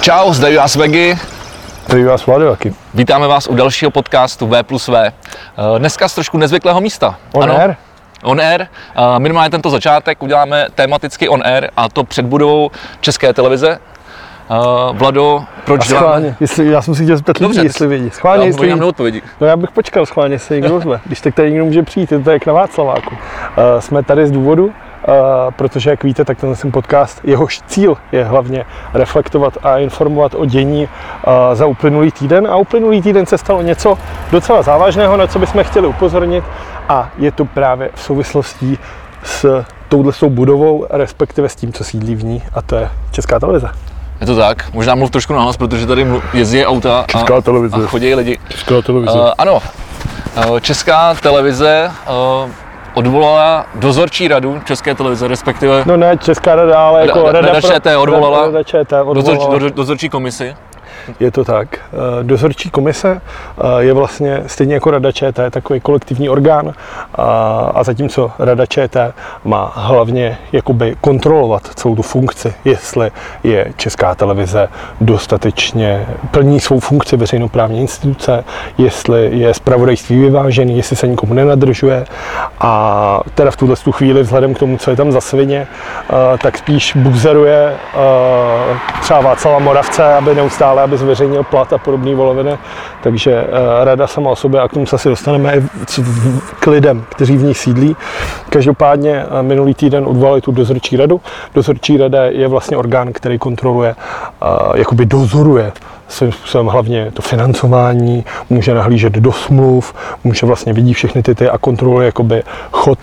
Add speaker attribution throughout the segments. Speaker 1: Čau, zdraví vás Vegy.
Speaker 2: Zdraví vás Vlado taky.
Speaker 1: Vítáme vás u dalšího podcastu V plus V. Eh, Dneska z trošku nezvyklého místa.
Speaker 2: On air?
Speaker 1: On air. Eh, Minimálně tento začátek uděláme tematicky on air a to před budovou České televize. Eh, Vlado,
Speaker 2: A
Speaker 1: proč děláme?
Speaker 2: schválně, jestli, já jsem si chtěl zeptat lidí,
Speaker 1: Dobře, ty-
Speaker 2: jestli vědí.
Speaker 1: Já
Speaker 2: Schválně,
Speaker 1: mu
Speaker 2: jestli
Speaker 1: povídám
Speaker 2: vědí.
Speaker 1: neodpovědi.
Speaker 2: No já bych počkal schválně, jestli někdo zve. Když tak tady někdo může přijít, je to jak na Václaváku. Uh, jsme tady z důvodu, uh, protože jak víte, tak tenhle ten podcast, jehož cíl je hlavně reflektovat a informovat o dění uh, za uplynulý týden. A uplynulý týden se stalo něco docela závažného, na co bychom chtěli upozornit. A je to právě v souvislostí s touhletou budovou, respektive s tím, co sídlí v ní, a to je Česká televize.
Speaker 1: Je to tak, možná mluv trošku nahlas, protože tady mlu- jezdí auta a,
Speaker 2: Česká televize.
Speaker 1: a chodí lidi.
Speaker 2: Česká televize.
Speaker 1: Uh, ano, uh, Česká televize uh, odvolala dozorčí radu České televize, respektive
Speaker 2: No ne, Česká rada, ale jako
Speaker 1: Ra- ra- rada
Speaker 2: pro-
Speaker 1: ČT odvolala.
Speaker 2: Rada ČT
Speaker 1: dozorčí,
Speaker 2: odvolala.
Speaker 1: do, dozorčí komisi.
Speaker 2: Je to tak. Eh, Dozorčí komise eh, je vlastně stejně jako Rada ČT takový kolektivní orgán a- a zatímco Rada ČT má hlavně jakoby kontrolovat celou tu funkci, jestli je Česká televize dostatečně plní svou funkci veřejnoprávní instituce, jestli je spravodajství vyvážený, jestli se nikomu nenadržuje a teda v tuhle tu chvíli vzhledem k tomu, co je tam za svině, eh, tak spíš buzeruje eh, třeba Václava Moravce, aby neustále, aby zveřejnil plat a podobné voloviny. Takže eh, rada sama o sobě a k tomu se asi dostaneme i v- c- v- k lidem, kteří v ní sídlí. Každopádně eh, minulý týden odvolali tu dozorčí radu. Dozorčí rada je vlastně orgán, který kontroluje, eh, jakoby dozoruje svým způsobem hlavně to financování, může nahlížet do smluv, může vlastně vidí všechny ty, ty a kontroluje jakoby chod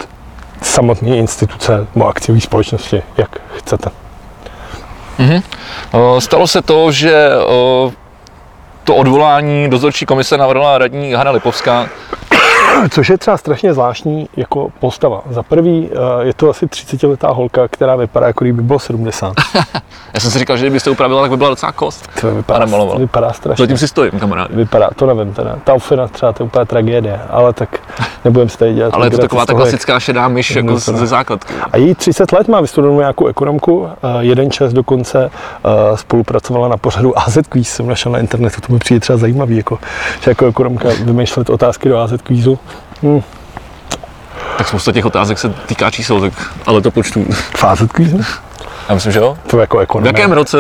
Speaker 2: samotné instituce nebo akciové společnosti, jak chcete.
Speaker 1: Uh, stalo se to, že uh, to odvolání dozorčí komise navrhla radní Hana Lipovská.
Speaker 2: Což je třeba strašně zvláštní jako postava. Za prvý eh, je to asi 30-letá holka, která vypadá, jako kdyby bylo 70.
Speaker 1: Já jsem si říkal, že kdybyste upravila, tak by byla docela kost.
Speaker 2: To
Speaker 1: A
Speaker 2: vypadá,
Speaker 1: nemalovala.
Speaker 2: vypadá strašně.
Speaker 1: Zatím si stojím, kamaráde.
Speaker 2: Vypadá, to nevím teda. Ta Ufina třeba to je úplně tragédie, ale tak nebudem si tady dělat.
Speaker 1: Ale je to
Speaker 2: legraci
Speaker 1: taková
Speaker 2: z
Speaker 1: ta
Speaker 2: toho, jak-
Speaker 1: klasická šedá myš jako z- ze základky.
Speaker 2: A její 30 let má vystudovanou nějakou ekonomku. Eh, Jeden čas dokonce eh, spolupracovala na pořadu AZ Quiz, jsem našel na internetu, to mi přijde třeba zajímavý, jako, že jako ekonomka vymýšlet otázky do AZ Quizu.
Speaker 1: Tak spousta těch otázek se týká čísel, tak, ale to počtu.
Speaker 2: V AZ Quizu?
Speaker 1: Já myslím, že jo.
Speaker 2: To je jako
Speaker 1: V
Speaker 2: ekonomie.
Speaker 1: jakém roce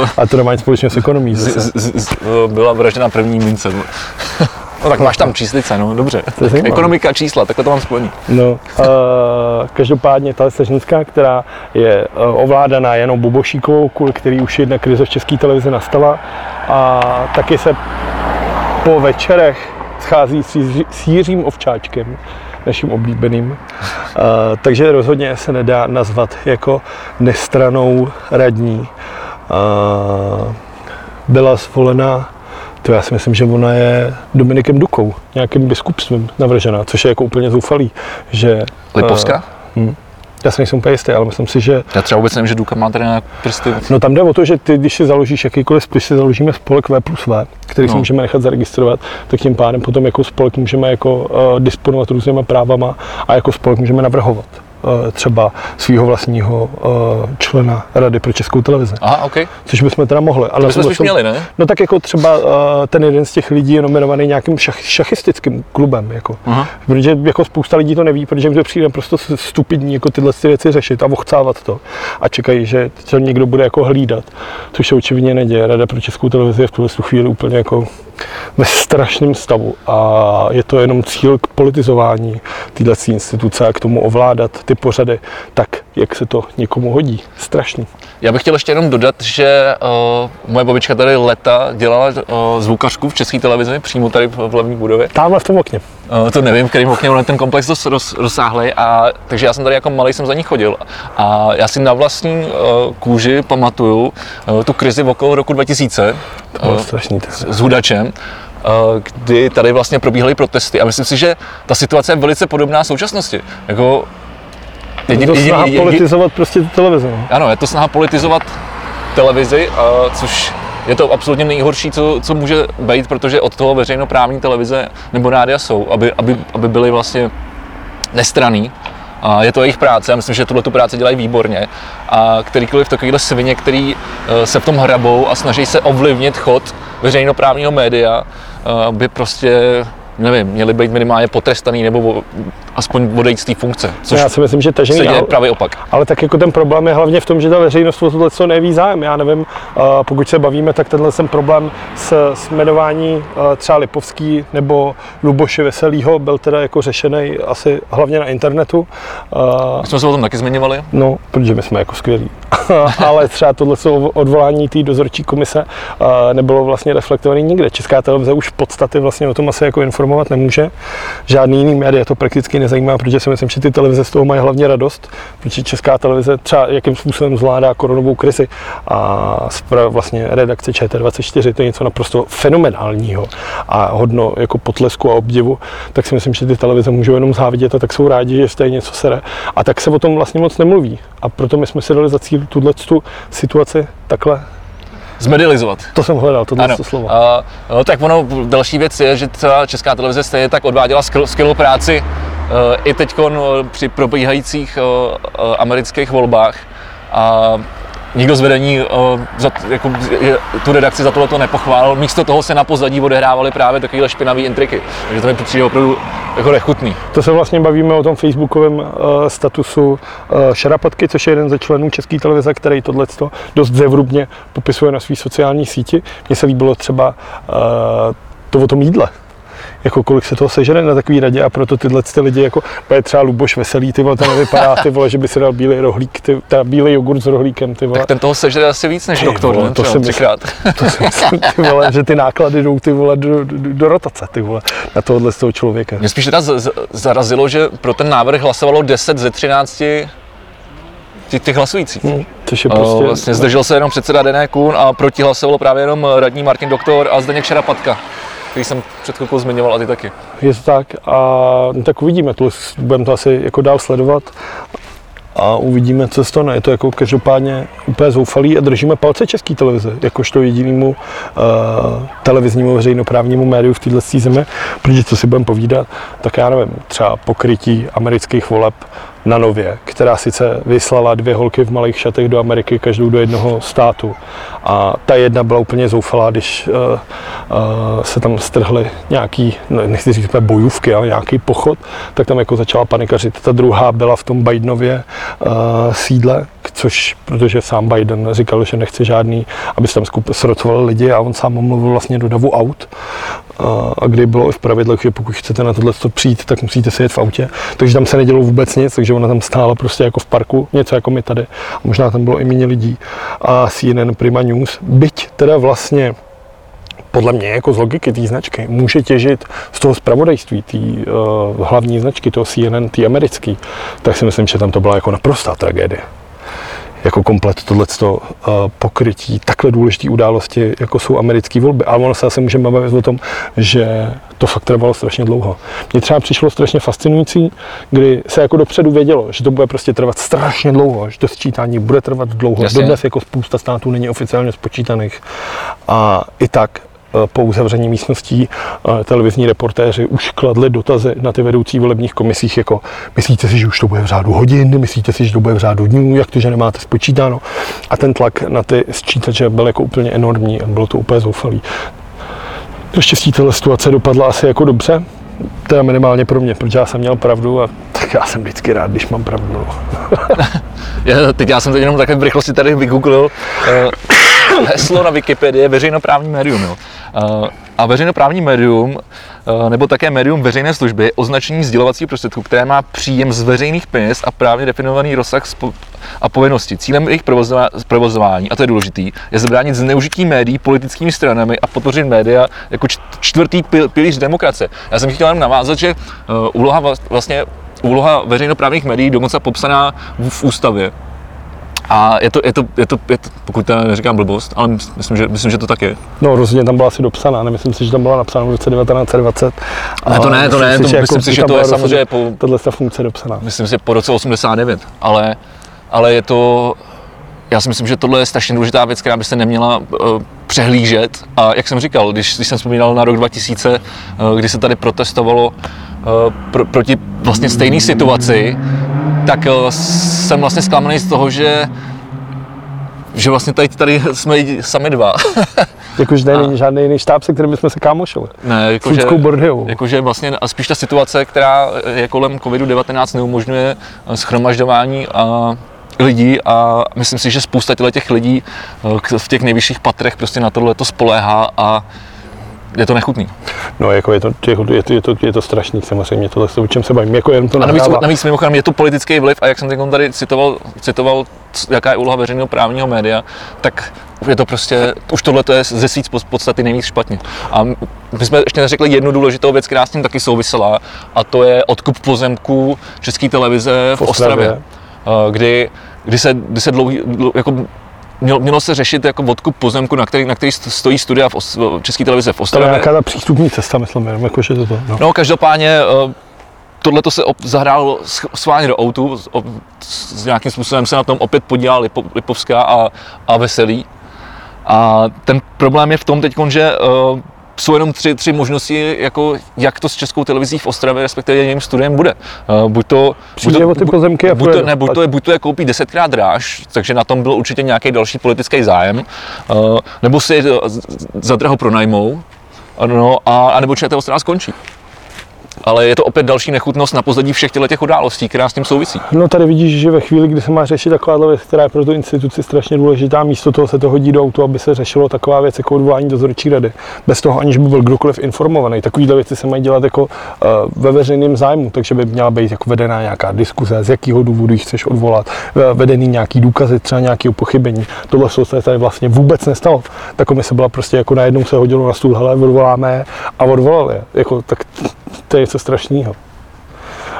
Speaker 1: uh,
Speaker 2: A to nemá nic společného s ekonomí.
Speaker 1: z,
Speaker 2: zase.
Speaker 1: z, z, z, eh, byla vražena první mince? No tak máš tam číslice, no dobře.
Speaker 2: je zajímavé.
Speaker 1: Ekonomika čísla, takhle to mám splní.
Speaker 2: No, uh, každopádně ta ženská, která je uh, ovládaná jenom Bobošíkovou, kvůli který už jedna krize v české televizi nastala, a taky se po večerech schází s Jiří- s Jiřím Ovčáčkem, naším oblíbeným. Uh, takže rozhodně se nedá nazvat jako nestranou radní. Uh, byla zvolena to já si myslím, že ona je Dominikem Dukou, nějakým biskupstvím navržená, což je jako úplně zoufalý, že...
Speaker 1: Lipovská?
Speaker 2: eh, já si nejsem úplně jistý, ale myslím si, že...
Speaker 1: Já třeba vůbec nevím, že Duka má tady na prsty.
Speaker 2: No tam jde o to, že ty, když si založíš jakýkoliv spis, si založíme spolek V plus V, který no. si
Speaker 1: No.
Speaker 2: můžeme nechat zaregistrovat, tak tím pádem potom jako spolek můžeme jako uh, disponovat různýma právama a jako spolek můžeme navrhovat eh, třeba svého vlastního eh, člena Rady pro českou televizi,
Speaker 1: Aha, OK.
Speaker 2: což bychom teda mohli. Ale
Speaker 1: To jsme
Speaker 2: tohle
Speaker 1: spíš
Speaker 2: jsou-
Speaker 1: měli, ne?
Speaker 2: No tak jako třeba eh, ten jeden z těch lidí je nominovaný nějakým šach, šachistickým klubem, jako.
Speaker 1: Aha.
Speaker 2: Protože jako spousta lidí to neví, protože mi to přijde naprosto stupidní jako tyhle ty věci řešit a ochcávat to. A čekají, že to někdo bude jako hlídat, což se očividně neděje. Rada pro českou televizi je v tuhle tu chvíli úplně jako ve strašném stavu a je to jenom cíl k politizování téhle instituce a k tomu ovládat ty pořady tak, jak se to někomu hodí. Strašný.
Speaker 1: Já bych chtěl ještě jenom dodat, že uh, moje babička tady leta dělala uh, zvukařku v české televizi, přímo tady v v hlavní budově.
Speaker 2: Tamhle v tom okně.
Speaker 1: Uh, to nevím, v kterém okně, ale ten komplex dost roz, rozsáhlý, a, takže já jsem tady jako malý jsem za ní chodil. A já si na vlastní uh, kůži pamatuju uh, tu krizi v okolo roku 2000
Speaker 2: To
Speaker 1: No.
Speaker 2: bylo strašný. To.
Speaker 1: s Hudačem, eh, kdy tady vlastně probíhaly protesty. A myslím si, že ta situace je velice podobná současnosti. Jako
Speaker 2: Je
Speaker 1: jedin,
Speaker 2: to
Speaker 1: jedin,
Speaker 2: snaha
Speaker 1: jedin,
Speaker 2: politizovat prostě tu televizi. no.
Speaker 1: ano, je to snaha politizovat televizi, eh, což je to absolutně nejhorší, co, co může být, protože od toho veřejnoprávní televize nebo rádia jsou, aby, aby, aby byly vlastně nestraný. A A je to jejich práce, já myslím, že tuhle tu práci dělají výborně. A kterýkoliv takovýhle svině, který eh, se v tom hrabou a snaží se ovlivnit chod veřejnoprávního média, eh, by prostě nevím, měli být minimálně potrestaný nebo o- aspoň odejít z té funkce, což
Speaker 2: Já si myslím, že
Speaker 1: se
Speaker 2: tažení,
Speaker 1: děje
Speaker 2: ale,
Speaker 1: pravý opak.
Speaker 2: ale tak jako ten problém je hlavně v tom, že ta veřejnost o tohle co neví zájem. Já nevím, eh, pokud se bavíme, tak tenhle jsem problém s, s jmenování eh, třeba Lipovský nebo Luboše Veselýho byl teda jako řešený asi hlavně na internetu. Eh,
Speaker 1: My jsme se o tom taky zmiňovali.
Speaker 2: No, protože my jsme jako skvělí. Ale třeba tohle jsou odvolání té dozorčí komise eh, nebylo vlastně reflektované nikde. Česká televize už v podstatě vlastně o tom asi jako informovat nemůže. Žádný jiný média to prakticky nezajímá, protože si myslím, že ty televize z toho mají hlavně radost, protože Česká televize třeba jakým způsobem zvládá koronovou krizi a spra- vlastně redakce ČT24, to je něco naprosto fenomenálního a hodno jako potlesku a obdivu, tak si myslím, že ty televize můžou jenom závidět a tak jsou rádi, že stejně něco sere. A tak se o tom vlastně moc nemluví. A proto my jsme si dali za cíl tuhle tu situaci takhle.
Speaker 1: Zmedializovat.
Speaker 2: To jsem hledal, tohle to slovo.
Speaker 1: A, no, tak ono, další věc je, že třeba Česká televize stejně tak odváděla skvěl- skvělou práci eh, i teď při probíhajících eh, eh, amerických volbách. A nikdo z vedení eh, za, t- jako, je- tu redakci za tohle to nepochválil, místo toho se na pozadí odehrávaly právě takovéhle špinavé intriky. Takže to mi přijde opravdu jako nechutný.
Speaker 2: To se vlastně bavíme o tom facebookovém eh, statusu eh, Šarapatky, což je jeden ze členů České televize, který tohle dost zevrubně popisuje na své sociální síti. Mně se líbilo třeba eh, to o tom jídle jako kolik se toho sežene na takové radě a proto tyhle ty lidi, jako je třeba Luboš Veselý, ty vole, to nevypadá, ty vole, že by si dal bílý rohlík, ty, teda bílý jogurt s rohlíkem, ty vole.
Speaker 1: Tak ten toho sežere asi víc než
Speaker 2: Ty
Speaker 1: doktor,
Speaker 2: vole,
Speaker 1: ne?
Speaker 2: to
Speaker 1: Třeba
Speaker 2: jsem
Speaker 1: třikrát.
Speaker 2: To si myslím, ty vole, že ty náklady jdou, ty vole, do, do, do rotace, ty vole, na tohohle z toho člověka.
Speaker 1: Mě spíš teda z- z- zarazilo, že pro ten návrh hlasovalo 10 ze 13 těch, těch hlasujících.
Speaker 2: Hm, což
Speaker 1: Prostě...
Speaker 2: je prostě...
Speaker 1: Vlastně zdržel se jenom předseda Dené Kuhn a proti hlasovalo právě jenom radní Martin Doktor a Zdeněk Šarapatka, který jsem před chvilkou zmiňoval a ty taky.
Speaker 2: Je to tak a no tak uvidíme, to budeme to asi jako dál sledovat a uvidíme, co z toho ne. Je to jako každopádně úplně zoufalý a držíme palce České televize, jakožto jedinému uh, televiznímu veřejnoprávnímu médiu v této zemi, protože co si budeme povídat, tak já nevím, třeba pokrytí amerických voleb na Nově, která sice vyslala dvě holky v malých šatech do Ameriky, každou do jednoho státu. A ta jedna byla úplně zoufalá, když uh, uh, se tam strhly nějaký, no, nechci říct úplně bojůvky, ale nějaký pochod, tak tam jako začala panikařit. Ta druhá byla v tom Bidenově uh, sídle, k- což, protože sám Biden říkal, že nechce žádný, aby se tam skup- srotovali lidi a on sám omluvil vlastně dodavu aut. Uh, a kdy bylo i v pravidlech, že pokud chcete na tohle přijít, tak musíte sedět v autě. Takže tam se nedělo vůbec nic, takže ona tam stála prostě jako v parku, něco jako my tady. A možná tam bylo i méně lidí. A CNN Prima News, byť teda vlastně podle mě jako z logiky té značky může těžit z toho zpravodajství, té uh, hlavní značky, toho CNN, té americký, tak si myslím, že tam to byla jako naprostá tragédie. Jako komplet tohleto uh, pokrytí takhle důležité události, jako jsou americké volby. A ono se asi můžeme bavit o tom, že to fakt trvalo strašně dlouho. Mně třeba přišlo strašně fascinující, kdy se jako dopředu vědělo, že to bude prostě trvat strašně dlouho, že to sčítání bude trvat dlouho.
Speaker 1: Jasně.
Speaker 2: Dodnes jako spousta států není oficiálně spočítaných. A i tak eh, po uzavření místností eh, televizní reportéři už kladli dotazy na ty vedoucí volebních komisích, jako myslíte si, že už to bude v řádu hodin, myslíte si, že to bude v řádu dnů, jak to, že nemáte spočítáno. A ten tlak na ty sčítače byl jako úplně enormní a bylo to úplně zoufalý. Naštěstí tahle situace dopadla asi jako dobře, teda minimálně pro mě, protože já jsem měl pravdu a tak já jsem vždycky rád, když mám pravdu. no.
Speaker 1: Já, teď já jsem teď jenom takhle v rychlosti tady vygooglil. eh, Heslo na Wikipedii je veřejnoprávní médium. Jo. Eh, A veřejnoprávní médium, eh, nebo také médium veřejné služby, je označení sdělovacího prostředku, které má příjem z veřejných peněz a právně definovaný rozsah spo- a povinnosti. Cílem jejich provozova- provozování, a to je důležitý, je zabránit zneužití médií politickými stranami a podpořit média jako čt- čtvrtý pil- pilíř demokracie. Já jsem chtěl jenom navázat, že eh, úloha vla- vlastně úloha veřejnoprávních médií dokonce popsaná v- v ústavě. A je to, je to, je to, je to pokud já neříkám blbost, ale mys- myslím, že, myslím, že to tak je.
Speaker 2: No rozhodně tam byla asi dopsaná, nemyslím si, že tam byla napsána v roce 1920.
Speaker 1: Ne, to
Speaker 2: A
Speaker 1: ne, to ne, to myslím si, že
Speaker 2: tam
Speaker 1: to je
Speaker 2: byla jako rozhodně
Speaker 1: samozřejmě po,
Speaker 2: Tahle ta funkce dopsaná.
Speaker 1: myslím si, po roce 89, ale, ale je to, já si myslím, že tohle je strašně důležitá věc, která by se neměla eh, přehlížet. A jak jsem říkal, když, když jsem vzpomínal na rok 2000, eh, kdy se tady protestovalo eh, pro, proti vlastně stejné situaci, tak eh, jsem vlastně zklamaný z toho, že že vlastně tady, tady jsme jedi- sami dva.
Speaker 2: Jakože tady Jako, není žádný jiný štáb, se kterým jsme se kámošili.
Speaker 1: ne, jako
Speaker 2: S Ludskou Bordeou.
Speaker 1: Jakože vlastně a spíš ta situace, která eh, je kolem COVID-19 neumožňuje schromažďování a lidí a myslím si, že spousta těchto těch lidí eh, k- v těch nejvyšších patrech prostě na tohle to spoléhá a je to nechutný.
Speaker 2: No, jako je to, je, to- je, to, je, to, je to strašný, samozřejmě, tohle, se- o čem se bavím, jako jenom to
Speaker 1: A navíc,
Speaker 2: nahrává.
Speaker 1: navíc mimochodem je to politický vliv a jak jsem teď tady citoval, citoval, c- jaká je úloha veřejného právního média, tak je to prostě, už tohle to je ze svých pod- podstaty nejvíc špatně. A m- my jsme ještě neřekli jednu důležitou věc, která s tím taky souvisela, a to je odkup pozemků České televize v,
Speaker 2: V Ostravě.
Speaker 1: Ostravě, eh, kdy, kdy, se, kdy se dlouhý, dlou, jako Mělo, mělo, se řešit jako odkup pozemku, na který, na který st- stojí studia v, Os- v České televize v
Speaker 2: To je
Speaker 1: Ostravě.
Speaker 2: nějaká ta přístupní cesta, myslím, jenom jakože to to. No.
Speaker 1: No, každopádně tohle to se ob- zahrálo sch- schválně do outu, s- ob- s s nějakým způsobem se na tom opět podílá Lipo, Lipovská a, a Veselý. A ten problém je v tom teď, že eh, jsou jenom tři, tři možnosti, jako jak to s českou televizí v Ostravě, respektive jejím studiem bude. Eh, Buď to,
Speaker 2: Přijde o ty
Speaker 1: bu-
Speaker 2: pozemky a
Speaker 1: buď to,
Speaker 2: pojede.
Speaker 1: ne, buď to, je- buď to je koupí desetkrát dráž, takže na tom byl určitě nějaký další politický zájem, eh, nebo si je eh, z- z- za draho pronajmou, ano, no, a, a nebo ČT Ostrava skončí. Ale je to opět další nechutnost na pozadí všech těchto těch událostí, která s tím souvisí.
Speaker 2: No tady vidíš, že ve chvíli, kdy se má řešit taková věc, která je pro tu instituci strašně důležitá, místo toho se to hodí do autu, aby se řešilo taková věc jako odvolání dozorčí rady. Bez toho, aniž by byl kdokoliv informovaný. Takovýhle věci se mají dělat jako uh, ve veřejném zájmu, takže by měla být jako vedená nějaká diskuze, z jakého důvodu ji chceš odvolat, eh, vedený nějaký důkazy, třeba nějakého pochybení. Tohle se tady vlastně vůbec nestalo. Ta komise byla prostě jako najednou se hodilo na stůl, hele, odvoláme je a odvolali. je. Jako, tak to je něco strašného.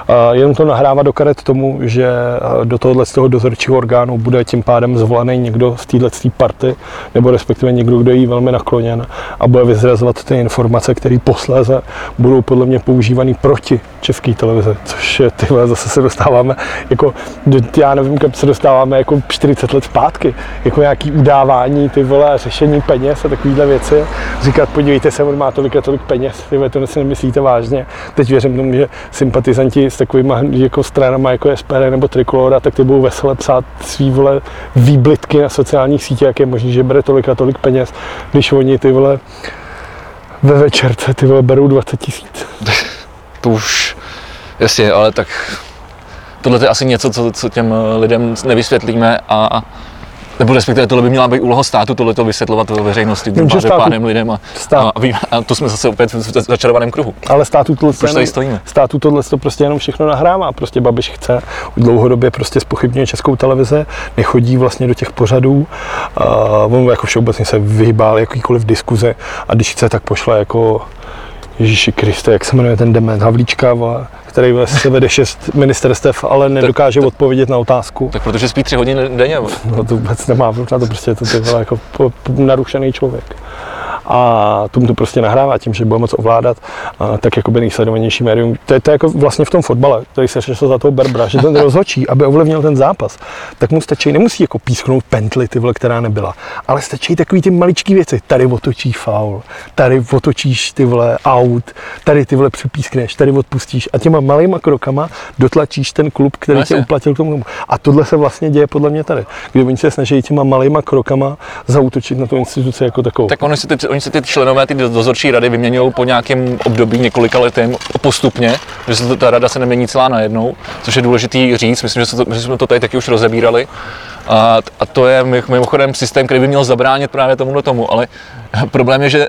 Speaker 2: A Jenom to nahrává do karet tomu, že eh, do tohohle z toho dozorčího orgánu bude tím pádem zvolený někdo z téhle party, nebo respektive někdo, kdo je jí velmi nakloněn a bude vyzrazovat ty informace, které posléze budou podle mě používané proti české televizi, což je, ty vole, zase se dostáváme, jako, do- já nevím, kam se dostáváme jako 40 let zpátky, jako nějaký udávání, ty vole, řešení peněz a takovéhle věci. Říkat, podívejte se, on má tolik a tolik peněz, ty vole, to si nemyslíte vážně. Teď věřím tomu, že sympatizanti s takovými jako stranama jako SPD nebo Trikolora, tak ty budou vesele psát svý vole výblitky na sociálních sítích, jak je možné, že bere tolik a tolik peněz, když oni ty vole ve večerce ty vole berou 20 tisíc.
Speaker 1: To už, jasně, ale tak tohle je asi něco, co, co těm eh, lidem nevysvětlíme a, a nebo respektive tohle by měla být úloha státu, tohle to vysvětlovat ve veřejnosti,
Speaker 2: Jenže
Speaker 1: tím pádem-
Speaker 2: státu-
Speaker 1: pádem lidem a,
Speaker 2: Stát.
Speaker 1: a, vím- a, to jsme zase opět v v začarovaném kruhu.
Speaker 2: Ale státu tohle
Speaker 1: Proč
Speaker 2: jenom-
Speaker 1: tady stojíme?
Speaker 2: státu tohle to prostě jenom všechno nahrává. Prostě Babiš chce, dlouhodobě prostě spochybňuje českou televize, nechodí vlastně do těch pořadů, uh, on jako všeobecně se vyhýbá jakýkoliv diskuze a když chce, tak pošle jako Ježíši Kriste, jak se jmenuje ten dement Havlíčka, vole, který vlastně se vede šest ministerstev, ale nedokáže odpovědět na otázku.
Speaker 1: Tak protože spí tři hodiny denně.
Speaker 2: No to vůbec nemá vliv na to, prostě je to ty vole, jako po- po- narušený člověk. A tomu to prostě nahrává tím, že bude moc ovládat, a, tak jako by nejsledovanější médium. To je, to je jako vlastně v tom fotbale, který se řešil za toho Berbra, že ten rozhodčí, aby ovlivnil ten zápas, tak mu stačí, nemusí jako písknout pentli, ty vole, která nebyla, ale stačí takový ty maličký věci. Tady otočí faul, tady otočíš ty vole out, tady ty vole připískneš, tady odpustíš a těma malýma krokama dotlačíš ten klub, který
Speaker 1: No
Speaker 2: tě
Speaker 1: jasně.
Speaker 2: uplatil k tomu. tomu. A tohle se vlastně děje podle mě tady, kdy oni se snaží těma malýma krokama zautočit na tu instituci jako takovou.
Speaker 1: Tak oni si, ty, oni si ty členové ty do- dozorčí rady vyměňují po nějakém období několika letým postupně, že se to, ta rada se nemění celá najednou, což je důležitý říct, myslím, že, se to, že jsme to tady taky už rozebírali. A, a to je mi- mimochodem systém, který by měl zabránit právě tomuhle tomu, ale problém je, že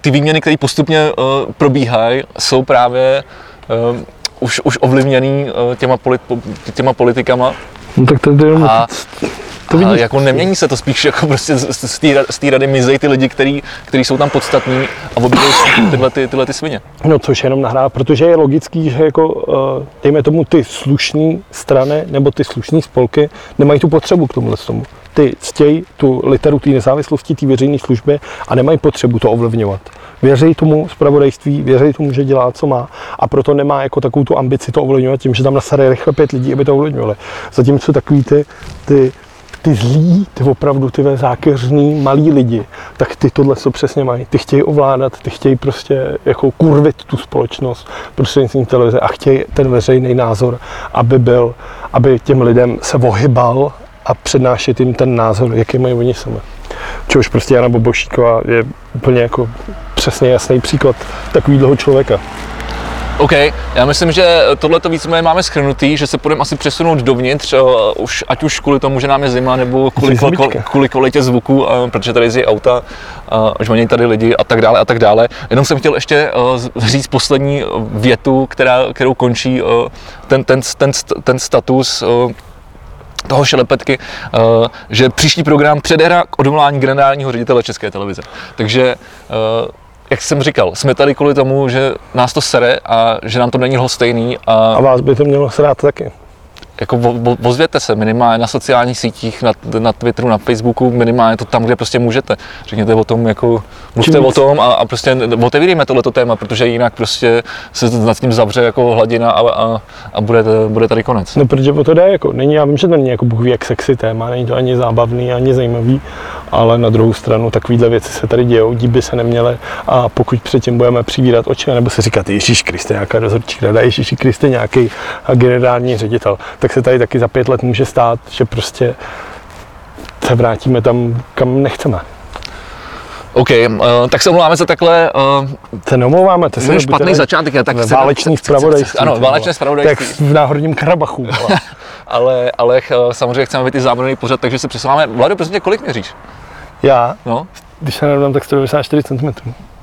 Speaker 1: ty výměny, které postupně uh, probíhají, jsou právě uh, už, už ovlivněný uh, těma, polit, po- těma politikama
Speaker 2: No tak to je jenom
Speaker 1: a a
Speaker 2: To vidíš.
Speaker 1: jako nemění se to spíš, jako prostě z- z z té ra- z té rady mizej ty lidi, který, který jsou tam podstatní a objevují tyhle, ty, tyhle ty svině.
Speaker 2: No což jenom nahrává, protože je logický, že jako, eh, dejme tomu ty slušné strany nebo ty slušné spolky nemají tu potřebu k tomuhle tomu. Ty ctějí tu literu té nezávislosti, té veřejné služby a nemají potřebu to ovlivňovat. Věří tomu zpravodajství, věří tomu, že dělá, co má a proto nemá jako takovou tu ambici to ovlivňovat tím, že tam nasade rychle pět lidí, aby to ovlivňovali. Zatímco takový ty, ty ty zlí, ty opravdu ty ve zákeřný malí lidi, tak ty tohle co přesně mají. Ty chtějí ovládat, ty chtějí prostě jako kurvit tu společnost prostřednictvím televize a chtějí ten veřejný názor, aby byl, aby těm lidem se ohybal a přednášet jim ten názor, jaký mají oni sami. Čehož prostě Jana Bobošíková je úplně jako přesně jasný příklad takového člověka.
Speaker 1: OK, já myslím, že tohle to víceméně máme schrnutý, že se budeme asi přesunout dovnitř, eh, už, ať už kvůli tomu, že nám je zima, nebo kvůli,
Speaker 2: Je
Speaker 1: kvůli,
Speaker 2: zimička.
Speaker 1: kvůli kvalitě zvuku, eh, protože tady jezdí auta, eh, žvaní tady lidi a tak dále a tak dále. Jenom jsem chtěl ještě eh, z- říct poslední eh, větu, která, kterou končí eh, ten, ten, ten, ten status eh, toho šelepetky, eh, že příští program předehra k odvolání generálního ředitele České televize. Takže, eh, jak jsem říkal, jsme tady kvůli tomu, že nás to sere a že nám to není lhostejný a
Speaker 2: A vás by to mělo srát taky.
Speaker 1: jako vo- vo- ozvěte se minimálně na sociálních sítích, na, na Twitteru, na Facebooku, minimálně to tam, kde prostě můžete. Řekněte o tom, jako mluvte
Speaker 2: Čím
Speaker 1: o
Speaker 2: víc-
Speaker 1: tom a, a prostě otevírejme tohleto téma, protože jinak prostě se nad tím zavře jako hladina a, a, a bude, bude tady konec.
Speaker 2: No, protože o to jde, jako, není, já vím, že to není jako bůh ví, jak sexy téma, není to ani zábavný, ani zajímavý, ale na druhou stranu takovéhle věci se tady dějou, dít by se neměly a pokud předtím budeme přivírat oči, nebo si říkat Ježíš Kriste, nějaká dozorčí rada, Ježíš Kriste, nějaký generální ředitel, tak se tady taky za pět let může stát, že prostě se vrátíme tam, kam nechceme.
Speaker 1: OK, eh, tak se omlouváme za takhle eh,
Speaker 2: Se neomlouváme, to se
Speaker 1: Měl
Speaker 2: nebuďte
Speaker 1: špatný
Speaker 2: ne-
Speaker 1: začátek, já tak
Speaker 2: ne-
Speaker 1: chci-
Speaker 2: Válečný
Speaker 1: chci- chci- chci-
Speaker 2: zpravodajství.
Speaker 1: Ano,
Speaker 2: ty vole.
Speaker 1: válečné
Speaker 2: To je Jak
Speaker 1: zpravodajství.
Speaker 2: v náhorním Karabachu. vole.
Speaker 1: Ale, ale ch- samozřejmě chceme být i zábavný pořad, takže se přesouváme. Vlado, prosím tě, kolik měříš?
Speaker 2: Já,
Speaker 1: No,
Speaker 2: když se nedám, tak 194 cm.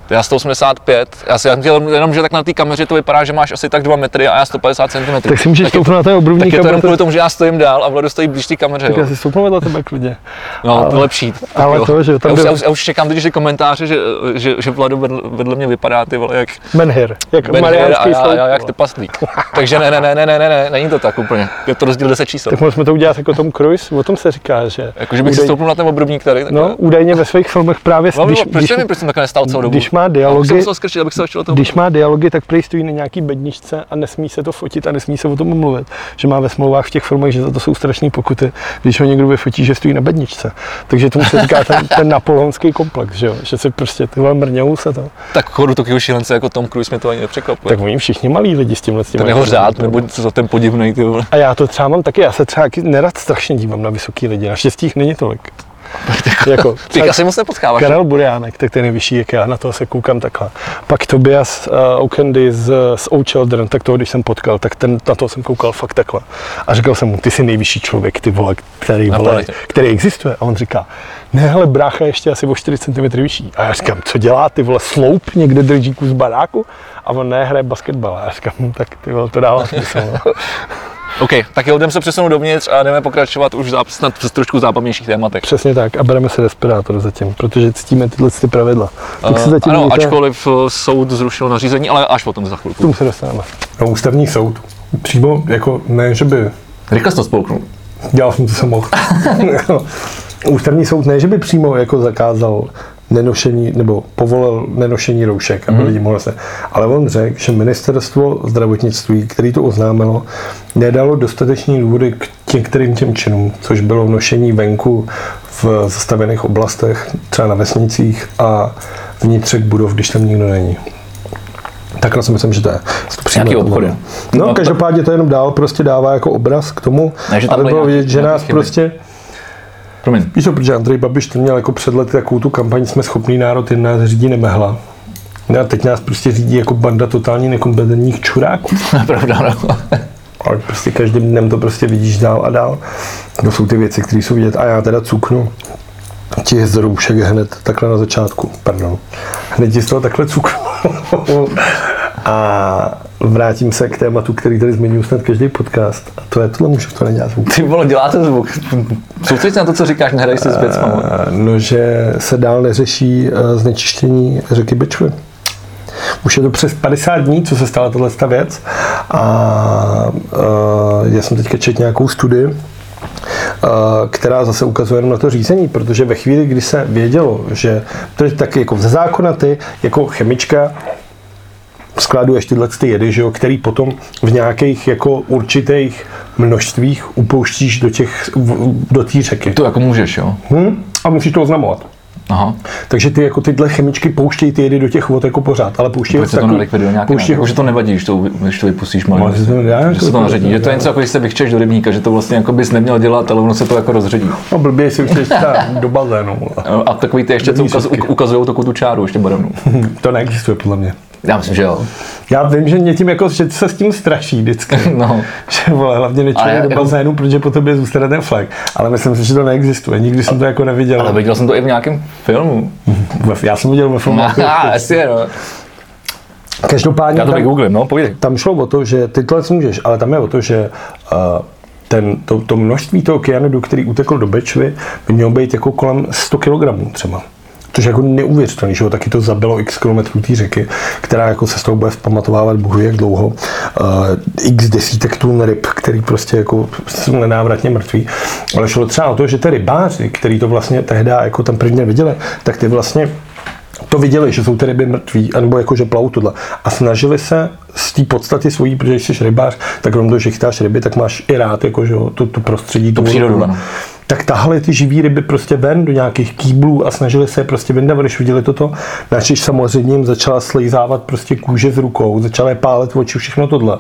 Speaker 1: já 185, já si já chtěl jenom, že tak na té kameře to vypadá, že máš asi tak 2 metry a já 150 cm.
Speaker 2: Tak si můžeš
Speaker 1: tak, je-
Speaker 2: stoupnout na ten obrubník.
Speaker 1: tak je
Speaker 2: a
Speaker 1: to jenom
Speaker 2: budete-
Speaker 1: kvůli tomu, že já stojím dál a Vlado stojí blíž té kameře.
Speaker 2: Tak
Speaker 1: jo.
Speaker 2: já si stoupnu vedle tebe klidně.
Speaker 1: No,
Speaker 2: ale-
Speaker 1: to je lepší. Tak
Speaker 2: ale
Speaker 1: jo.
Speaker 2: to, že tam
Speaker 1: já, už,
Speaker 2: byl-
Speaker 1: já, už, já už čekám totiž ty komentáře, že, že, že Vlado vedle, vedle mě vypadá ty vole jak
Speaker 2: Menhir, jak
Speaker 1: Ben Hur a
Speaker 2: mariánský
Speaker 1: já,
Speaker 2: sloup,
Speaker 1: já jak
Speaker 2: vole.
Speaker 1: ty paslík. Takže ne, ne, ne, ne, ne, ne, ne, není to tak úplně. Je to rozdíl 10 čísel.
Speaker 2: Tak mohli jsme to udělat jako Tom Cruise, o tom se říká, že
Speaker 1: Jakože bych si
Speaker 2: údaj-
Speaker 1: stoupnul na ten obrubník tady. Tak
Speaker 2: No, údajně ve svých filmech právě, s-
Speaker 1: Vám
Speaker 2: když,
Speaker 1: bylo, proč
Speaker 2: když,
Speaker 1: nevím, proč jsem takhle nestál celou dobu?
Speaker 2: když má
Speaker 1: Abych se
Speaker 2: dialogy,
Speaker 1: musel skrčit, abych se došel do toho.
Speaker 2: když má dialogy, tak prý stojí na nějaký bedničce a nesmí se to fotit a nesmí se o tom mluvit. Že má ve smlouvách v těch filmech, že za to jsou strašné pokuty, když ho někdo vyfotí, že stojí na bedničce. Takže tomu se říká ten, ten napoleonský komplex, že, jo? že se prostě tyhle mrňou se to.
Speaker 1: Tak chodu to šílence jako Tom Cruise mě to ani nepřekvapuje.
Speaker 2: Tak oni všichni malí lidi s tímhle s tím
Speaker 1: Ten jeho řád, nebo co ten podivný ty vole.
Speaker 2: A já to třeba mám taky, já se třeba taky nerad strašně dívám na vysoký lidi, naštěstí jich není tolik. jako,
Speaker 1: Ty
Speaker 2: třeba
Speaker 1: asi moc nepotkáváš.
Speaker 2: Karel Buriánek, tak ten je vyšší, jak já, na toho se koukám takhle. Pak Tobias uh, Okendy z, z O Children, tak toho, když jsem potkal, tak ten, na toho jsem koukal fakt takhle. A říkal jsem mu, ty jsi nejvyšší člověk, ty vole, který,
Speaker 1: Na
Speaker 2: vole,
Speaker 1: planetě.
Speaker 2: který existuje. A on říká, ne, hele, brácha je ještě asi o 4 cm vyšší. A já říkám, co dělá, ty vole, sloup někde drží kus baráku? A on ne, hraje basketbal. A já říkám, "Hm, tak ty vole, to dává smysl. No.
Speaker 1: OK, tak jo, jdeme se přesunout dovnitř a jdeme pokračovat už záp- snad v trošku zábavnějších tématech.
Speaker 2: Přesně tak a bereme si respirátor zatím, protože ctíme tyhle ty pravidla. Tak se
Speaker 1: Eh,
Speaker 2: zatím
Speaker 1: ano,
Speaker 2: mějte.
Speaker 1: ačkoliv eh, soud zrušil nařízení, ale až potom za
Speaker 2: K
Speaker 1: chvilku.
Speaker 2: tomu se dostaneme. No, ústavní soud. Přímo, jako ne, že by
Speaker 1: Rychle jsi to spolknul.
Speaker 2: dělal jsem, co jsem mohl. ústavní soud ne, že by přímo jako zakázal nenošení, nebo povolil nenošení roušek, aby mm-hmm. lidi mohli se. Ale on řekl, že ministerstvo zdravotnictví, který to oznámilo, nedalo dostatečný důvody k některým těm činům, což bylo nošení venku v zastavených oblastech, třeba na vesnicích a vnitřek budov, když tam nikdo není. Takhle si myslím, že to je. Jsou to přímé
Speaker 1: Nějaký
Speaker 2: tohle.
Speaker 1: obchody.
Speaker 2: No,
Speaker 1: No,
Speaker 2: no každopádně to jenom dál prostě dává jako obraz k tomu,
Speaker 1: Ne, že tam
Speaker 2: aby
Speaker 1: byly
Speaker 2: bylo
Speaker 1: nějaký-
Speaker 2: vidět, že
Speaker 1: nějaký
Speaker 2: nás
Speaker 1: chyby.
Speaker 2: prostě,
Speaker 1: Promiň.
Speaker 2: víš, co, protože Andrej Babiš to měl jako před lety takovou tu kampaň Jsme schopný národ, jen nás řídí nemehla. No a teď nás prostě řídí jako banda totálně nekompetentních čuráků.
Speaker 1: Pravda, no.
Speaker 2: Ale prostě každým dnem to prostě vidíš dál a dál. To jsou ty věci, které jsou vidět. A já teda cuknu ti z roušek hned takhle na začátku, pardon. Hned ti z toho takhle cuknu. a vrátím se k tématu, který tady zmiňuji snad každý podcast. A to je tohle, můžu to nedělat zvuk.
Speaker 1: Ty vole, dělá ten zvuk. Soustřeď se na to, co říkáš, nehraj si s věcma. vole.
Speaker 2: No, že se dál neřeší eh, znečištění řeky Bečvy. Už je to přes 50 dní, co se stala tahle ta věc. A eh, já jsem teďka četl nějakou studii, eh, která zase ukazuje jenom na to řízení, protože ve chvíli, kdy se vědělo, že to je taky jako ze zákona ty, jako chemička, skladuješ tyhle ty jedy, že jo, který potom v nějakých jako určitých množstvích upouštíš do těch, v- do té řeky.
Speaker 1: To jako můžeš, jo?
Speaker 2: Hm? A musíš to oznamovat.
Speaker 1: Aha.
Speaker 2: Takže ty jako tyhle chemičky pouštějí ty jedy do těch vod jako pořád, ale pouštějí
Speaker 1: Proč se to
Speaker 2: takový-
Speaker 1: nelikviduje nějak?
Speaker 2: pouštějí-
Speaker 1: Pouště... Jako, že to nevadí, když to, když to vypustíš malý. vlastně.
Speaker 2: Ale se to nedá,
Speaker 1: že se
Speaker 2: jako-
Speaker 1: to naředí. Je to něco jako, když se vychčeš do rybníka, že to vlastně jako bys neměl dělat, ale ono se to jako rozředí.
Speaker 2: No blbě si už teďka do bazénu. vole.
Speaker 1: No, A takový ty ještě, co ukaz, ukazují takovou tu čáru, ještě barevnou.
Speaker 2: To neexistuje podle mě.
Speaker 1: Já myslím, že jo.
Speaker 2: Já vím, že mě tím jako, že se s tím straší vždycky.
Speaker 1: No.
Speaker 2: Že vole, hlavně
Speaker 1: Ale
Speaker 2: nečuje
Speaker 1: já-
Speaker 2: do bazénu, protože po tobě zůstane ten flag. Ale myslím si, že to neexistuje. Nikdy jsem to jako neviděl.
Speaker 1: Ale viděl jsem to i v nějakém filmu.
Speaker 2: Ve- Já jsem viděl ve filmu.
Speaker 1: Aha, asi je, no.
Speaker 2: Každopádně
Speaker 1: Já to
Speaker 2: tam,
Speaker 1: vygooglím, no, povídej.
Speaker 2: tam šlo o to, že ty tohle můžeš, ale tam je o to, že uh, ten, to, to, množství toho kyanidu, který utekl do Bečvy, by mělo být jako kolem 100 kg třeba. Což je jako neuvěřitelný, že jo, taky to zabilo x kilometrů té řeky, která jako se s tou bude vzpamatovávat Bůh ví jak dlouho. Uh, x desítek tun ryb, který prostě jako jsou nenávratně mrtví. Ale šlo třeba o to, že ty rybáři, který to vlastně tehdy jako tam prvně viděli, tak ty vlastně to viděli, že jsou ty ryby mrtví, anebo jako, že plavou tohle. A snažili se z té podstaty svojí, protože když jsi rybář, tak krom toho, že chytáš ryby, tak máš i rád jako, že jo, tu, tu prostředí, tu vodu,
Speaker 1: přírodu,
Speaker 2: tohle.
Speaker 1: ano.
Speaker 2: tak tahali ty živý ryby prostě ven do nějakých kýblů a snažili se je prostě vyndat, když viděli toto. Načiž samozřejmě jim začala slejzávat prostě kůže z rukou, začala je pálet oči, všechno tohle.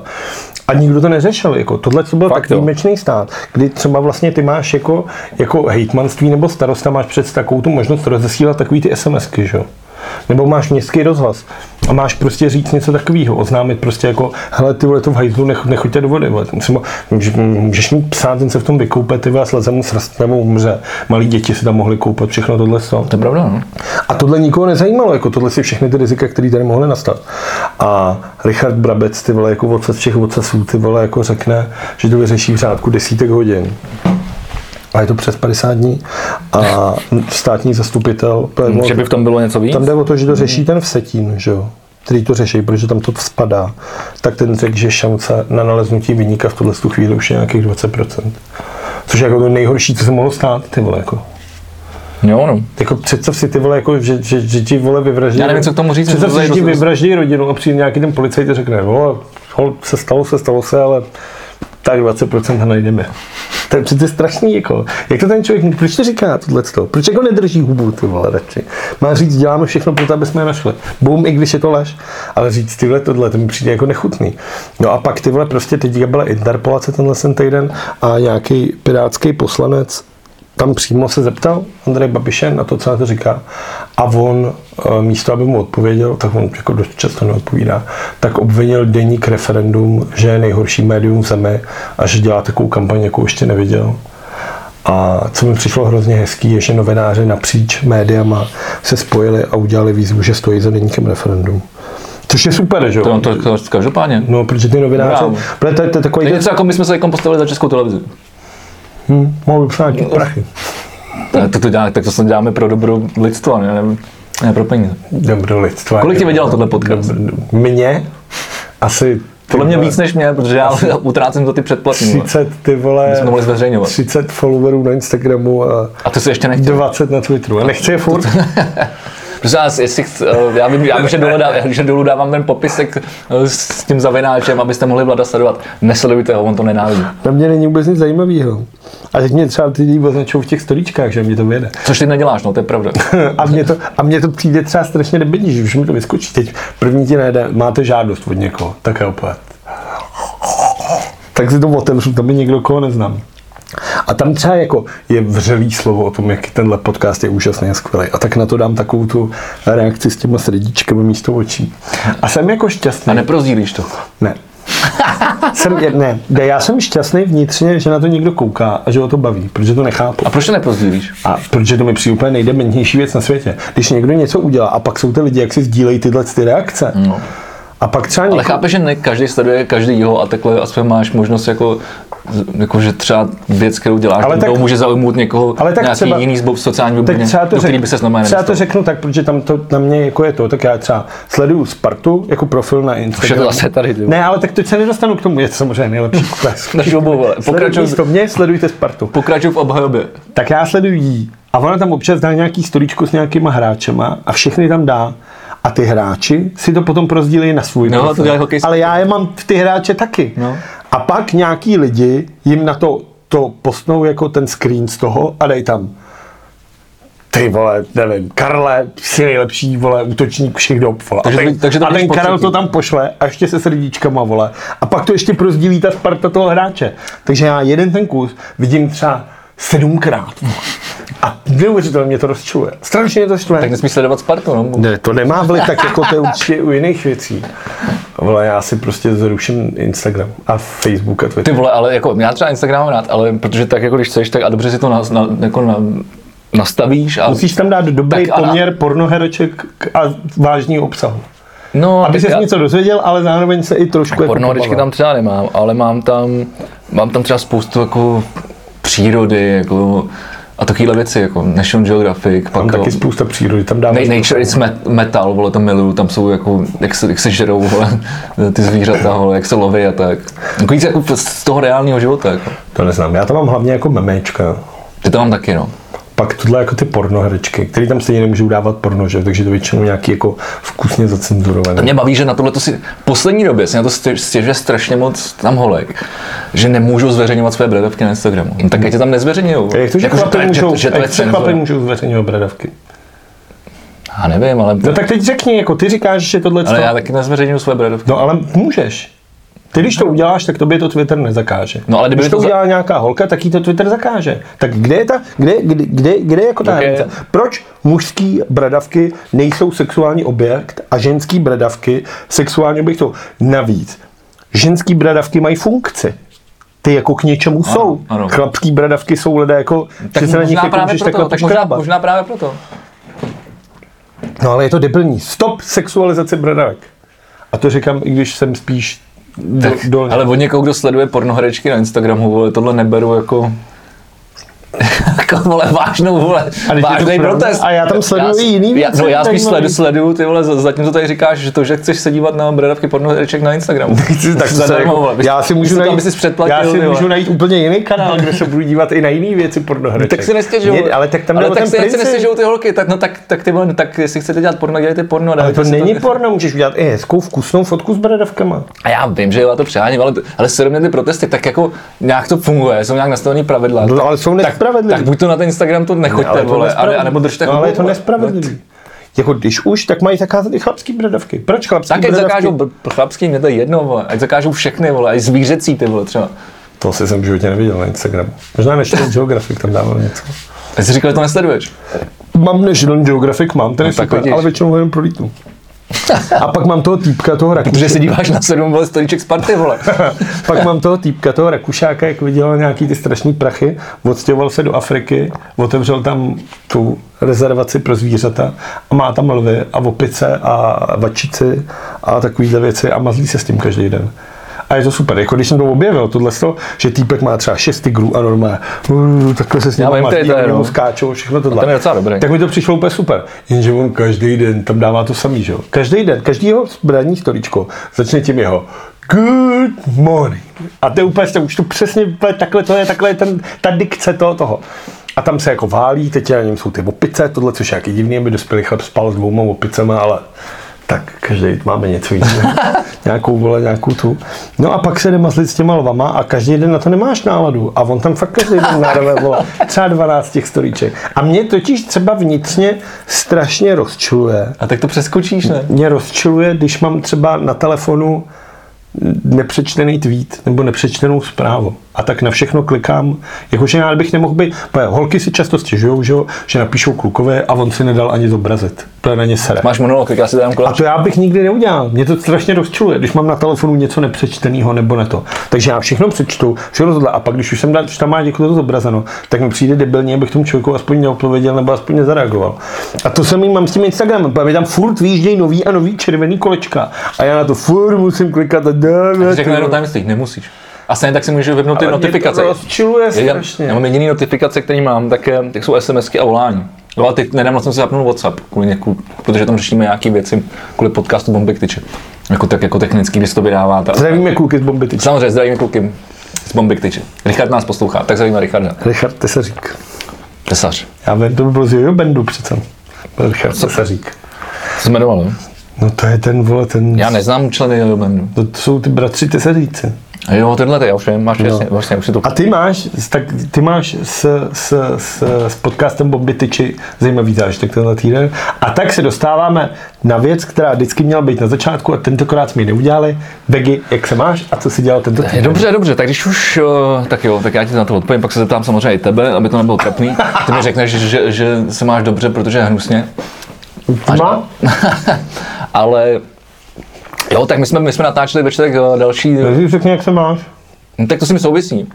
Speaker 2: A nikdo to neřešil. Jako. Tohle to byl
Speaker 1: Fakt,
Speaker 2: tak
Speaker 1: jo.
Speaker 2: výjimečný stát, kdy třeba vlastně ty máš jako, jako hejtmanství nebo starosta máš před takovou tu možnost rozesílat takový ty SMSky, že jo? Nebo máš městský rozhlas a máš prostě říct něco takového, oznámit prostě jako, hele ty vole to v hajzlu, nech, nechoďte do vody, vole. Musím, můžeš, můžeš mít psa, ten se v tom vykoupe, ty vole, a sleze mu srst nebo umře. Malí děti se tam mohli koupat, všechno tohle jsou.
Speaker 1: To je pravda, no.
Speaker 2: A tohle nikoho nezajímalo, jako tohle si všechny ty rizika, které tady mohly nastat. A Richard Brabec, ty vole, jako otec všech otců, ty vole, jako řekne, že to vyřeší v řádku desítek hodin. A je to přes 50 dní. A státní zastupitel...
Speaker 1: Hm, Že by v tom bylo něco víc? Hm.
Speaker 2: Tam jde o to, že to řeší ten vsetín, že jo? který to řeší, protože tam to spadá, tak ten řekl, že šance na naleznutí vyníka v tuhle tu chvíli už je nějakých 20%. Což je jako to nejhorší, co se mohlo stát, ty vole, jako.
Speaker 1: Jo, no.
Speaker 2: Jako představ si ty vole, jako, že, že, že ti vole vyvraždí.
Speaker 1: Já nevím, co k tomu říct,
Speaker 2: Představ
Speaker 1: to
Speaker 2: si, že
Speaker 1: je
Speaker 2: ti
Speaker 1: dost-
Speaker 2: vyvraždí rodinu a přijde nějaký ten policajt a řekne, vole, hol, se stalo, se stalo se, ale tak 20% ho najdeme. To je přece strašný, jako. Jak to ten člověk, proč to říká tohle Proč jako nedrží hubu, ty vole, radši? Má říct, děláme všechno pro to, aby jsme je našli. Bum, i když je to lež, ale říct tyhle tohle, to mi přijde jako nechutný. No a pak ty vole, prostě teď byla interpolace tenhle ten týden a nějaký pirátský poslanec tam přímo se zeptal Andrej Babiše na to, co na to říká. A on eh, místo, aby mu odpověděl, tak on jako dost často neodpovídá, tak obvinil deník referendum, že je nejhorší médium v zemi a že dělá takovou kampaň, jakou ještě neviděl. A co mi přišlo hrozně hezký, je, že novináři napříč médiama se spojili a udělali výzvu, že stojí za deníkem referendum. Což je super, že
Speaker 1: To,
Speaker 2: jo?
Speaker 1: on to, to každopádně.
Speaker 2: No, protože ty novináři...
Speaker 1: Bravo.
Speaker 2: Protože to je- to je
Speaker 1: To
Speaker 2: takový...
Speaker 1: je něco jako my jsme se jako postavili za českou televizi.
Speaker 2: Hm, mohl bych nějaký prachy.
Speaker 1: Ne, To, to dělá, tak to snad děláme pro dobro lidstva, ne, ne, ne pro peníze.
Speaker 2: Dobro lidstva.
Speaker 1: Kolik tě viděl tohle podcast?
Speaker 2: Mě? Asi...
Speaker 1: Podle mě víc než mě, protože já utrácím to ty předplatní. vole.
Speaker 2: 30, ty vole,
Speaker 1: Bychom to mohli zveřejňovat.
Speaker 2: 30 followerů na Instagramu a
Speaker 1: A to si ještě nechtěl.
Speaker 2: 20 na Twitteru. A nechci je furt.
Speaker 1: Protože já, jestli, chc- eh, já, vím, já vím, že dolů, dá, že dolů dávám ten popisek eh, s tím zavináčem, abyste mohli Vlada sledovat. Nesledujte ho, on to nenávidí.
Speaker 2: Na mě není vůbec nic zajímavého. A teď mě třeba ty lidi označují v těch storíčkách, že mě to vyjede.
Speaker 1: Což ty neděláš, no, to je pravda.
Speaker 2: A mě to, a mě to přijde třeba strašně debilní, že už mi to vyskočí. Teď první ti najde, máte žádost od někoho, tak je opět. Tak si to otevřu, tam by někdo koho neznám. A tam třeba jako je vřelý slovo o tom, jak tenhle podcast je úžasný a skvělý. A tak na to dám takovou tu reakci s těma srdíčkami místo očí. A jsem jako šťastný.
Speaker 1: A neprozdílíš to.
Speaker 2: Ne. jsem, je- ne, ne, já jsem šťastný vnitřně, že na to někdo kouká a že ho to baví, protože to nechápu.
Speaker 1: A proč to neprozdílíš?
Speaker 2: A protože to mi přijde úplně nejdementnější věc na světě. Když někdo něco udělá a pak jsou ty lidi, jak si sdílejí tyhle ty reakce. No. A pak třeba
Speaker 1: Ale
Speaker 2: někdo,
Speaker 1: chápeš, že ne každý sleduje každý jeho a takhle aspoň máš možnost jako jako že třeba věc, kterou děláš,
Speaker 2: Ale
Speaker 1: ale
Speaker 2: tak-
Speaker 1: tak, může zaujmout někoho
Speaker 2: ale tak
Speaker 1: nějaký
Speaker 2: třeba-
Speaker 1: jiný zbob sociální
Speaker 2: tak
Speaker 1: bublině,
Speaker 2: třeba to,
Speaker 1: do který
Speaker 2: řek,
Speaker 1: by se normálně
Speaker 2: třeba to
Speaker 1: nedostal.
Speaker 2: řeknu tak, protože tam to na mě jako je to, tak já třeba sleduju Spartu jako profil na
Speaker 1: Už je
Speaker 2: Instagramu.
Speaker 1: to zase tady, ty. Ne.
Speaker 2: Ne, ale tak teď se nedostanu k tomu, je to samozřejmě nejlepší kles.
Speaker 1: Naši obou, ale
Speaker 2: Sleduj
Speaker 1: pokračuj,
Speaker 2: místo mě, sledujte Spartu.
Speaker 1: pokračuj v obhajobě.
Speaker 2: Tak já sleduju jí a ona tam občas dá nějaký stolíčko s nějakýma hráčema a všechny tam dá. A ty hráči si to potom prozdílejí na svůj
Speaker 1: No, to
Speaker 2: profil.
Speaker 1: dělají hokejisti.
Speaker 2: Ale já je mám v ty hráče taky.
Speaker 1: No.
Speaker 2: A pak nějaký lidi jim na to, to postnou jako ten screen z toho a dej tam ty vole, nevím, Karle, jsi nejlepší, vole, útočník všech dob, vole.
Speaker 1: Takže
Speaker 2: a
Speaker 1: to-
Speaker 2: ten,
Speaker 1: takže to
Speaker 2: a
Speaker 1: budeš
Speaker 2: ten Karel
Speaker 1: pocitný.
Speaker 2: to tam pošle a ještě se srdíčkama, vole. A pak to ještě prozdílí ta Sparta toho hráče. Takže já jeden ten kus vidím třeba sedmkrát. vole. A neuvěřitelně mě to rozčuje. Strašně mě to štve.
Speaker 1: Tak nesmíš sledovat Spartu, no?
Speaker 2: Ne, to nemá vliv, tak jako to je určitě u jiných věcí. Vole, já si prostě zruším Instagram a Facebook a
Speaker 1: Ty
Speaker 2: Twitter.
Speaker 1: vole, ale jako, já třeba Instagram mám rád, ale protože tak jako když chceš, tak a dobře si to na, na, jako na, nastavíš a...
Speaker 2: Musíš tam dát dobrý
Speaker 1: Tak a-
Speaker 2: poměr pornohereček k- a vážný obsahu.
Speaker 1: no,
Speaker 2: Aby
Speaker 1: tak
Speaker 2: se
Speaker 1: já-
Speaker 2: něco jako dozvěděl, ale zároveň se i trošku jako
Speaker 1: Porno vždycky
Speaker 2: pobavil.
Speaker 1: tam třeba nemám, ale mám tam, mám tam třeba spoustu jako přírody, jako a takovéhle věci, jako National Geographic,
Speaker 2: Tam
Speaker 1: pak
Speaker 2: taky
Speaker 1: jo,
Speaker 2: spousta přírody, tam dáváš.
Speaker 1: Na- Nature is met, metal, vole, to miluju, tam jsou jako, jak se, jak se žerou, vole, ty zvířata, vole, jak se loví a tak. Jako nic jako z toho reálného života, jako.
Speaker 2: To neznám, já to mám hlavně jako memečka.
Speaker 1: Ty to mám taky, no.
Speaker 2: Pak tohle jako ty pornoherečky, které tam stejně nemůžou dávat porno, že? takže to většinou nějaký jako vkusně zacenzurované.
Speaker 1: Mě baví, že na tohle to si v poslední době si na to stě- stěžuje strašně moc tam holek, že nemůžou zveřejňovat své bradavky na Instagramu. No, tak ať je tam nezveřejňují.
Speaker 2: Eh, Jak to, že
Speaker 1: Jako,
Speaker 2: chlapy
Speaker 1: je-
Speaker 2: můžou,
Speaker 1: že to je
Speaker 2: jak se
Speaker 1: cenzura.
Speaker 2: chlapy můžou zveřejňovat bradavky?
Speaker 1: Já nevím, ale,
Speaker 2: No tak teď řekni, jako ty říkáš, že tohle
Speaker 1: ale já taky nezveřejňuju své bradavky.
Speaker 2: No ale můžeš. Ty když to uděláš, tak tobě to Twitter nezakáže.
Speaker 1: No, ale kdyby
Speaker 2: když to
Speaker 1: to za-
Speaker 2: udělá nějaká holka, tak jí to Twitter zakáže. Tak kde je ta, kde, kde, kde, kde je jako ta
Speaker 1: Ok.
Speaker 2: hranice? Proč mužský bradavky nejsou sexuální objekt a ženský bradavky sexuální objektu? Navíc, ženský bradavky mají funkci. Ty jako k něčemu jsou.
Speaker 1: ano.
Speaker 2: Chlapský bradavky jsou lidé jako,
Speaker 1: Tak
Speaker 2: že se na nich
Speaker 1: možná
Speaker 2: jako
Speaker 1: právě
Speaker 2: můžeš
Speaker 1: proto,
Speaker 2: takhle
Speaker 1: tak možná,
Speaker 2: poškrábat.
Speaker 1: možná právě proto.
Speaker 2: No ale je to debilní. Stop sexualizace bradavek. A to říkám, i když jsem spíš do,
Speaker 1: Tak,
Speaker 2: dolně.
Speaker 1: ale od někoho, kdo sleduje pornoherečky na Instagramu, vole, tohle neberu jako... jako vole, vážnou, vole,
Speaker 2: je to
Speaker 1: vážnej
Speaker 2: pravda?
Speaker 1: protest.
Speaker 2: A já tam sleduju
Speaker 1: já, s-
Speaker 2: i jiný
Speaker 1: já,
Speaker 2: věci,
Speaker 1: no, já
Speaker 2: tak
Speaker 1: spíš
Speaker 2: mluví.
Speaker 1: sledu, sleduju, ty vole, za- zatím to tady říkáš, že to, že chceš se dívat na bradavky pornohereček na Instagramu.
Speaker 2: tak to se
Speaker 1: Zadarmo,
Speaker 2: jako-
Speaker 1: vole,
Speaker 2: já si můžu
Speaker 1: to, aby
Speaker 2: najít,
Speaker 1: jsi předplatil,
Speaker 2: já si
Speaker 1: ty vole.
Speaker 2: můžu najít úplně jiný kanál, kde se budu dívat i na jiné věci pornohry.
Speaker 1: No, tak si nestěžují.
Speaker 2: Ale tak tam
Speaker 1: ale
Speaker 2: jde o
Speaker 1: tak
Speaker 2: ten
Speaker 1: si, ať si
Speaker 2: princip.
Speaker 1: nestěžují ty holky, tak, no, tak, tak ty vole, tak jestli chcete dělat porno, dělejte porno.
Speaker 2: Ale to
Speaker 1: dávejte si
Speaker 2: není porno, můžeš udělat i hezkou vkusnou fotku s bradavkama.
Speaker 1: A já vím, že jo, já to přeháním, ale, ale se mě ty protesty, tak jako nějak to funguje, jsou nějak nastavený pravidla.
Speaker 2: No, ale jsou nespravedlivý.
Speaker 1: Tak, tak buď to na ten Instagram to nechoďte, ale
Speaker 2: Ale je to
Speaker 1: vole,
Speaker 2: nespravedlivý.
Speaker 1: ale, anebo držte
Speaker 2: no, ale je to
Speaker 1: vole.
Speaker 2: nespravedlivý. Jako když už, tak mají zakázat i chlapský bradavky. Proč chlapský
Speaker 1: No, Tak ať
Speaker 2: bradavky?
Speaker 1: zakážou br- chlapský, mě to je jedno, vole. ať zakážou všechny, vole, ať zvířecí ty vole třeba.
Speaker 2: To asi jsem v životě neviděl na Instagramu. Možná National Geographic tam dával něco.
Speaker 1: Já jsi říkal, že to nesleduješ.
Speaker 2: Mám National Geographic, mám, ten je
Speaker 1: No, tak
Speaker 2: super,
Speaker 1: vidíš.
Speaker 2: ale většinou ho jenom prolítnu. A pak mám toho týpka, toho Rakušáka.
Speaker 1: Protože se díváš na sedm vole stolíček z party, vole.
Speaker 2: Pak mám toho týpka, toho Rakušáka, jak vydělal nějaký ty strašný prachy, odstěhoval se do Afriky, otevřel tam tu rezervaci pro zvířata a má tam lvy a opice a vačici a takovýhle věci a mazlí se s tím každý den. A je to super. Jako když jsem to objevil, tohle to, že týpek má třeba šest tigrů a normálně uh, takhle se s ním
Speaker 1: Já vím, to je
Speaker 2: mazlí
Speaker 1: to,
Speaker 2: a oni
Speaker 1: no.
Speaker 2: mu skáčou, všechno tohle.
Speaker 1: ten je docela dobrý.
Speaker 2: Tak mi to přišlo úplně super. Jenže on každý den tam dává to samý, že jo? Každý den, každý jeho zbraní storičko začne tím jeho Good morning. A to je úplně, to už to přesně, úplně takhle to je, takhle je ten, ta dikce toho, toho. A tam se jako válí, teď na něm jsou ty opice, tohle, což je jaký divný, aby dospělý chlap spal s dvouma opicema, ale tak každý máme něco jiného. nějakou vole, nějakou tu. No a pak se jde mazlit s těma lvama a každý den na to nemáš náladu. A on tam fakt každý den nárve vole. Třeba 12 těch storíček. A mě totiž třeba vnitřně strašně rozčiluje.
Speaker 1: A tak to přeskočíš, ne?
Speaker 2: Mě rozčiluje, když mám třeba na telefonu nepřečtený tweet nebo nepřečtenou zprávu. A tak na všechno klikám, jakože já bych nemohl být, protože holky si často stěžují, že, jo, že napíšou klukové a on si nedal ani zobrazit. To je na ně sere.
Speaker 1: Máš monolog, tak já si dám
Speaker 2: A
Speaker 1: koláč.
Speaker 2: to já bych nikdy neudělal. Mě to strašně rozčiluje, když mám na telefonu něco nepřečteného nebo ne to. Takže já všechno přečtu, všechno tohle. A pak, když už jsem dal, když tam má někoho to zobrazeno, tak mi přijde debilně, abych tomu člověku aspoň neodpověděl nebo aspoň nezareagoval. A to samý mám s tím Instagramem, protože mi tam furt výjíždějí nový a nový červený kolečka. A já na to furt musím klikat a dále.
Speaker 1: Řeknu jenom tajemství, nemusíš. A stejně tak si můžeš vypnout ty notifikace.
Speaker 2: no. Mě to rozčiluje
Speaker 1: Já,
Speaker 2: strašně.
Speaker 1: já mám jediný notifikace, který mám, tak, je, tak jsou SMSky a volání. No ale teď nedávno jsem si zapnul WhatsApp, kvůli něku, protože tam řešíme nějaké věci kvůli podcastu Bomby Tyče. Jako, tak, jako technický, když se to vydává. Ta...
Speaker 2: Zdravíme kluky z bomby tyč.
Speaker 1: Samozřejmě, zdravíme kluky z Bomby Tyče. Richard nás poslouchá, tak zdravíme Richarda.
Speaker 2: Richard Tesařík.
Speaker 1: Tesař.
Speaker 2: Já vím, to by byl z Jojo Bendu přece. Byl Richard Tesařík.
Speaker 1: Co se jmenoval? jo?
Speaker 2: No to je ten, vole, ten...
Speaker 1: Já neznám členy Jojo Bandu.
Speaker 2: To jsou ty bratři Tesaříci.
Speaker 1: Jo, tenhle ty, já už vím, máš jasně, vlastně, už si to...
Speaker 2: A ty máš, tak ty máš s, s, s, s podcastem Bomby Tyči zajímavý zážitek tenhle týden. A tak se dostáváme na věc, která vždycky měla být na začátku a tentokrát jsme ji neudělali. Vegi, jak se máš a co si dělal tento týden?
Speaker 1: Dobře, dobře, tak když už, eh, tak jo, tak já ti na to odpovím, pak se zeptám samozřejmě i tebe, aby to nebylo trapný. Ty mi řekneš, že, že, že se máš dobře, protože je hnusně.
Speaker 2: Má?
Speaker 1: Ale jo, tak my jsme, my jsme natáčeli ve čtvrtek eh, další,
Speaker 2: Takže řekni, jak se máš.
Speaker 1: no, tak to s tím souvisí.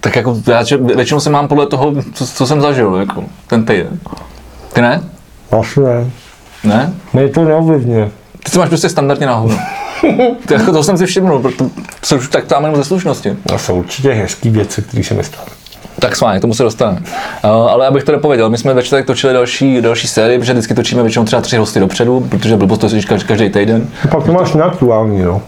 Speaker 1: Tak jako já že- většinou se mám podle toho, co, co jsem zažil, jako ten týden. Ty ne?
Speaker 2: Asi ne.
Speaker 1: Ne?
Speaker 2: Mě No, to neovlivňuje.
Speaker 1: Ty se máš prostě standardně na hovno. To, jako, to jsem si všiml, proto, což tak to mám jenom ze slušnosti.
Speaker 2: A No, jsou určitě hezký věci, které se mi staly.
Speaker 1: Tak sváně, k tomu se dostaneme. Uh, ale abych to dopověděl, my jsme ve čtvrtek točili další, další sérii, protože vždycky točíme většinou třeba tři hosty dopředu, protože blbost to si každý, každý týden.
Speaker 2: Pak to máš neaktuální, no.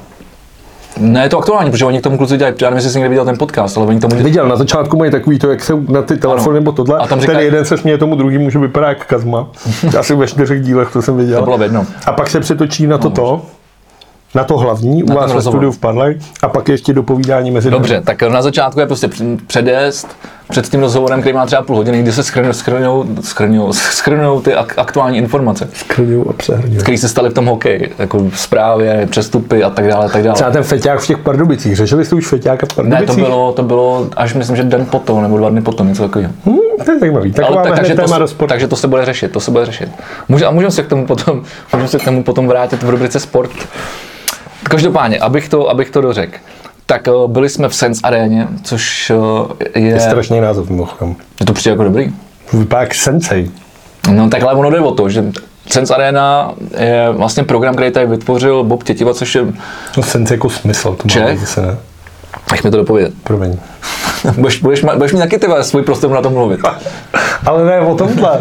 Speaker 1: Ne, je to aktuální, protože oni k tomu kluci dělají, já nevím, jestli jsi někdy viděl ten podcast, ale oni tomu dělají.
Speaker 2: Viděl, na začátku mají takový to, jak se na ty telefony
Speaker 1: Ano.
Speaker 2: nebo tohle.
Speaker 1: A
Speaker 2: A
Speaker 1: tam
Speaker 2: tam
Speaker 1: říkají-
Speaker 2: Ten jeden se směje tomu druhýmu, že vypadá jak kazma. Asi ve čtyřech dílech to jsem viděl.
Speaker 1: To bylo v jednom. No.
Speaker 2: A pak se přetočí na toto, na to hlavní, u vás ve
Speaker 1: rozhovor.
Speaker 2: studiu v Padlej, a pak ještě do povídání mezi
Speaker 1: Dobře, tak na začátku je prostě př- předjezd před tím rozhovorem, který má třeba půl hodiny, kdy se schrnou, schrnou, schrnou, schrnou ty ak- aktuální informace,
Speaker 2: Krňu a přehrňu.
Speaker 1: které se staly v tom hokeji, jako zprávě, přestupy a tak dále, a tak dále.
Speaker 2: Třeba ten feťák v těch Pardubicích. Řešili jste už feťáka v Pardubicích?
Speaker 1: Ne, to bylo, to bylo až myslím, že den potom, nebo dva dny potom, něco takového.
Speaker 2: Hmm, to je zajímavý. Tak máme hned
Speaker 1: to,
Speaker 2: téma do
Speaker 1: se-
Speaker 2: sportu.
Speaker 1: takže to se bude řešit, to se bude řešit. Může, a můžeme se k tomu potom, můžeme se k tomu potom vrátit v rubrice sport. Každopádně, abych to, abych to dořekl. Tak eh, byli jsme v Sens Aréně, což eh, je,
Speaker 2: Je strašný název mimochodem.
Speaker 1: je to přijde jako dobrý.
Speaker 2: Vypadá jak sensei.
Speaker 1: No takhle ono jde o to, že Sens Arena je vlastně program, který tady vytvořil Bob Tětiva, což je,
Speaker 2: No sensei jako smysl, to má
Speaker 1: Čech?
Speaker 2: zase ne.
Speaker 1: nech mi to dopovědět,
Speaker 2: Promiň.
Speaker 1: budeš, budeš, ma- budeš mít taky ty vole, svůj prostor na tom mluvit.
Speaker 2: Ale ne o tomhle.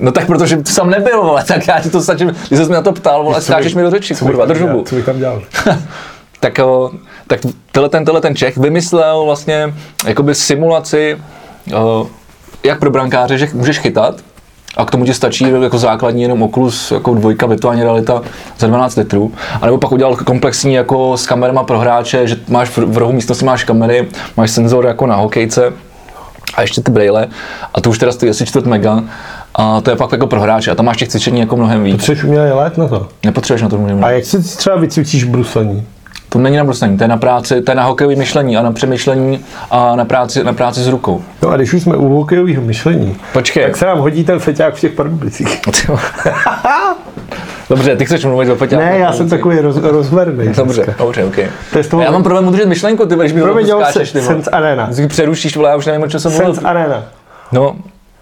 Speaker 1: No tak protože ty tam nebyl, vole, tak já ti to stačím, když jsi mě na to ptal, vole, skáčeš mi do řeči, kurva,
Speaker 2: tam
Speaker 1: držu
Speaker 2: dělal?
Speaker 1: bu.
Speaker 2: Co bych tam dělal?
Speaker 1: tak, o, tak tenhle, ten, tenhle ten Čech vymyslel vlastně jakoby simulaci, o, jak pro brankáře, že můžeš chytat, a k tomu ti stačí jako základní jenom Oculus, jako dvojka, virtuální realita za 12 litrů. A nebo pak udělal komplexní jako s kamerama pro hráče, že máš v v rohu místnosti máš kamery, máš senzor jako na hokejce a ještě ty brýle. A to už teda stojí asi čtvrt mega. A to je pak jako pro hráče. A tam máš těch cvičení jako mnohem víc.
Speaker 2: Potřebuješ umělý let na to.
Speaker 1: Nepotřebuješ na to mluvit.
Speaker 2: A jak si třeba vycvičíš bruslení?
Speaker 1: To není na bruslení, to je na práci, to je na hokejové myšlení a na přemýšlení a na práci, na práci s rukou.
Speaker 2: No a když už jsme u hokejového myšlení,
Speaker 1: Počkej.
Speaker 2: tak se nám hodí ten feťák v těch pardubicích.
Speaker 1: Ty vole. Dobře, ty chceš mluvit o Peťáku.
Speaker 2: Ne, já jsem takový roz, rozverný.
Speaker 1: Dobře,
Speaker 2: dneska.
Speaker 1: dobře, ok.
Speaker 2: To je z toho-
Speaker 1: Já mám problém udržet myšlenku, ty vole, když mi
Speaker 2: Promiň,
Speaker 1: do toho
Speaker 2: dělal
Speaker 1: skáčeš,
Speaker 2: se-
Speaker 1: vole.
Speaker 2: Sense Arena.
Speaker 1: Vždycky přerušíš, vole, já už nevím, o čem jsem mluvil.
Speaker 2: Sense Arena.
Speaker 1: No,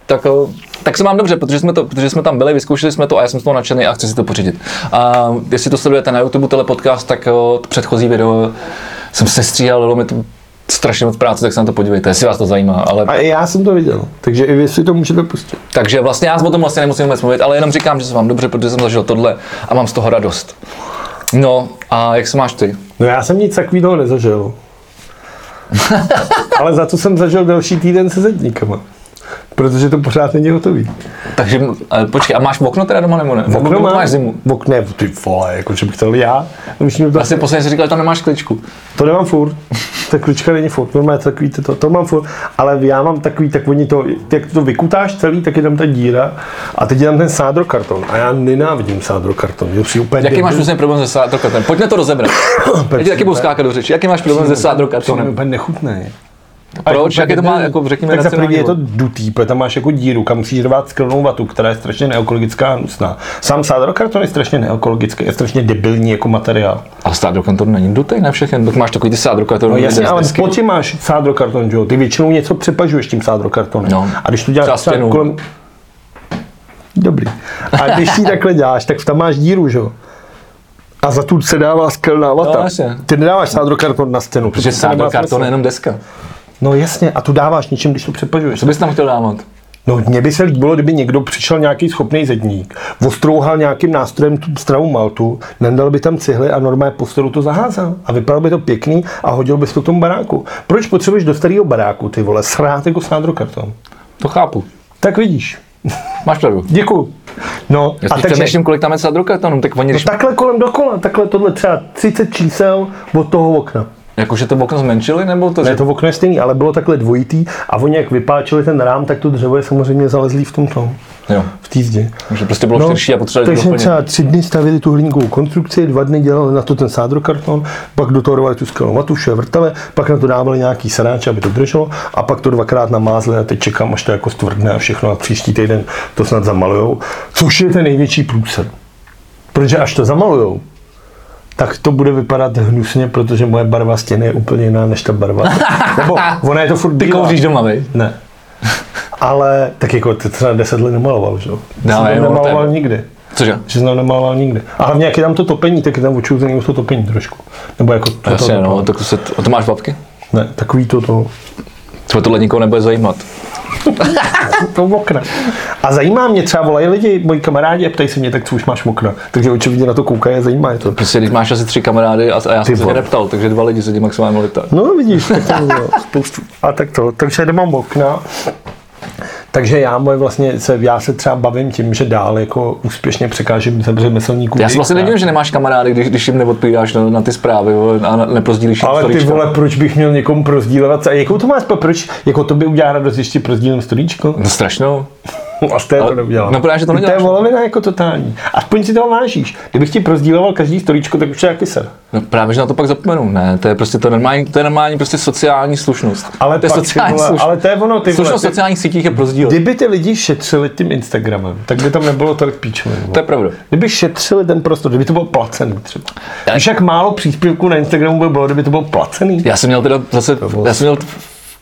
Speaker 1: tak, o, tak se mám dobře, protože jsme, to, protože jsme tam byli, vyzkoušeli jsme to a já jsem z toho nadšený a chci si to pořídit. A jestli to sledujete na YouTube tenhle podcast, tak o, to předchozí video jsem se stříhal, bylo mi to strašně moc práce, tak se na to podívejte, jestli vás to zajímá. Ale...
Speaker 2: A i já jsem to viděl, takže i vy si to můžete pustit.
Speaker 1: Takže vlastně já o tom vlastně nemusím vůbec mluvit, ale jenom říkám, že se vám dobře, protože jsem zažil tohle a mám z toho radost. No a jak se máš ty?
Speaker 2: No já jsem nic takového nezažil. Ale za to jsem zažil další týden se zedníkama. Protože to pořád není hotový.
Speaker 1: Takže eh, počkej, a máš okno teda doma nebo ne? Okno
Speaker 2: mám-
Speaker 1: máš zimu.
Speaker 2: Okno, ty vole, jako že bych chtěl já. Myslím, že to
Speaker 1: Asi posledně jsi říkal, že tam nemáš kličku.
Speaker 2: To nemám furt. Ta klička není furt. Normálně takový to, to, to mám furt. Ale já mám takový, tak oni to, jak to vykutáš celý, tak je tam ta díra. A teď je tam ten sádrokarton. A já nenávidím sádrokarton. Je to přijde úplně
Speaker 1: Jaký
Speaker 2: debil-
Speaker 1: máš vlastně problém se sádrokartonem? Pojďme to rozebrat. Já ti taky budu skákat do řeči. Jaký máš problém se
Speaker 2: To je
Speaker 1: sádrokartonem?
Speaker 2: úplně nechutné.
Speaker 1: Proč? Jaké to má, jako řekněme,
Speaker 2: tak za prvý
Speaker 1: racionální
Speaker 2: je to
Speaker 1: důvod?
Speaker 2: dutý, protože tam máš jako díru, kam musíš rvát skrnou vatu, která je strašně neekologická a hnusná. Sám sádrokarton je strašně neekologický, je strašně debilní jako materiál.
Speaker 1: A sádrokarton není dutej na všechny, tak máš takový ty sádrokarton.
Speaker 2: No jasně, ale pod tím máš sádrokarton, že jo? Ty většinou něco přepažuješ tím sádrokartonem.
Speaker 1: No.
Speaker 2: A když to děláš
Speaker 1: Třeba
Speaker 2: třeba
Speaker 1: stěnu.
Speaker 2: kolem... Dobrý. A když ji takhle děláš, tak tam máš díru, že jo? A za tu se dává skelná vata.
Speaker 1: No, jasně.
Speaker 2: Ty nedáváš sádrokarton na stěnu.
Speaker 1: Protože
Speaker 2: protože to nemá
Speaker 1: sádrokarton je
Speaker 2: smysl.
Speaker 1: jenom deska.
Speaker 2: No jasně, a tu dáváš něčím, když to přepažuješ.
Speaker 1: Co bys tam chtěl dávat?
Speaker 2: No, mně by se líbilo, kdyby někdo přišel nějaký schopný zedník, ostrouhal nějakým nástrojem tu stravu maltu, nandal by tam cihly a normálně po stolu to zaházel. A vypadalo by to pěkný a hodil bys to k tomu baráku. Proč potřebuješ do starého baráku, ty vole, srát jako sádrokarton?
Speaker 1: To chápu.
Speaker 2: Tak vidíš.
Speaker 1: Máš pravdu.
Speaker 2: Děkuju. No,
Speaker 1: Já
Speaker 2: a
Speaker 1: si
Speaker 2: takže, No
Speaker 1: přemýšlím, kolik tam je sádrokartonů, tak oni, když
Speaker 2: takhle kolem dokola, takhle tohle třeba 30 čísel od toho okna.
Speaker 1: Jakože jako, to okno zmenšili, nebo to...
Speaker 2: Ne, to okno je stejný, ale bylo takhle dvojitý a oni jak vypáčili ten rám, tak to dřevo je samozřejmě zalezlý v tom tom,
Speaker 1: Jo,
Speaker 2: v té zdě.
Speaker 1: takže prostě bylo no, širší a potřebovali
Speaker 2: takže
Speaker 1: to doplnit.
Speaker 2: třeba tři dny stavili tu hliníkovou konstrukci, dva dny dělali na to ten sádrokarton, pak do toho rovali tu skalnou matu, vše vrtele, pak na to dávali nějaký sanáč, aby to drželo, a pak to dvakrát namázli a teď čekám, až to jako stvrdne a všechno a příští týden to snad zamalujou, což je ten největší průser. Protože až to zamalujou, tak to bude vypadat hnusně, protože moje barva stěny je úplně jiná než ta barva. Nebo ona je to furt
Speaker 1: Ty
Speaker 2: bílá.
Speaker 1: kouříš doma, vej?
Speaker 2: Ne. Ale tak jako ty třeba 10 let nemaloval, že jo?
Speaker 1: No,
Speaker 2: Já
Speaker 1: jo,
Speaker 2: jsem to nemaloval
Speaker 1: to je-
Speaker 2: nikdy.
Speaker 1: Cože?
Speaker 2: Že jsem to nemaloval nikdy. A hlavně jak je tam to topení, tak je tam očouzený to topení trošku. Nebo jako to, to,
Speaker 1: Jasně,
Speaker 2: to,
Speaker 1: no, tak to se, a to máš babky?
Speaker 2: Ne, takový to to.
Speaker 1: Třeba tohle nikoho nebude zajímat.
Speaker 2: To okna. A zajímá mě třeba, volají lidi, moji kamarádi a ptají se mě, tak co už máš okna. Takže očividně na to koukají a zajímá je to.
Speaker 1: Prostě teď máš asi tři kamarády a, a já jsem se tě
Speaker 2: vole.
Speaker 1: neptal, takže dva lidi se tě maximálně mohli ptát.
Speaker 2: No vidíš, tak to bylo spoustu. A tak to, takže nemám okna. Takže já moje vlastně se, já se třeba bavím tím, že dál jako úspěšně překážím zemřemeslníků.
Speaker 1: Já si vlastně nedivím, že nemáš kamarády, když, když jim neodpíráš na, na ty zprávy vole, a na- neprozdílíš jim
Speaker 2: Ale ty
Speaker 1: storíčka.
Speaker 2: vole, proč bych měl někomu prozdílovat? A jakou to máš, proč? Jako to by udělá radost, když ti prozdílím storíčko?
Speaker 1: No strašnou.
Speaker 2: A z té to
Speaker 1: Ale-
Speaker 2: neudělám.
Speaker 1: no právě, že to
Speaker 2: Ty
Speaker 1: neděláš.
Speaker 2: je volovina jako totální. Aspoň si toho vážíš. Kdybych ti prozdíloval každý storíčko, tak už to je jaký ser.
Speaker 1: No právě, že na to pak zapomenu. Ne, to je prostě to normální, to je normální prostě sociální slušnost.
Speaker 2: Ale,
Speaker 1: to je
Speaker 2: pak,
Speaker 1: sociální
Speaker 2: ty vole,
Speaker 1: slušnost.
Speaker 2: ale to je ono, ty vole,
Speaker 1: Slušnost v
Speaker 2: ty,
Speaker 1: sociálních sítích je prozdíl.
Speaker 2: Kdyby ty lidi šetřili tím Instagramem, tak by tam nebylo tolik píčovin. vole.
Speaker 1: To je pravda.
Speaker 2: Kdyby šetřili ten prostor, kdyby to bylo placený třeba. Víš, jak málo příspěvků na Instagramu by bylo, kdyby to bylo placený?
Speaker 1: Já jsem měl teda zase, já jsem měl,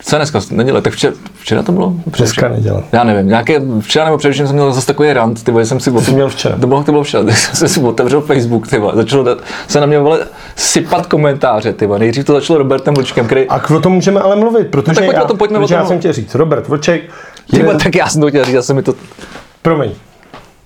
Speaker 1: co je dneska, neděle, tak včera, včera to bylo?
Speaker 2: Přeska nedělá.
Speaker 1: Já nevím, nějaké, včera nebo především jsem měl zase takový rant, ty vole, jsem si Ty
Speaker 2: jsi měl včera?
Speaker 1: To bylo, to bylo včera, tak jsem si otevřel Facebook, ty vole, začalo dat- se na mě vole, sypat komentáře, ty vole. Nejdřív to začalo Robertem Vlčkem, který,
Speaker 2: A k- o tom můžeme ale mluvit, protože,
Speaker 1: tak pojďme
Speaker 2: já,
Speaker 1: o tom, pojďme o
Speaker 2: protože
Speaker 1: tom
Speaker 2: já jsem
Speaker 1: mluvit.
Speaker 2: tě říct, Robert Vlček,
Speaker 1: ty
Speaker 2: je,
Speaker 1: vole, tak já jsem to chtěl říct, já jsem mi to,
Speaker 2: promiň,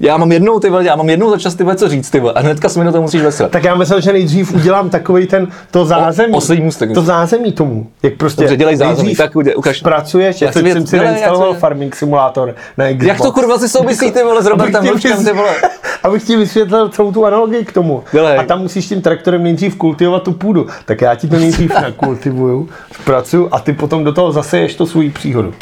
Speaker 1: já mám jednou, ty vole, já mám jednou za čas, ty vole, co říct, ty vole, a hnedka se mi do toho musíš vesrat.
Speaker 2: tak já myslel, že nejdřív udělám takový ten, to zázemí,
Speaker 1: oslý můstek.
Speaker 2: to zázemí tomu, jak prostě
Speaker 1: Dobře, dělej zázemí,
Speaker 2: nejdřív
Speaker 1: tak udě- ukaž.
Speaker 2: pracuješ, já
Speaker 1: Jak si vě-
Speaker 2: jsem si
Speaker 1: dělej,
Speaker 2: nainstaloval
Speaker 1: jak si vě-
Speaker 2: Farming Simulator na Xbox.
Speaker 1: Jak to kurva si souvisí, ty vole, s Robertem
Speaker 2: Abych ti
Speaker 1: Vlčkem, ty vole.
Speaker 2: vysvětlil- Abych ti vysvětlil celou tu analogii k tomu.
Speaker 1: Dělej.
Speaker 2: A tam musíš tím traktorem nejdřív kultivovat tu půdu. Tak já ti to nejdřív nakultivuju, zpracuju a ty potom do toho zaseješ to svůj příhodu.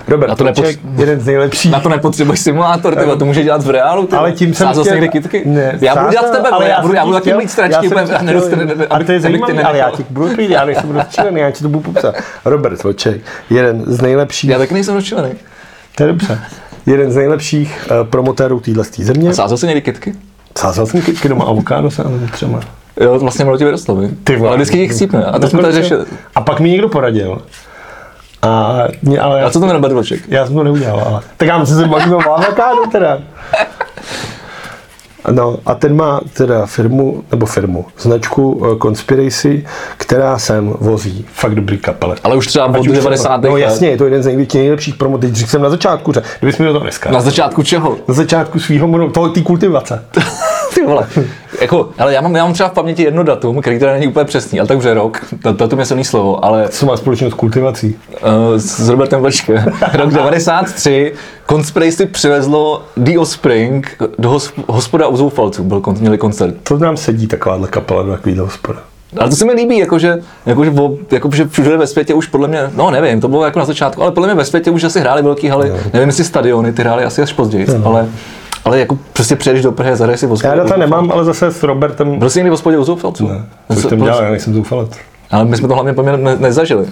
Speaker 1: Na
Speaker 2: Robert
Speaker 1: to
Speaker 2: to
Speaker 1: nepoč-
Speaker 2: Vlček, jeden z nejlepších.
Speaker 1: Na to nepotřebuješ simulátor, ty vole, to může dělat v reálu, ty vole.
Speaker 2: ale tím jsem
Speaker 1: Sázal jsi
Speaker 2: chtěl-
Speaker 1: někde kytky?
Speaker 2: Ne,
Speaker 1: já budu dělat
Speaker 2: sázal,
Speaker 1: tebe, ale já budu,
Speaker 2: jsem
Speaker 1: já
Speaker 2: ti
Speaker 1: budu taky
Speaker 2: chtěl-
Speaker 1: mít
Speaker 2: já
Speaker 1: stračky,
Speaker 2: jsem
Speaker 1: úplně,
Speaker 2: ti
Speaker 1: a
Speaker 2: chtěl-
Speaker 1: nedostane, ne-
Speaker 2: A to je
Speaker 1: abych- abych ty
Speaker 2: zajímavé, ale já
Speaker 1: nenechal.
Speaker 2: ti budu klidný, já nejsem rozčilený, já ti to budu popsat. Robert Vlček, jeden z nejlepších,
Speaker 1: Já taky nejsem rozčilený.
Speaker 2: to je dobře, jeden z nejlepších eh, promotérů téhle země.
Speaker 1: A sázel jsi někdy kytky?
Speaker 2: Sázel jsem kytky doma, avokádo sázím třeba.
Speaker 1: Jo, to vlastně mnou ti vyrostlo, vy.
Speaker 2: Ty vole. No,
Speaker 1: Ale vždycky ti chcípne. A to jsme tady
Speaker 2: Dokonce-
Speaker 1: řešili.
Speaker 2: A pak mi někdo poradil. A, mě, ale
Speaker 1: A co to ten Robert Vlček?
Speaker 2: já jsem to neudělal, ale. Tak já myslím, že se bavíme o avokádu teda. No a ten má teda firmu, nebo firmu, značku eh, Conspiracy, která sem vozí fakt dobrý kapele.
Speaker 1: Ale už třeba od
Speaker 2: Ať už-
Speaker 1: 90.
Speaker 2: No
Speaker 1: let.
Speaker 2: jasně, je to jeden z největší, nejlepších promo, teď řekl jsem na začátku, že kdybys mi do toho dneska.
Speaker 1: Na začátku čeho?
Speaker 2: Na začátku svého mono, toho té kultivace.
Speaker 1: Ty vole. Jako, ale já mám, já mám třeba v paměti jedno datum, který teda není úplně přesný, ale tak už je rok. To- Datum je silný slovo, ale
Speaker 2: Co má společnost s kultivací?
Speaker 1: uh, s Robertem Vlčkem. Rok 93, Conspiracy přivezlo The Offspring do hosp- hospoda u Zoufalců, byl, kon- měli koncert.
Speaker 2: To nám sedí takováhle kapela do takovýhle hospoda.
Speaker 1: Ale to se mi líbí, jakože, jakože, vo- jakože všude ve světě už podle mě, no nevím, to bylo jako na začátku, ale podle mě ve světě už asi hráli velký haly, nevím jestli stadiony, ty hráli asi až později, ale, ale jako prostě přijedeš do Prahy, zahraješ si v
Speaker 2: Já
Speaker 1: hospodě.
Speaker 2: data nemám, ale zase s Robertem
Speaker 1: Byl jsi někdy v hospodě u Zoufalců?
Speaker 2: Což jsem dělal, já nejsem zoufalec.
Speaker 1: Ale my jsme to hlavně poměrně ne- nezažili.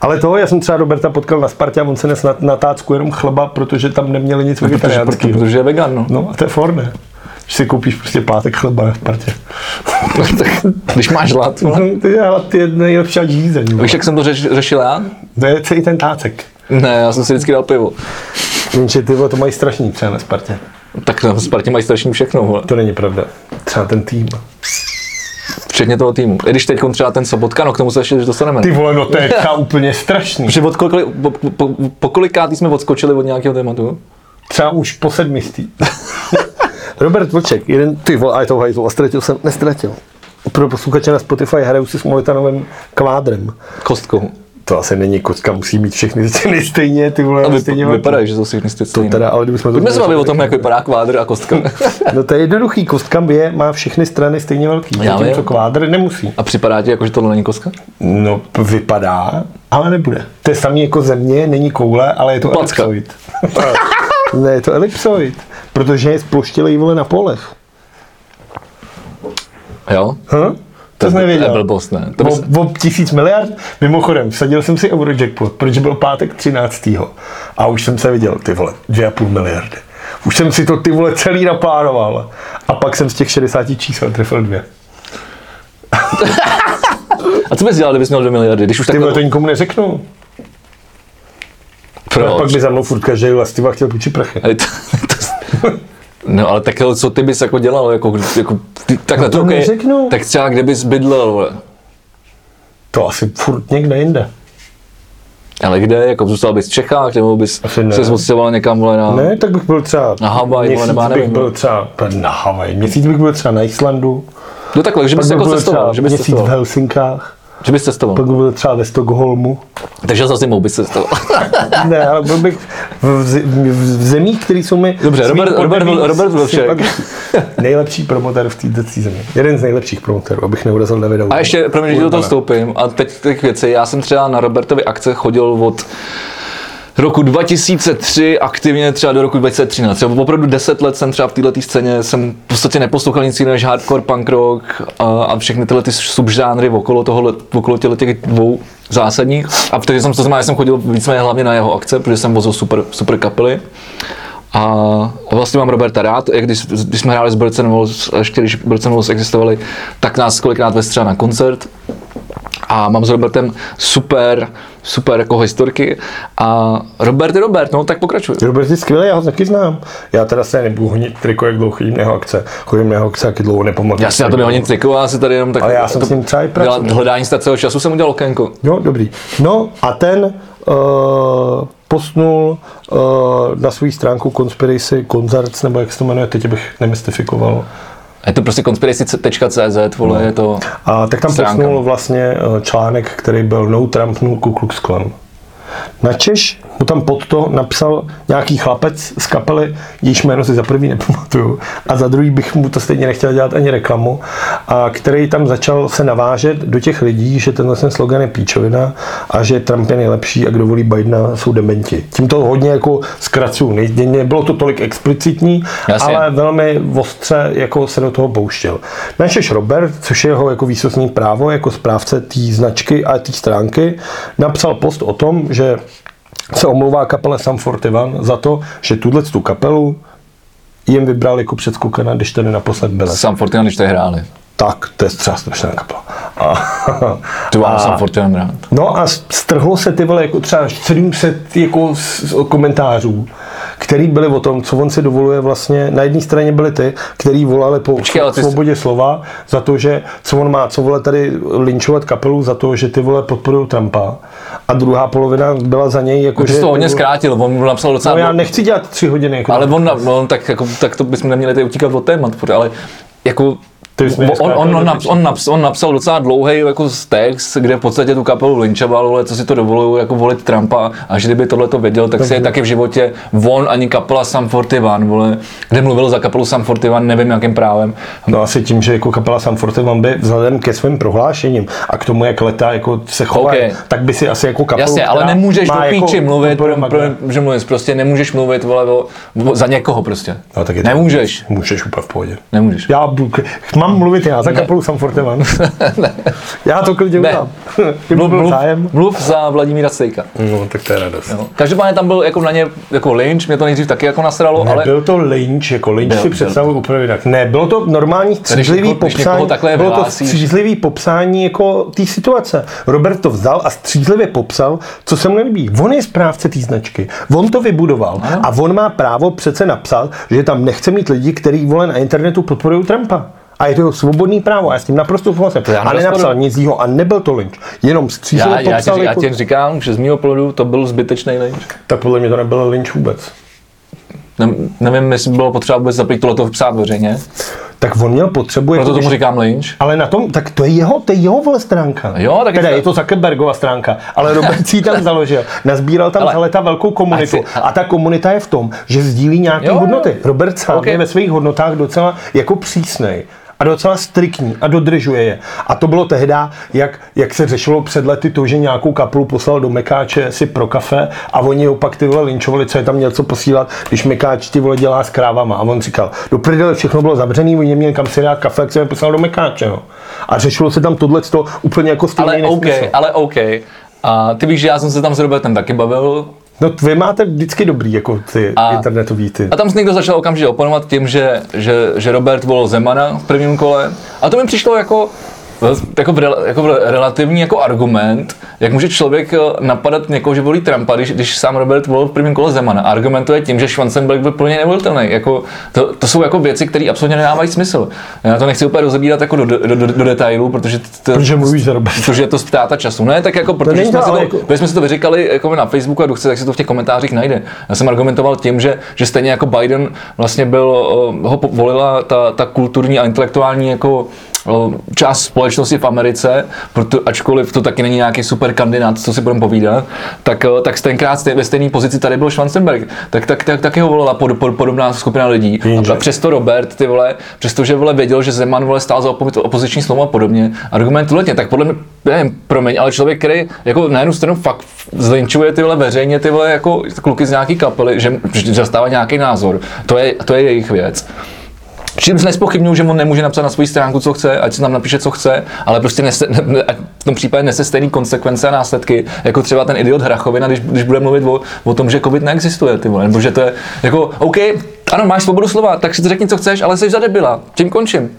Speaker 2: Ale toho, já jsem třeba Roberta potkal na Spartě a on se nes na, na tácku jenom chleba, protože tam neměli nic
Speaker 1: Protože, proto-
Speaker 2: vegetariánského.
Speaker 1: protože je vegan, no.
Speaker 2: No a to je forné. Když si koupíš prostě pátek chleba na Spartě.
Speaker 1: no tak, když máš hlad, vole.
Speaker 2: No, Ty, ale ty je nejlepší žízeň. no.
Speaker 1: Víš, jak jsem to řeš, řešil já?
Speaker 2: To je celý ten tácek.
Speaker 1: Ne, já jsem si vždycky dal pivo.
Speaker 2: Jenže ty vole, to mají strašný třeba na Spartě.
Speaker 1: Tak tam Spartě mají strašně všechno, vole.
Speaker 2: To není pravda. Třeba ten tým.
Speaker 1: včetně toho týmu. I když teď třeba ten Sobotka, no k tomu se ještě dostaneme.
Speaker 2: Ty vole, no to je třeba úplně strašný.
Speaker 1: Že od kolik, po, po, po kolikátý jsme odskočili od nějakého tématu?
Speaker 2: Třeba už po sedmistý. Robert Vlček, jeden ty vole, a je to hajzl, a ztratil jsem, nestratil. Pro posluchače na Spotify hraju si s Molitanovým kvádrem.
Speaker 1: Kostkou.
Speaker 2: to asi není kocka, musí mít všechny ceny stejně, ty vole,
Speaker 1: Aby
Speaker 2: stejně velký.
Speaker 1: vypadají, že jsou si jistě
Speaker 2: To
Speaker 1: stejné.
Speaker 2: teda, ale kdybychom
Speaker 1: Pojďme se
Speaker 2: měli-
Speaker 1: bavit o tom, jako- jak vypadá kvádr a kostka.
Speaker 2: No to je jednoduchý, kostka je, má všechny strany stejně velký,
Speaker 1: Já
Speaker 2: zatímco
Speaker 1: vím.
Speaker 2: kvádr nemusí.
Speaker 1: A připadá ti jako, že tohle není kostka?
Speaker 2: No, vypadá, ale nebude. To je samý jako země, není koule, ale je to
Speaker 1: Placka.
Speaker 2: elipsoid. ne, je to elipsoid, protože je sploštilej vole na polech.
Speaker 1: Jo?
Speaker 2: Hm? To
Speaker 1: je-
Speaker 2: jsi
Speaker 1: To je
Speaker 2: nevěděl.
Speaker 1: blbost, ne? To bys,
Speaker 2: O, o tisíc miliard. Mimochodem, vsadil jsem si Eurojackpot, protože byl pátek 13. A už jsem se viděl, ty vole, 2,5 miliardy. Už jsem si to ty vole celý naplánoval. A pak jsem z těch 60 čísel trefil dvě.
Speaker 1: a co bys dělal, kdybys měl 2 miliardy? Když už
Speaker 2: Ty vole,
Speaker 1: takhle...
Speaker 2: to nikomu neřeknu. A pak
Speaker 1: Proč?
Speaker 2: by za mnou furt každý vlastivá chtěl půjčit prachy.
Speaker 1: Ale to, to, no ale tak co ty bys jako dělal, jako, jako ty, takhle
Speaker 2: No to
Speaker 1: okej.
Speaker 2: neřeknu.
Speaker 1: Tak třeba kde bys bydlel, vole.
Speaker 2: To asi furt někde jinde.
Speaker 1: ale kde, jako zůstal bys v Čechách, nebo bys
Speaker 2: Asi ne.
Speaker 1: se zmocňoval někam, vole, na...
Speaker 2: Ne, tak bych byl třeba
Speaker 1: Na Havaj, vole,
Speaker 2: měsíc
Speaker 1: nebo já
Speaker 2: bych
Speaker 1: nevím,
Speaker 2: byl
Speaker 1: no.
Speaker 2: třeba na Havaj, měsíc bych byl třeba na Islandu,
Speaker 1: No takhle, že bys
Speaker 2: pak bych
Speaker 1: jako
Speaker 2: byl třeba
Speaker 1: cestoval, že bys
Speaker 2: měsíc v
Speaker 1: cestoval,
Speaker 2: Helsinkách,
Speaker 1: že bys cestoval.
Speaker 2: pak bych byl třeba ve Stockholmu.
Speaker 1: Takže za zimou bys cestoval.
Speaker 2: Ne, ale byl bych v, v, v zemích, které jsou mi...
Speaker 1: Dobře,
Speaker 2: s mým
Speaker 1: Robert- Robert
Speaker 2: podnebím
Speaker 1: byl- Robert byl však.
Speaker 2: sympatický. Nejlepší promotor v této zemi. Jeden z nejlepších promotorů, abych neurazil Davida.
Speaker 1: A ještě, promiň, že do toho
Speaker 2: Urbana.
Speaker 1: vstoupím, a teď ty věci, já jsem třeba na Robertovy akce chodil od roku 2003 aktivně třeba do roku 2013. Třeba opravdu 10 let jsem třeba v této scéně, jsem v podstatě neposlouchal nic jiného než hardcore, punk rock a, a všechny tyhle ty subžánry okolo, tohohle, okolo těchto těch dvou zásadních. A protože jsem to znamená, že jsem chodil víceméně hlavně na jeho akce, protože jsem vozil super, super kapely. A vlastně mám Roberta rád, jak když, když jsme hráli s Brcen Wolves, ještě když Brcen Wolves existovali, tak nás kolikrát ve třeba na koncert a mám s Robertem super, super jako historky a Robert je Robert, no tak pokračuj.
Speaker 2: Robert je skvělý, já ho taky znám. Já teda se nebudu honit triko, jak dlouho chodím na jeho akce. Chodím na jeho akce, jak dlouho nepamatuju.
Speaker 1: Já si na to měl nic triku, já si tady jenom tak...
Speaker 2: Ale já jsem
Speaker 1: to-
Speaker 2: s ním třeba i
Speaker 1: dělal-
Speaker 2: pracoval.
Speaker 1: Hledání ztraceného času jsem udělal okénko.
Speaker 2: Jo, dobrý. No a ten uh, posnul uh, na svou stránku Conspiracy Concerts, nebo jak se to jmenuje, teď abych nemystifikoval.
Speaker 1: A je to prostě conspiracy.cz, vole, je to...
Speaker 2: No. A tak tam
Speaker 1: Stránka.
Speaker 2: posnul vlastně eh, článek, který byl No Trump, no Ku Klux Klan. Na Češ mu tam pod to napsal nějaký chlapec z kapely, jejíž jméno si za prvý nepamatuju a za druhý bych mu to stejně nechtěl dělat ani reklamu, a který tam začal se navážet do těch lidí, že tenhle ten slogan je píčovina a že Trump je nejlepší a kdo volí Bidena jsou dementi. Tím to hodně jako zkracuju, Ne- ne- nebylo to tolik explicitní,
Speaker 1: Jasně.
Speaker 2: ale velmi ostře jako se do toho pouštěl. Načež Robert, což je jeho jako výsostní právo, jako správce té značky a té stránky, napsal post o tom, že se omlouvá kapele Sam 41 za to, že tuhle tu kapelu jim vybral jako předskokana, když tady naposled byl.
Speaker 1: Sam Fortian, když tady hráli.
Speaker 2: Tak, to je třeba strašná kapela. A,
Speaker 1: Tu mám Sam Fortian rád.
Speaker 2: No a strhlo se ty vole jako třeba 700 jako s, s- komentářů, který byly o tom, co on si dovoluje vlastně. Na jedné straně byly ty, který volali po
Speaker 1: Počkej, ale ty jsi-
Speaker 2: svobodě slova za to, že co on má, co vole tady linčovat kapelu za to, že ty vole podporují Trumpa. A druhá polovina byla za něj jako,
Speaker 1: No, Ty
Speaker 2: že...
Speaker 1: jsi to hodně
Speaker 2: ty vole-
Speaker 1: zkrátil, on napsal docela...
Speaker 2: No já
Speaker 1: dlouho.
Speaker 2: nechci dělat tři hodiny. Jako
Speaker 1: Ale on, na- on tak, jako, tak to bychom neměli tady utíkat od témat, protože- ale jako
Speaker 2: Ty jsi mi
Speaker 1: on,
Speaker 2: dneska
Speaker 1: on, on,
Speaker 2: dal do
Speaker 1: naps, on, naps, on, napsal docela dlouhý jako text, kde v podstatě tu kapelu linčoval, ale co si to dovolují, jako volit Trumpa a že kdyby tohle to věděl, tak si je taky v životě on ani kapela Sam 41, vole, kde mluvil za kapelu Sam 41, nevím jakým právem.
Speaker 2: No asi tím, že jako kapela Sam Forte vám by vzhledem ke svým prohlášením a k tomu, jak leta jako se chová,
Speaker 1: OK.
Speaker 2: tak by si asi jako kapelu,
Speaker 1: Jasně, ale
Speaker 2: která
Speaker 1: nemůžeš do
Speaker 2: má
Speaker 1: píči
Speaker 2: jako
Speaker 1: mluvit,
Speaker 2: úplný
Speaker 1: pro, pro,
Speaker 2: magnet.
Speaker 1: že mluvíš, prostě nemůžeš mluvit vole, o, o, za někoho prostě.
Speaker 2: No, tak je to-
Speaker 1: nemůžeš,
Speaker 2: Můžeš úplně v pohodě.
Speaker 1: nemůžeš.
Speaker 2: Já bu- k- mám mluvit já, za kapelu Sam Forteman. já to klidně
Speaker 1: Ne.
Speaker 2: udělám. Kdyby
Speaker 1: Mluv,
Speaker 2: byl
Speaker 1: mluv,
Speaker 2: zájem.
Speaker 1: mluv za Vladimíra Stejka.
Speaker 2: No, tak to je radost.
Speaker 1: Jo. Každopádně tam byl jako na ně jako lynč, mě to nejdřív taky jako nasralo, ale
Speaker 2: Byl to lynč, jako lynč
Speaker 1: Byl-
Speaker 2: si
Speaker 1: byl
Speaker 2: představuji úplně jinak. Ne, bylo to normální střízlivý
Speaker 1: někoho- když někoho
Speaker 2: popsání,
Speaker 1: takhle
Speaker 2: bylo to
Speaker 1: vyhlásíš.
Speaker 2: střízlivý popsání jako té situace. Robert to vzal a střízlivě popsal, co se mu nelíbí. On je správce té značky, on to vybudoval a on má právo přece napsat, že tam nechce mít lidi, který vole na internetu podporují Trumpa. A je to jeho svobodný právo, a já s tím naprosto souhlasím.
Speaker 1: já
Speaker 2: A nenapsal
Speaker 1: nerozporuju.
Speaker 2: nic jiného a nebyl to lynč. Jenom
Speaker 1: já,
Speaker 2: střízlivě
Speaker 1: já, ti,
Speaker 2: popsal,
Speaker 1: řík- já
Speaker 2: jako,
Speaker 1: ti říkám, že z mého pohledu to byl zbytečný lynč.
Speaker 2: tak podle mě to nebyl lynč vůbec.
Speaker 1: Ne, nevím, jestli bylo potřeba vůbec zapít tohle to psát veřejně.
Speaker 2: tak on měl potřebu...
Speaker 1: Proto
Speaker 2: jako,
Speaker 1: tomu
Speaker 2: když-
Speaker 1: říkám lynč.
Speaker 2: ale na tom, tak to je jeho, to je jeho vole stránka.
Speaker 1: Jo, tak
Speaker 2: teda
Speaker 1: je to-
Speaker 2: je to Zuckerbergova stránka, ale Robert si ji tam založil. Nazbíral tam
Speaker 1: Ale-
Speaker 2: ale, ta velkou komunitu.
Speaker 1: Ať si-
Speaker 2: a ta komunita je v tom, že sdílí nějaké
Speaker 1: Jo, jo.
Speaker 2: hodnoty. Robert sám
Speaker 1: Ok.
Speaker 2: je ve svých hodnotách docela jako přísnej a docela striktní a dodržuje je. A to bylo tehdy, jak, jak se řešilo před lety to, že nějakou kapelu poslal do Mekáče si pro kafe a oni ho pak ty vole linčovali, co je tam měl co posílat, když Mekáč ty vole dělá s krávama. A on říkal, do prdele všechno bylo zavřený, oni neměli kam si dát kafe, tak se je poslal do Mekáče. No. A řešilo se tam tohle úplně jako stejný
Speaker 1: Ale OK,
Speaker 2: nesmysl.
Speaker 1: ale OK. A ty víš, že já jsem se tam s Robertem taky bavil.
Speaker 2: No vy máte vždycky dobrý jako ty
Speaker 1: A-
Speaker 2: internetový ty.
Speaker 1: A tam se někdo začal okamžitě oponovat tím, že, že, že Robert volil Zemana v prvním kole. A to mi přišlo jako, jako, v rela- jako v relativní jako argument, jak může člověk eh, napadat někoho, že volí Trumpa, když, když sám Robert volil v prvním kole Zemana. A Argumentuje tím, že Schwanzenberg byl plně nevolitelný. Jako, to, to, jsou jako věci, které absolutně nedávají smysl. Já to nechci úplně rozebírat jako do, do, do, do detailů, protože to,
Speaker 2: Protože mluvíš za Robert.
Speaker 1: Protože je to ztráta času. Ne, tak jako protože
Speaker 2: není
Speaker 1: jsme,
Speaker 2: to,
Speaker 1: si to,
Speaker 2: ale jako-
Speaker 1: protože jsme si to vyříkali jako na Facebooku a kdo chce, tak si to v těch komentářích najde. Já jsem argumentoval tím, že, že stejně jako Biden vlastně byl, eh, ho po- volila ta, ta kulturní a intelektuální jako eh, část společnosti v Americe, proto, ačkoliv to taky není nějaký super kandidát, co si budeme povídat, tak, eh, tak tenkrát stej- ve stejné pozici tady byl Schwarzenberg, tak, tak, tak taky ho volila pod, pod, podobná skupina lidí.
Speaker 2: Jenže-
Speaker 1: A, a přesto Robert, ty vole, přestože vole věděl, že Zeman vole stál za opo- opoziční slovo a podobně, argument letně, tak podle mě, nevím, promiň, ale člověk, který jako na jednu stranu fakt zlinčuje ty vole veřejně ty vole jako kluky z nějaký kapely, že že zastává nějaký názor, to je, to je jejich věc. Čímž nespochybnuju, že on nemůže napsat na svou stránku, co chce, ať si tam napíše, co chce, ale prostě nese, ne, ne, ať v tom případě nese stejný konsekvence a následky, jako třeba ten idiot Hrachovina, když, když bude mluvit o, o, tom, že COVID neexistuje, ty vole, nebo že to je jako, OK, ano, máš svobodu slova, tak si řekni, co chceš, ale jsi za debila. Tím končím.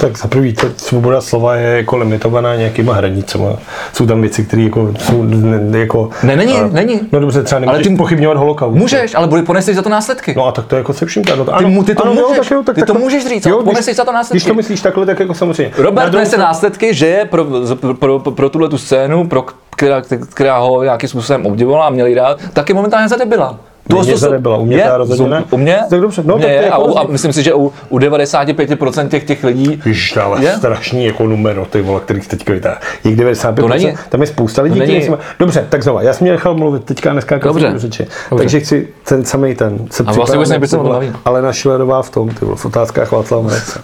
Speaker 2: Tak za prvý, ta svoboda slova je jako limitovaná nějakýma hranicemi. Jsou tam věci, které jako jsou ne, jako...
Speaker 1: Ne, není,
Speaker 2: a-
Speaker 1: není.
Speaker 2: No dobře, třeba nemůžeš
Speaker 1: Ale
Speaker 2: ale
Speaker 1: ty-
Speaker 2: ty pochybňovat holokaust.
Speaker 1: Můžeš, ale bude poneseš za to následky.
Speaker 2: No a tak to jako se vším tady. Ano,
Speaker 1: mu- ty to
Speaker 2: ano, jo,
Speaker 1: můžeš.
Speaker 2: tak jo, tak
Speaker 1: Ty to
Speaker 2: takhle.
Speaker 1: můžeš říct, ale
Speaker 2: když-
Speaker 1: poneseš za to následky.
Speaker 2: Když to myslíš takhle, tak jako samozřejmě. Na
Speaker 1: Robert
Speaker 2: druhou
Speaker 1: nese následky, že je pro, pro, pro, pro tuhle tu scénu, pro, která, která ho nějakým způsobem obdivovala a měli rád, taky momentálně zadebila.
Speaker 2: Mě zadebila, u mě
Speaker 1: je,
Speaker 2: teda rozhodně
Speaker 1: u-
Speaker 2: ne.
Speaker 1: U mě?
Speaker 2: Tak dobře, no,
Speaker 1: u mě
Speaker 2: tak to
Speaker 1: je,
Speaker 2: je
Speaker 1: a, u,
Speaker 2: jako
Speaker 1: a
Speaker 2: rozdíl.
Speaker 1: myslím si, že u, u 95% těch, těch lidí
Speaker 2: Ježiš, ale
Speaker 1: Je?
Speaker 2: je? strašný jako numero, ty vole, který teďka vytáhl. Jich 95,
Speaker 1: To není-
Speaker 2: tam je spousta
Speaker 1: to
Speaker 2: lidí,
Speaker 1: není-
Speaker 2: kteří jsme... Dobře, tak znova, já jsem mě nechal mluvit, teďka neskákal
Speaker 1: Dobře.
Speaker 2: jsem do řeči.
Speaker 1: Dobře.
Speaker 2: Takže chci ten samý ten. Se
Speaker 1: vlastně
Speaker 2: připadám,
Speaker 1: vůbec nevím,
Speaker 2: jak
Speaker 1: proč
Speaker 2: to
Speaker 1: jsem
Speaker 2: byla
Speaker 1: mluvil.
Speaker 2: Alena Šilerová v tom, ty vole, v otázkách Václava Moravce.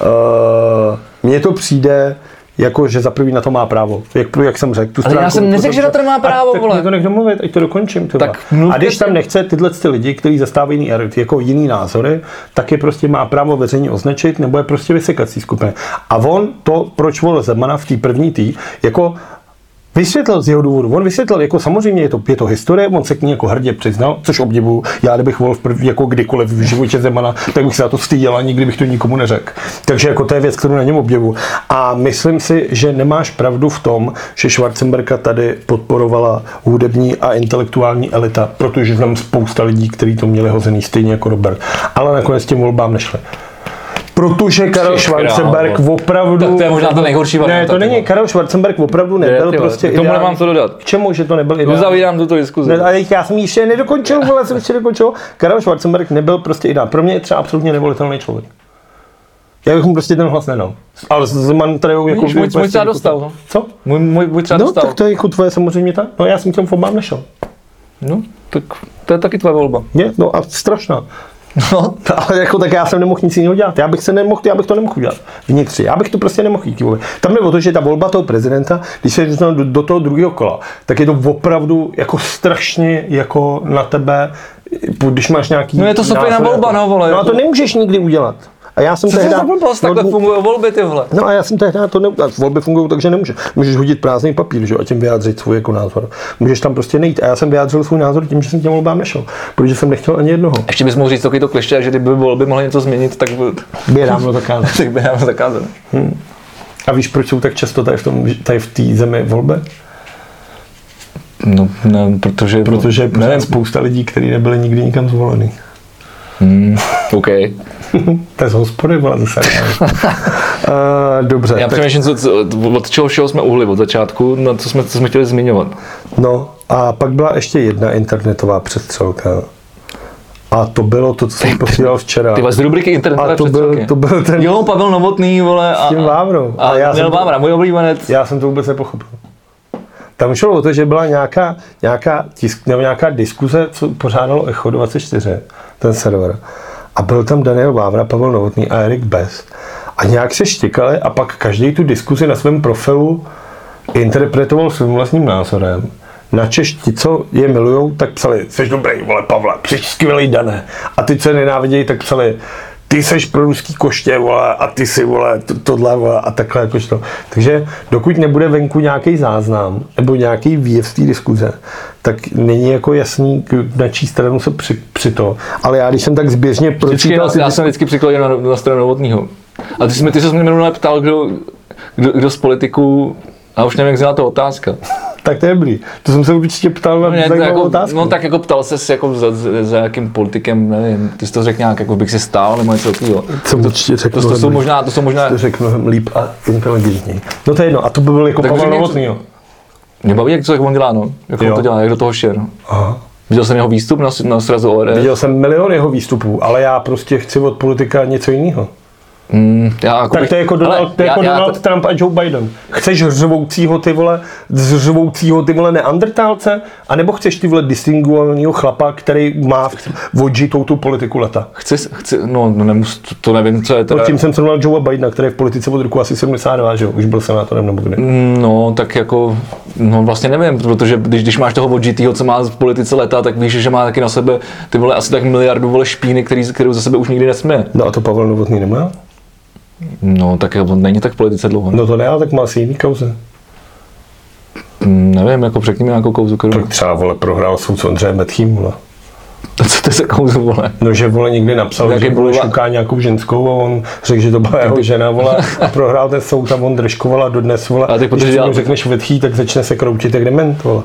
Speaker 2: Uh, mně to přijde, jako, že za prvý na to má právo. Jak, jak jsem řekl, tu
Speaker 1: Ale já
Speaker 2: stránku-
Speaker 1: jsem neřekl, že na to má právo,
Speaker 2: a, tak
Speaker 1: vole.
Speaker 2: mě to nech domluvit, ať to dokončím. Ty
Speaker 1: Tak
Speaker 2: vole.
Speaker 1: mluvte
Speaker 2: a když
Speaker 1: si.
Speaker 2: tam nechce tyhle ty lidi, kteří zastávají jiný, jako jiný názory, tak je prostě má právo veřejně označit nebo je prostě vysekací skupiny. A on to, proč volil Zemana v té první tý, jako Vysvětlil z jeho důvodu. On vysvětlil, jako samozřejmě je to, je to historie, on se k ní jako hrdě přiznal, což obdivuju. Já kdybych volil v prv, jako kdykoliv v životě Zemana, tak bych se na to styděl a nikdy bych to nikomu neřekl. Takže jako to je věc, kterou na něm obdivu. A myslím si, že nemáš pravdu v tom, že Schwarzenberka tady podporovala hudební a intelektuální elita, protože znám spousta lidí, kteří to měli hozený stejně jako Robert. Ale nakonec těm volbám nešli. Protože Karel
Speaker 1: Ty krávo.
Speaker 2: Schwarzenberg opravdu...
Speaker 1: Tak to je možná ta nejhorší
Speaker 2: Ne,
Speaker 1: varianta,
Speaker 2: to
Speaker 1: ty
Speaker 2: není
Speaker 1: vole.
Speaker 2: Karel Schwarzenberg opravdu
Speaker 1: Je,
Speaker 2: nebyl
Speaker 1: ty vole,
Speaker 2: prostě
Speaker 1: k tomu
Speaker 2: ideální.
Speaker 1: nemám co dodat.
Speaker 2: K čemu, že to nebyl ideální?
Speaker 1: Uzavírám tuto diskuzi.
Speaker 2: Ne, ale já jsem ji ještě nedokončil, vole, jsem ještě nedokončil. Karel Schwarzenberg nebyl prostě ideální. Pro mě je třeba absolutně nevolitelný člověk. Já bych mu prostě ten hlas nedal. Ale Zeman tady jako...
Speaker 1: Vidíš, můj-
Speaker 2: prostě
Speaker 1: můj třeba
Speaker 2: jako-
Speaker 1: dostal, no.
Speaker 2: Co?
Speaker 1: Můj, můj, můj třeba
Speaker 2: No,
Speaker 1: dostal.
Speaker 2: tak to je jako tvoje samozřejmě ta. No, já jsem k těm fobám nešel.
Speaker 1: No, tak to je taky tvoje volba.
Speaker 2: Je, no a strašná.
Speaker 1: No,
Speaker 2: Ale jako tak já jsem nemohl nic jiného dělat. Já bych, se nemohl, já bych to nemohl udělat vnitři. Já bych to prostě nemohl jít. vůbec. Tam jde o to, že ta volba toho prezidenta, když se dostanu do, do toho druhého kola, tak je to opravdu jako strašně jako na tebe, když máš nějaký...
Speaker 1: No je to stejná
Speaker 2: názor,
Speaker 1: volba,
Speaker 2: jako-
Speaker 1: no, vole,
Speaker 2: No a
Speaker 1: jako-
Speaker 2: to nemůžeš nikdy udělat. A já jsem
Speaker 1: co to je
Speaker 2: tehdy-
Speaker 1: za blbost?
Speaker 2: no,
Speaker 1: Takhle fungují volby, ty vole.
Speaker 2: No a já jsem tehdy to ne... a volby fungují tak, že nemůžeš. Můžeš hodit prázdný papír, že jo, a tím vyjádřit svůj jako názor. Můžeš tam prostě nejít. A já jsem vyjádřil svůj názor tím, že jsem těm volbám nešel, protože jsem nechtěl ani jednoho.
Speaker 1: Ještě bys mohl říct takový to kliště, že kdyby volby mohly něco změnit, tak, by-
Speaker 2: Běh dávno zakázal.
Speaker 1: tak by nám zakázali.
Speaker 2: A víš, proč jsou tak často tady v, tom, tady v té zemi volby?
Speaker 1: No, ne, protože...
Speaker 2: Protože je pořád
Speaker 1: nevím,
Speaker 2: spousta lidí, kteří nebyli nikdy nikam zvolený.
Speaker 1: OK.
Speaker 2: To je z hospody, byla zase. uh, dobře,
Speaker 1: Já
Speaker 2: tak,
Speaker 1: přemýšlím, co, co, od čeho všeho jsme uhli od začátku, na co jsme, co jsme chtěli zmiňovat.
Speaker 2: no a pak byla ještě jedna internetová přestřelka. A to bylo to, co jsem posílal včera.
Speaker 1: Ty vole, z rubriky
Speaker 2: A
Speaker 1: internetové
Speaker 2: to byl,
Speaker 1: představky.
Speaker 2: to byl ten...
Speaker 1: Jo, Pavel Novotný, vole, a,
Speaker 2: S tím Vávrou.
Speaker 1: a,
Speaker 2: A já
Speaker 1: a Měl
Speaker 2: jsem to-
Speaker 1: Vávra, můj oblíbenec.
Speaker 2: Já jsem to vůbec nepochopil. Tam šlo o to, že byla nějaká, nějaká, tisk, nebo nějaká diskuze, co pořádalo Echo 24, ten server. A byl tam Daniel Vávra, Pavel Novotný a Erik Bes. A nějak se štěkali a pak každý tu diskuzi na svém profilu interpretoval svým vlastním názorem. Na Češ ti, co je milujou, tak psali, jsi dobrý, vole Pavle, jsi skvělý dané. A ty, co je nenávidějí, tak psali, ty seš pro ruský koště, vole, a ty si, vole, to- tohle, vole, a takhle, jakož to. Takže dokud nebude venku nějaký záznam, nebo nějaký výjev té diskuze, tak není jako jasný, k- na čí stranu se při, při to. Ale já, když jsem tak zběžně
Speaker 1: Vždycky,
Speaker 2: pročítal,
Speaker 1: já,
Speaker 2: ty,
Speaker 1: já jsem vždycky přikloněn na, na stranu Novotního. A ty, jsi, mi- ty jsi se mě minule ptal, kdo, kdo, kdo z politiků, a už nevím, jak se na to otázka.
Speaker 2: tak to je dobrý. To jsem se určitě ptal na
Speaker 1: No, ne, to
Speaker 2: zajímavou
Speaker 1: jako,
Speaker 2: otázku.
Speaker 1: no tak jako ptal ses jako za, za, za jakým politikem, nevím, ty jsi to řekl nějak, jako bych si stál nebo něco takového.
Speaker 2: Jsem určitě řekl
Speaker 1: To, to, jsou
Speaker 2: dobrý.
Speaker 1: možná, to jsou možná,
Speaker 2: to řekl mnohem líp a inteligentněji. No to je jedno, a to by byl jako
Speaker 1: Tak
Speaker 2: Pavel
Speaker 1: řekni,
Speaker 2: Novotný.
Speaker 1: mě baví, jak to jak on dělá, no. Jak on
Speaker 2: Jo.
Speaker 1: to dělá, jak do toho šer. no.
Speaker 2: Aha.
Speaker 1: Viděl jsem jeho výstup na, na srazu E? ORF.
Speaker 2: Viděl jsem milion jeho výstupů, ale já prostě chci od politika něco jiného.
Speaker 1: Mm, já jako
Speaker 2: Tak
Speaker 1: bych-
Speaker 2: to je jako
Speaker 1: hele,
Speaker 2: Donald, to je
Speaker 1: já-
Speaker 2: jako
Speaker 1: já
Speaker 2: Donald Trump a Joe Biden. Chceš řvoucího ty vole, řvoucího ty vole neandrtálce, anebo chceš ty vole distinguovaného chlapa, který má v- odžitou tu politiku leta?
Speaker 1: Chci, chci, no, no nemus, to, to nevím, co je teda.
Speaker 2: Pod tím jsem srovnal Joea Bidena, který je v politice od roku asi 72, že jo? Už byl senátorem nebo kdy.
Speaker 1: No, tak jako, no vlastně nevím, protože když, když máš toho odžitýho, co má v politice leta, tak víš, že má taky na sebe ty vole asi tak miliardu vole špíny, který, kterou za sebe už nikdy nesmí.
Speaker 2: No a to Pavel Novotný nemá?
Speaker 1: No, tak on není tak v politice dlouho. No.
Speaker 2: No to ne, ale tak má asi jiný kauze.
Speaker 1: Nevím, jako řekni mi nějakou kouzu, kterou...
Speaker 2: Tak třeba vole prohrál soud s Ondřejem Metchým, vole.
Speaker 1: Co to je za kouzu, vole?
Speaker 2: No, že vole někdy napsal,
Speaker 1: Nějaký
Speaker 2: že vole
Speaker 1: bulva-
Speaker 2: šuká nějakou ženskou a on řekl, že to byla jeho žena, vole, a prohrál ten soud a on držkoval a dodnes, vole,
Speaker 1: Ale tak protože
Speaker 2: když dělal...
Speaker 1: dělal-
Speaker 2: mu řekneš vetchý, tak začne se kroutit jak dement, vole.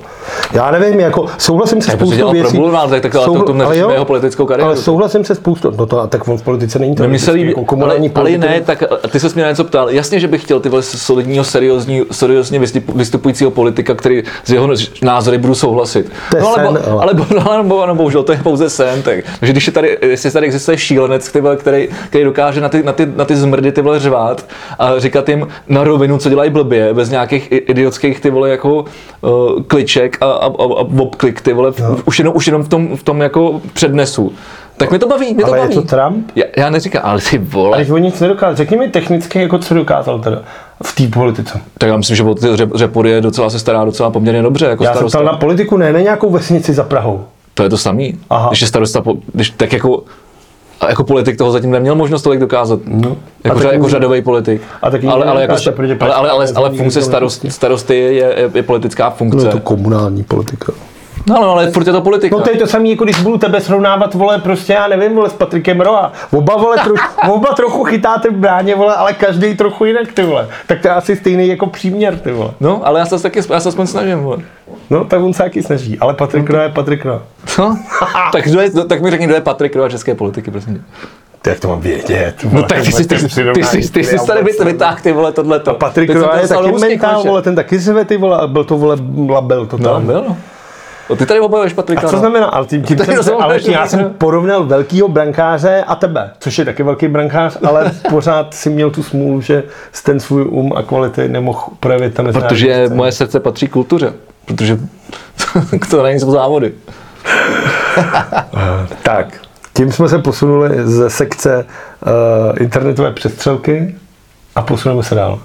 Speaker 2: Já nevím, jako souhlasím se
Speaker 1: Tak protože
Speaker 2: spoustou
Speaker 1: on
Speaker 2: věcí.
Speaker 1: probulval, tak- tak ale to- to neřešíme
Speaker 2: jo,
Speaker 1: jeho politickou kariéru.
Speaker 2: Ale souhlasím se spoustou, no to a tak on v politice není to.
Speaker 1: No, mně se líbí,
Speaker 2: jako
Speaker 1: ale,
Speaker 2: komunální
Speaker 1: ale
Speaker 2: politik.
Speaker 1: ne, tak a ty se mě na něco ptal. Jasně, že bych chtěl ty vole solidního, seriózní, seriózně vystup- vystupujícího politika, který z jeho názory budu souhlasit.
Speaker 2: To je
Speaker 1: no, ale,
Speaker 2: sen,
Speaker 1: bo-
Speaker 2: ale.
Speaker 1: ale, bo- no, ale, bo- no, bohužel to je pouze sen. Tak. Takže když je tady, jestli tady existuje šílenec, ty vole, který, který, dokáže na ty, na, ty, na ty zmrdy ty vole řvát a říkat jim na rovinu, co dělají blbě, bez nějakých i- idiotských ty vole jako uh, kliček a, a, a, a obklik ty vole, no. už, jenom, už jenom v tom, v tom jako přednesu. Tak mi to baví, mě to
Speaker 2: Ale je
Speaker 1: baví.
Speaker 2: to Trump?
Speaker 1: Já, já neříkám, ale ty vole.
Speaker 2: A když on nic nedokázal, řekni mi technicky, jako co dokázal teda v té politice.
Speaker 1: Tak já myslím, že o ty řep, řepory je docela se stará docela poměrně dobře, jako
Speaker 2: Já jsem
Speaker 1: starosta.
Speaker 2: ptal na politiku, ne, ne nějakou vesnici za Prahou.
Speaker 1: To je to samý.
Speaker 2: Aha.
Speaker 1: Když je starosta, po- když, tak jako a jako politik toho zatím neměl možnost tolik dokázat. No. Jako,
Speaker 2: A
Speaker 1: řa,
Speaker 2: tak
Speaker 1: jako
Speaker 2: nikdy-
Speaker 1: řadový politik.
Speaker 2: a tak nikdy
Speaker 1: ale, ale, jako,
Speaker 2: nedokáže, protože
Speaker 1: ale, ale, ale, ale
Speaker 2: nikdy
Speaker 1: funkce
Speaker 2: to
Speaker 1: starost, starosty je, je, je, politická funkce.
Speaker 2: No
Speaker 1: No,
Speaker 2: to komunální politika.
Speaker 1: no, no, ale furt je to politika.
Speaker 2: No to je to samé, jako když budu tebe srovnávat, vole, prostě já nevím, vole, s Patrikem Roa. Oba, vole, troš, oba trochu chytáte v bráně, vole, ale každý trochu jinak, ty vole. Tak to je asi stejný jako příměr, ty vole.
Speaker 1: no ale já se taky, já se aspoň snažím. vole.
Speaker 2: No, tak on se taky snaží, ale Patrik Roa je Patrik Roa.
Speaker 1: No. tak, kdo je, no, tak mi řekni, kdo je Patrik Rova české politiky, prosím tě.
Speaker 2: Ty jak to mám vědět?
Speaker 1: No tak ty jsi, ty, jsi- ty, jsi- ty jsi tady vyt- vytáhl ty vole tohleto.
Speaker 2: Patrik
Speaker 1: Teď jsem
Speaker 2: Roa
Speaker 1: to
Speaker 2: je
Speaker 1: dostal
Speaker 2: taky
Speaker 1: do úzkých,
Speaker 2: mentál,
Speaker 1: konečně.
Speaker 2: vole, ten taky zve, ty vole, a byl to, vole, label to
Speaker 1: No,
Speaker 2: tam.
Speaker 1: byl, no. no. Ty tady obhajuješ Patrika.
Speaker 2: A co
Speaker 1: no.
Speaker 2: znamená, ale tím, tím
Speaker 1: To je
Speaker 2: jsem, se,
Speaker 1: rozumné,
Speaker 2: ale
Speaker 1: že
Speaker 2: tím, já
Speaker 1: tak, no.
Speaker 2: jsem porovnal velkýho brankáře a tebe, což je taky velký brankář, ale pořád si měl tu smůlu, že jsi ten svůj um a kvality nemohl projevit tam
Speaker 1: Protože moje srdce patří kultuře. Protože to není jsou závody.
Speaker 2: Tak, tím jsme se posunuli ze sekce uh, internetové přestřelky a posuneme se dál.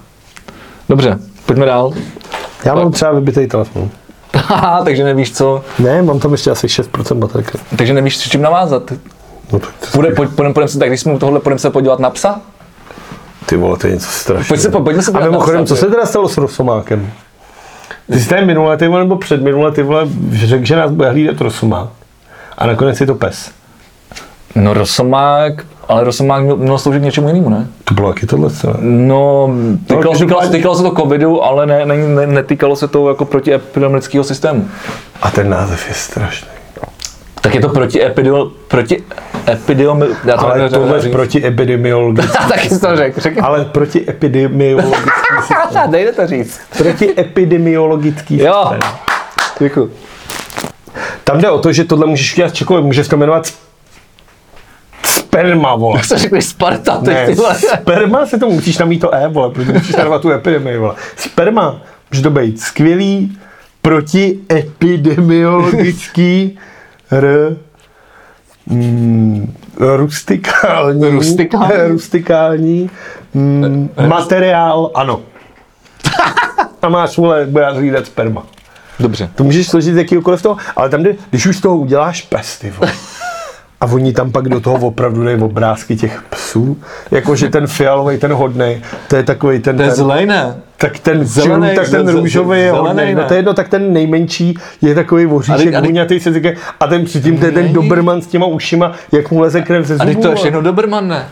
Speaker 1: Dobře, pojďme dál.
Speaker 2: Já mám třeba vybitý telefon.
Speaker 1: Haha, takže nevíš co,
Speaker 2: Ne, mám tam ještě asi 6% baterky.
Speaker 1: takže nevíš s čím navázat.
Speaker 2: No tak to-
Speaker 1: Půjde, pojď, půjdem, půjdem se, tak když jsme u tohle, půjdeme se podívat na psa?
Speaker 2: ty vole, to je něco strašného.
Speaker 1: Pojď se, pojďme se
Speaker 2: A
Speaker 1: podívat
Speaker 2: mimochodem,
Speaker 1: na psa.
Speaker 2: co se teda stalo s Rosomákem? Ty jsi tady minulé ty vole, nebo předminulé ty vole řekl, že nás bude hlídat Rosomák. A nakonec je to pes.
Speaker 1: No Rosomák, ale Rosomák měl, měl sloužit k něčemu jinému, ne?
Speaker 2: To bylo taky tohle, co ne?
Speaker 1: No, týkalo,
Speaker 2: každopádně-
Speaker 1: týkalo, se- týkalo se to covidu, ale ne, ne, ne, netýkalo se to jako protiepidemického systému.
Speaker 2: A ten název je strašný.
Speaker 1: Tak je to protiepidemi... protiepidemi... Já to
Speaker 2: Ale
Speaker 1: nedokážu
Speaker 2: tohle je
Speaker 1: říct.
Speaker 2: proti epidemiologický.
Speaker 1: Taky jsi to řekl, řekl.
Speaker 2: Ale proti epidemiologický systém.
Speaker 1: Dejde to říct.
Speaker 2: Proti epidemiologický
Speaker 1: Jo.
Speaker 2: systém.
Speaker 1: Děkuji.
Speaker 2: Tam jde o to, že tohle můžeš udělat čekoliv, můžeš to jmenovat sperma, vole.
Speaker 1: Jak jsi řekl Sparta, teď
Speaker 2: Ne,
Speaker 1: ty vole.
Speaker 2: sperma se tomu musíš namít to E, vole, protože musíš narvat tu epidemii, vole. Sperma, může to být skvělý protiepidemiologický r... Mm, rustikální,
Speaker 1: Rustikální? Eh,
Speaker 2: rustikální mm, materiál, ano. A máš, vole, bude zvídat sperma.
Speaker 1: Dobře.
Speaker 2: To můžeš složit z jakýhokoliv toho, ale tam, jde, když už z toho uděláš pes, ty vole. A oni tam pak do toho opravdu dají obrázky těch psů. Jakože ten fialový, ten hodnej, to je takový ten...
Speaker 1: To je
Speaker 2: ten
Speaker 1: zlej, ne?
Speaker 2: tak ten
Speaker 1: Zelenej,
Speaker 2: zelený, tak ten
Speaker 1: ze- ze-
Speaker 2: růžový je
Speaker 1: zelenej,
Speaker 2: hodnej,
Speaker 1: ne?
Speaker 2: no to je jedno, tak ten nejmenší je takový
Speaker 1: A teď- a
Speaker 2: voříšek,
Speaker 1: teď-
Speaker 2: huňatý se říká, a ten předtím, to je ten
Speaker 1: Není.
Speaker 2: Doberman s těma ušima, jak mu leze krev ze
Speaker 1: A teď
Speaker 2: zubů.
Speaker 1: to je
Speaker 2: vole.
Speaker 1: všechno Doberman, ne?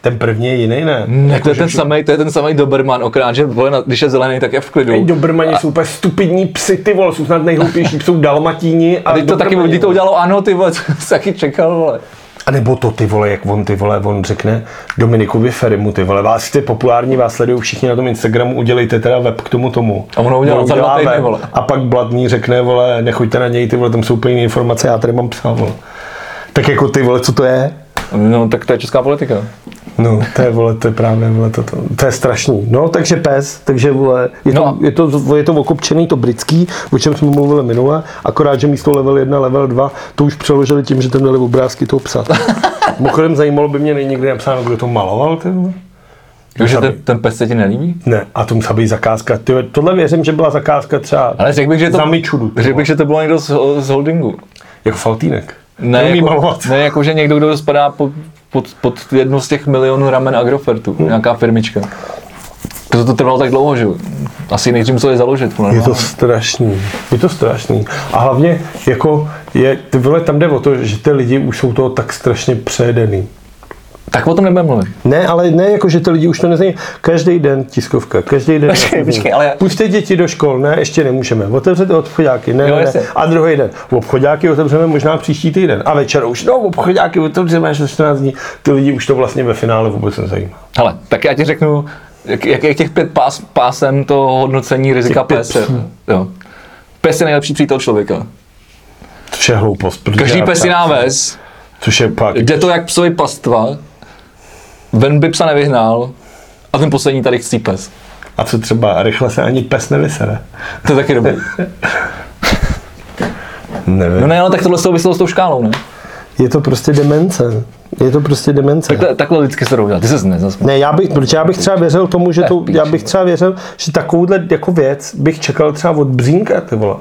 Speaker 2: Ten první je jiný, ne?
Speaker 1: Ne, to
Speaker 2: Jako,
Speaker 1: je
Speaker 2: že
Speaker 1: ten samý, to je ten samý Doberman, akorát, že vole, na- když je zelený, tak je v klidu.
Speaker 2: Ej, Dobermani jsou úplně stupidní psy, ty vole, jsou snad nejhloupější, jsou dalmatíni. A,
Speaker 1: A teď to taky,
Speaker 2: Dobermani,
Speaker 1: když to
Speaker 2: vole.
Speaker 1: udělalo ano, ty vole, co jsi taky čekal, vole.
Speaker 2: A nebo to ty vole, jak on ty vole, on řekne Dominikovi Ferimu ty vole, vás ty populární, vás sledují všichni na tom Instagramu, udělejte teda web k tomu tomu.
Speaker 1: A on ho udělal za dva týdny,
Speaker 2: web
Speaker 1: vole.
Speaker 2: A pak Blatný řekne, vole, nechoďte na něj, ty vole, tam jsou úplně jiné informace, já tady mám psa, vole. Tak jako ty vole, co to je?
Speaker 1: No, tak to je česká politika.
Speaker 2: No, to je, vole, to je právě, vole, to, to, to je strašný. No, takže pes, takže, vole, je to,
Speaker 1: No.
Speaker 2: je to, je to okopčený, to britský, o čem jsme mluvili minule, akorát, že místo level 1, level 2, to už přeložili tím, že tam dali obrázky toho psa. Mimochodem zajímalo by mě, není nikdy napsáno, kdo to maloval, ty vole.
Speaker 1: Takže
Speaker 2: Chápu.
Speaker 1: ten, ten pes se ti nelíbí?
Speaker 2: Ne, a to musela být zakázka. Ty, tohle věřím, že byla zakázka třeba
Speaker 1: Ale řekl bych, že to,
Speaker 2: za Mičudu. ty
Speaker 1: řekl
Speaker 2: vole.
Speaker 1: bych, že to bylo někdo z, z holdingu.
Speaker 2: Jako Faltínek.
Speaker 1: Ne,
Speaker 2: Neumí
Speaker 1: jako,
Speaker 2: malovat.
Speaker 1: ne jako, že někdo, kdo spadá pod, pod, pod jednu z těch milionů ramen Agrofertu,
Speaker 2: Hmm.
Speaker 1: nějaká firmička. Proto to trvalo tak dlouho, že jo? asi nejdřív museli založit. no,
Speaker 2: Je to strašný, je to strašný. A hlavně, jako, je, ty vole, tam jde o to, že ty lidi už jsou toho tak strašně přejedený.
Speaker 1: Tak o tom nebudeme mluvit.
Speaker 2: Ne, ale ne, jako, že ty lidi už to neznají. Každý den tiskovka, každý den.
Speaker 1: Počkej,
Speaker 2: magazín.
Speaker 1: počkej, ale-
Speaker 2: Pusťte děti do škol, ne, ještě nemůžeme. Otevřete obchodáky, ne,
Speaker 1: Jo,
Speaker 2: ne,
Speaker 1: jasně.
Speaker 2: ne. A druhý den. Obchodáky otevřeme možná příští týden. A večer už, no, obchodáky otevřeme až za 14 dní. Ty lidi už to vlastně ve finále vůbec nezajímá.
Speaker 1: Hele, tak já ti řeknu, jak, jak je těch pět pás, pásem to hodnocení rizika
Speaker 2: Těch pět
Speaker 1: pes. je- Jo. Pes je nejlepší přítel člověka.
Speaker 2: Což je hloupost. protože
Speaker 1: Každý
Speaker 2: já
Speaker 1: pes
Speaker 2: ptám-
Speaker 1: jiná ves,
Speaker 2: Což je pak.
Speaker 1: jde to jak psovi pastva, ven by psa nevyhnal, a ten poslední tady chcí pes.
Speaker 2: A co třeba, rychle se ani pes nevysere.
Speaker 1: To je taky dobrý.
Speaker 2: Nevím.
Speaker 1: No ne, ale tak tohle souviselo s tou škálou, ne?
Speaker 2: Je to prostě demence. Je to prostě demence.
Speaker 1: Tak to, takhle lidsky se rovná, ty se nezas.
Speaker 2: Ne, já bych, protože já bych třeba věřil tomu, že to,
Speaker 1: píči.
Speaker 2: já bych třeba věřil, že takovouhle jako věc bych čekal třeba od Břínka, ty vole.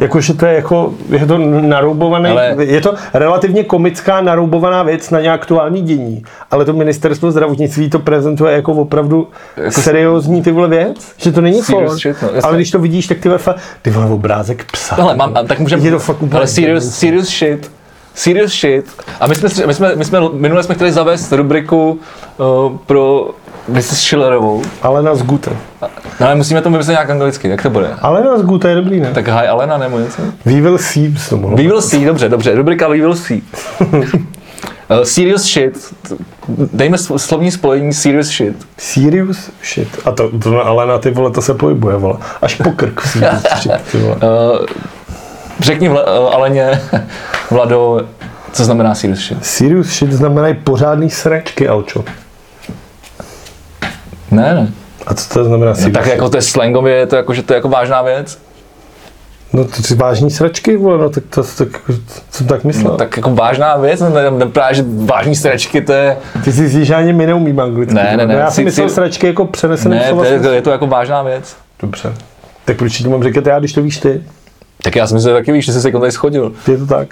Speaker 2: Jakože to je jako, je to naroubované,
Speaker 1: Ale-
Speaker 2: ale... je to relativně komická naroubovaná věc na nějaktuální dění, ale to ministerstvo zdravotnictví to prezentuje jako opravdu
Speaker 1: Jako-
Speaker 2: jako seriózní ty vole věc, že to není
Speaker 1: Serious
Speaker 2: for,
Speaker 1: shit, no, jasně.
Speaker 2: ale když to vidíš, tak ty vole, fa- ty vole obrázek psa.
Speaker 1: Hele, mám, a tak můžeme...
Speaker 2: Je to fakt úplně
Speaker 1: Ale serious,
Speaker 2: demence.
Speaker 1: serious shit. Serious shit. A my jsme, my jsme, my jsme minule jsme chtěli zavést rubriku uh, pro Mrs. Schillerovou.
Speaker 2: Alena z Gute.
Speaker 1: No ale musíme to vymyslet nějak anglicky, jak to bude?
Speaker 2: Alena z Gute je dobrý, ne? Tak.
Speaker 1: Tak hi Alena nebo něco?
Speaker 2: We will see, to mohlo
Speaker 1: We will see, dobře, dobře, rubrika We will see. Uh, serious shit, dejme slo- slovní spojení serious shit.
Speaker 2: Serious shit. A to, to ale na ty vole, to se pohybuje, vole. Až po krk serious shit, ty vole.
Speaker 1: Uh, řekni vle, uh, Aleně, Vlado, co znamená serious shit?
Speaker 2: Serious shit znamenají pořádný sračky, Alčo.
Speaker 1: Ne, ne.
Speaker 2: A co to znamená serious
Speaker 1: Tak jako to je slangově, je to jako, že to je jako vážná věc.
Speaker 2: shit? No to si vážní sračky, vole, no tak to, to, to jsem tak myslel.
Speaker 1: No, tak jako vážná věc, no, ne, ne, právě, že vážní stračky, to je,
Speaker 2: Ty si zjíš, že ani my neumíme anglicky.
Speaker 1: Ne,
Speaker 2: ty vole.
Speaker 1: ne, ne,
Speaker 2: No, já
Speaker 1: si-
Speaker 2: jsem myslel
Speaker 1: si-
Speaker 2: sračky jako přeneseným
Speaker 1: ne, to je,
Speaker 2: slova.
Speaker 1: to je to jako vážná věc.
Speaker 2: Dobře. Tak proč ti to mám říkat já, když to víš ty?
Speaker 1: Tak já si myslím, že taky víš, že jsi se jako tady schodil.
Speaker 2: Je to tak.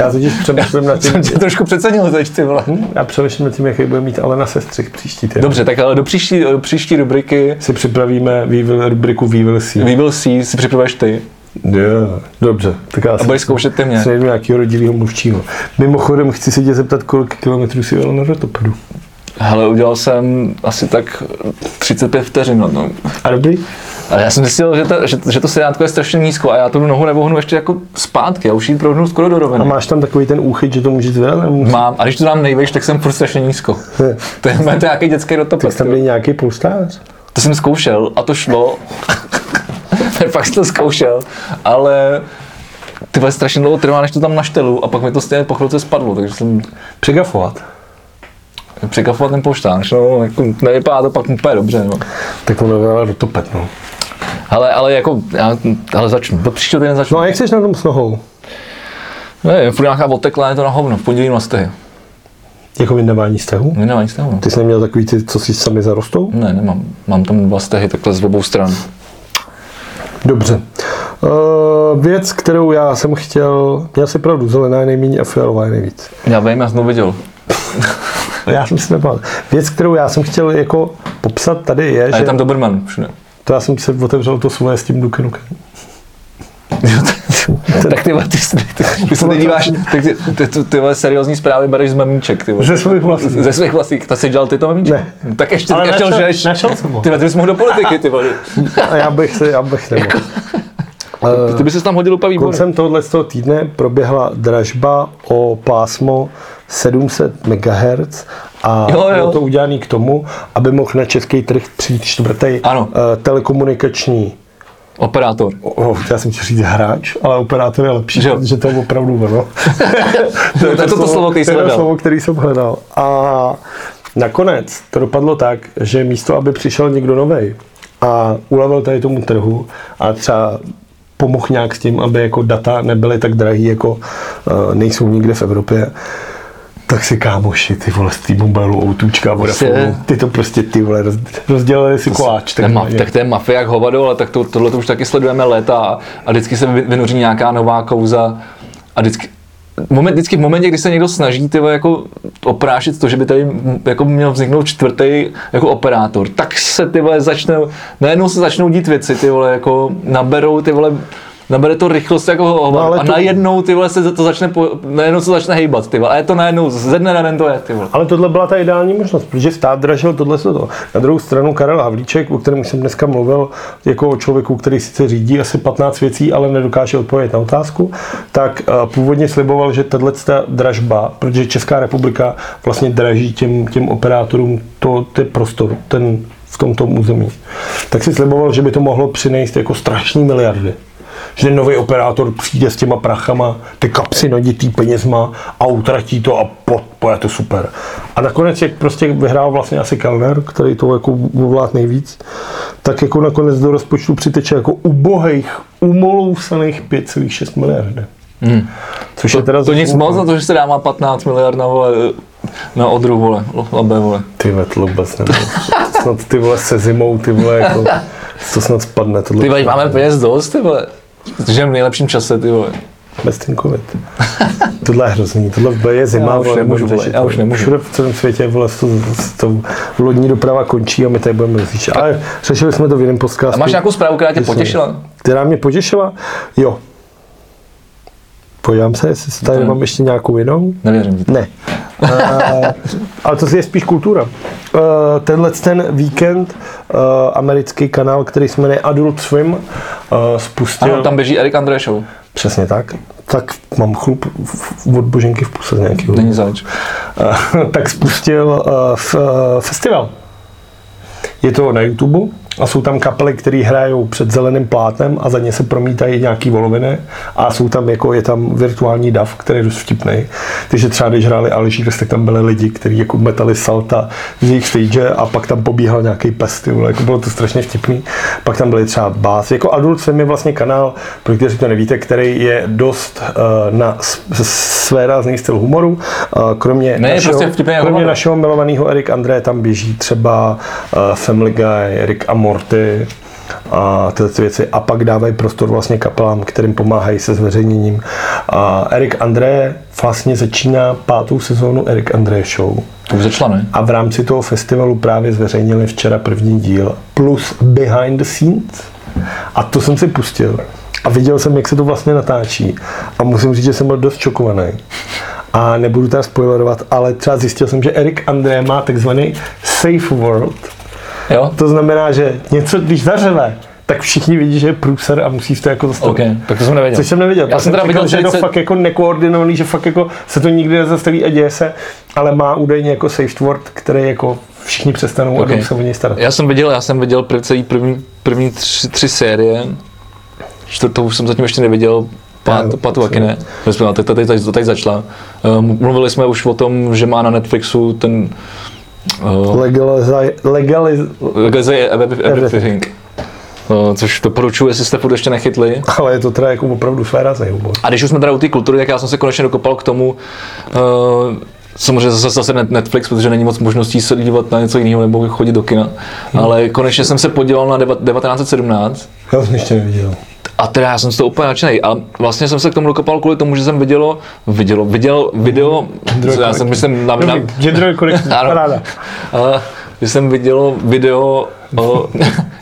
Speaker 2: já totiž přemýšlím nad tím,
Speaker 1: Jsem tě trošku přecenil teď, ty vole.
Speaker 2: já přemýšlím nad tím, jaký bude mít Alena sestřih příští týden.
Speaker 1: Dobře, tak ale do příští, do příští rubriky
Speaker 2: Si připravíme we will, rubriku We will see.
Speaker 1: We Will See si připravuješ ty
Speaker 2: Jo, dobře. Tak já
Speaker 1: a budeš zkoušet ty mě.
Speaker 2: se najdu nějakého rodilého mluvčího. Mimochodem, chci se tě zeptat, kolik kilometrů si jel na rotopadu.
Speaker 1: Hele, udělal jsem asi tak 35 vteřin na tom.
Speaker 2: A dobrý?
Speaker 1: Ale já jsem zjistil, že, ta, že, že to sedátko je strašně nízko a já tu nohu nevohnu ještě jako zpátky, já už ji prohnu skoro do
Speaker 2: A
Speaker 1: roviny.
Speaker 2: máš tam takový ten úchyt, že to můžeš zvedat? Nebo musíš-
Speaker 1: Mám, a když to dám nejvejš, tak jsem furt strašně nízko.
Speaker 2: Ne.
Speaker 1: To je, to je nějaký dětský
Speaker 2: Tak
Speaker 1: rotopad.
Speaker 2: tam byl nějaký polštář.
Speaker 1: To jsem zkoušel a to šlo. Fakt jsem to zkoušel, ale ty vole, strašně dlouho trvá, než to tam naštelu a pak mi to stejně po chvilce spadlo, takže jsem
Speaker 2: Přigafovat.
Speaker 1: překafoval ten polštář, no, jako nevypadá to pak úplně dobře, no.
Speaker 2: Tak on vyjela do topet, no.
Speaker 1: Ale, ale jako, já, ale začnu, do příštího týdne začnu.
Speaker 2: No a jak jsi na tom s nohou?
Speaker 1: Ne, furt nějaká oteklá, je to na hovno, v pondělí na stehy.
Speaker 2: Jako vyndávání stehu?
Speaker 1: Ne, nemám nic stehu.
Speaker 2: Ty jsi neměl takový ty, co si sami zarostou?
Speaker 1: Ne, nemám. Mám tam dva stehy takhle z obou stran.
Speaker 2: Dobře. Uh, věc, kterou já jsem chtěl, měl si pravdu, zelená je nejméně a fialová je nejvíc.
Speaker 1: Já vím, já jsem to viděl.
Speaker 2: Já jsem si nepamatoval. Věc, kterou já jsem chtěl jako popsat tady je,
Speaker 1: A
Speaker 2: že
Speaker 1: je tam Doberman všude.
Speaker 2: to já jsem si otevřel to svoje s tím Duke Nukem.
Speaker 1: tak ty, vole, ty, ty, ty, ty se nedíváš, tak ty, ty, ty, ty vole, seriózní zprávy bereš z memíček, ty vole.
Speaker 2: Ze svých vlastních.
Speaker 1: Ze svých vlastních, to jsi dělal ty to memíček?
Speaker 2: Ne.
Speaker 1: Tak ještě,
Speaker 2: Ale
Speaker 1: tak ještě
Speaker 2: našel-
Speaker 1: lžeš.
Speaker 2: našel jsem ho.
Speaker 1: Ty, vole, ty bys mohl do politiky, ty vole.
Speaker 2: A já bych si, já bych
Speaker 1: Jako-
Speaker 2: nemohl.
Speaker 1: Ty bys se tam hodil úplně výborně.
Speaker 2: Koncem tohohle z toho týdne proběhla dražba o pásmo 700 MHz a
Speaker 1: Jo,
Speaker 2: jo,
Speaker 1: jo.
Speaker 2: jo. bylo to udělané k tomu, aby mohl na český trh přijít čtvrtý
Speaker 1: Ano.
Speaker 2: eh, telekomunikační
Speaker 1: Operátor.
Speaker 2: Oh, já jsem chtěl říct hráč, ale operátor je lepší,
Speaker 1: Že
Speaker 2: že,
Speaker 1: jo.
Speaker 2: protože to je opravdu ono.
Speaker 1: To je to slovo, který jsem
Speaker 2: to je to
Speaker 1: hledal.
Speaker 2: slovo, který jsem hledal. A nakonec to dopadlo tak, že místo, aby přišel někdo nový a ulevil tady tomu trhu a třeba pomohl nějak s tím, aby jako data nebyly tak drahý, jako eh, nejsou nikde v Evropě, tak si kámoši, ty vole, z T-Mobile, Outučka, Vodafone, ty to prostě, ty vole, roz- rozdělili si koláč.
Speaker 1: Tak, ma,
Speaker 2: takzvaně.
Speaker 1: tak to je mafie jak hovado, ale tak to, tohle to už taky sledujeme léta a, a vždycky se vy- vynoří nějaká nová kouza a vždycky, moment, vždycky v momentě, kdy se někdo snaží ty vole, jako oprášit to, že by tady m, jako měl vzniknout čtvrtý jako operátor, tak se ty vole začne, najednou se začnou dít věci, ty vole jako naberou ty vole nabere to rychlost jako hovado
Speaker 2: ale
Speaker 1: a
Speaker 2: to-
Speaker 1: najednou ty vole se za- to začne, po, najednou se začne hejbat ty vole a je to najednou, ze dne na den to je ty vole.
Speaker 2: Ale tohle byla ta ideální možnost, protože stát dražil tohle se to. Na druhou stranu Karel Havlíček, o kterém jsem dneska mluvil, jako o člověku, který sice řídí asi 15 věcí, ale nedokáže odpovědět na otázku, tak eh, původně sliboval, že tahle dražba, protože Česká republika vlastně draží těm, těm operátorům to, ty prostor, ten v tomto území, tak si sliboval, že by to mohlo přinést jako strašný miliardy že ten nový operátor přijde s těma prachama, ty kapsy naditý penězma a utratí to a po, po je to super. A nakonec, jak prostě vyhrál vlastně asi Kellner, který to jako ovlád nejvíc, tak jako nakonec do rozpočtu přiteče jako ubohých, umolousaných 5,6 miliardy.
Speaker 1: Hmm.
Speaker 2: Což
Speaker 1: To,
Speaker 2: je teda
Speaker 1: to nic
Speaker 2: zmůžu.
Speaker 1: moc na to, že se dá má 15 miliard na, vole, na odru, vole, labe, vole.
Speaker 2: Ty vole, to vůbec nebo. Snad ty vole se zimou, ty vole jako, to snad spadne. Tohle
Speaker 1: Ty vole, máme peněz dost, ty vole. Žijeme v nejlepším čase, ty vole.
Speaker 2: Bez ten covid. Tohle je hrozný, tohle je zima,
Speaker 1: Já už
Speaker 2: vole,
Speaker 1: nemůžu,
Speaker 2: nebudu
Speaker 1: vole,
Speaker 2: řešit,
Speaker 1: já už
Speaker 2: vole.
Speaker 1: nemůžu.
Speaker 2: Všude v celém světě vole, s to, s to, lodní doprava končí a my tady budeme rozjíždět. Ale řešili jsme to v jiném podcastu.
Speaker 1: A máš nějakou zprávu, která tě potěšila?
Speaker 2: Která mě potěšila? Jo. Podívám se, jestli tady
Speaker 1: Hmm.
Speaker 2: mám ještě nějakou jinou.
Speaker 1: Nevěřím ti.
Speaker 2: Ne. Uh, ale to je spíš kultura. Uh, tenhle ten víkend uh, americký kanál, který se jmenuje Adult Swim, uh, spustil...
Speaker 1: Ano, tam běží Erik Andrešov.
Speaker 2: Přesně tak. Tak mám chlup v- v- od Boženky v puse z nějakého.
Speaker 1: Není zač.
Speaker 2: tak spustil eh, f- eh, festival. Je to na YouTube a jsou tam kapely, které hrajou před zeleným plátnem a za ně se promítají nějaký voloviny a jsou tam jako, je tam virtuální dav, který je dost vtipný. Takže třeba když hráli Alžírs, tak tam byli lidi, kteří jako metali salta z jejich stage a pak tam pobíhal nějaký pes, ty vole, jako bylo to strašně vtipný. Pak tam byly třeba bás. Jako Adult Swim je vlastně kanál, pro kteří to nevíte, který je dost eh, na s- s- své rázný styl humoru. Eh, kromě
Speaker 1: Ne, je
Speaker 2: našeho,
Speaker 1: prostě vtipný
Speaker 2: kromě
Speaker 1: hovado.
Speaker 2: našeho milovaného Erik André tam běží třeba uh, Family Guy, Erik a Morty a tyhle ty věci. A pak dávají prostor vlastně kapelám, kterým pomáhají se zveřejněním. Uh, Erik André vlastně začíná pátou sezónu Erik André Show.
Speaker 1: To už začala, ne?
Speaker 2: A v rámci toho festivalu právě zveřejnili včera první díl plus behind the scenes. A to jsem si pustil. A viděl jsem, jak se to vlastně natáčí. A musím říct, že jsem byl dost šokovaný. A nebudu teda spoilerovat, ale třeba zjistil jsem, že Erik André má takzvaný safe world.
Speaker 1: Jo?
Speaker 2: To znamená, že něco, když zařeve, tak všichni vidí, že je průser a musíš to jako zastavit.
Speaker 1: OK, tak to jsem nevěděl.
Speaker 2: Což jsem neviděl.
Speaker 1: Já jsem teda
Speaker 2: čekal,
Speaker 1: viděl,
Speaker 2: že je to
Speaker 1: že
Speaker 2: fakt jako nekoordinovaný, že fakt jako se to nikdy nezastaví a děje se, ale má údajně jako safe word, který jako všichni přestanou
Speaker 1: Ok.
Speaker 2: okay. a jdou se o něj starat.
Speaker 1: Já jsem viděl, já jsem viděl prv, celý první, první tři, tři série. Čtvrtou už jsem zatím ještě neviděl. Pat, Patu taky ne. Respektive, tak to teď, teď, teď začala. Um, mluvili jsme už o tom, že má na Netflixu ten uh,
Speaker 2: Legalize, legalize,
Speaker 1: Legalize Everything. Uh, což doporučuji, jestli jste furt ještě nechytli.
Speaker 2: ale je to teda jako opravdu férazej humor.
Speaker 1: A když už jsme teda u té kultury, tak já jsem se konečně dokopal k tomu, uh, samozřejmě zase, zase net- Netflix, protože není moc možností se dívat na něco jiného nebo chodit do kina, ale konečně jsem se podíval na deva- 1917
Speaker 2: Já jsem ještě neviděl.
Speaker 1: a teda já jsem z toho úplně nadšený. A vlastně jsem se k tomu dokopal kvůli tomu, že jsem vidělo, vidělo, viděl video, co já jsem myslím, na, na,
Speaker 2: Dobrý, Jendrově korektní,
Speaker 1: Ano.
Speaker 2: paráda.
Speaker 1: a, že jsem viděl video, o,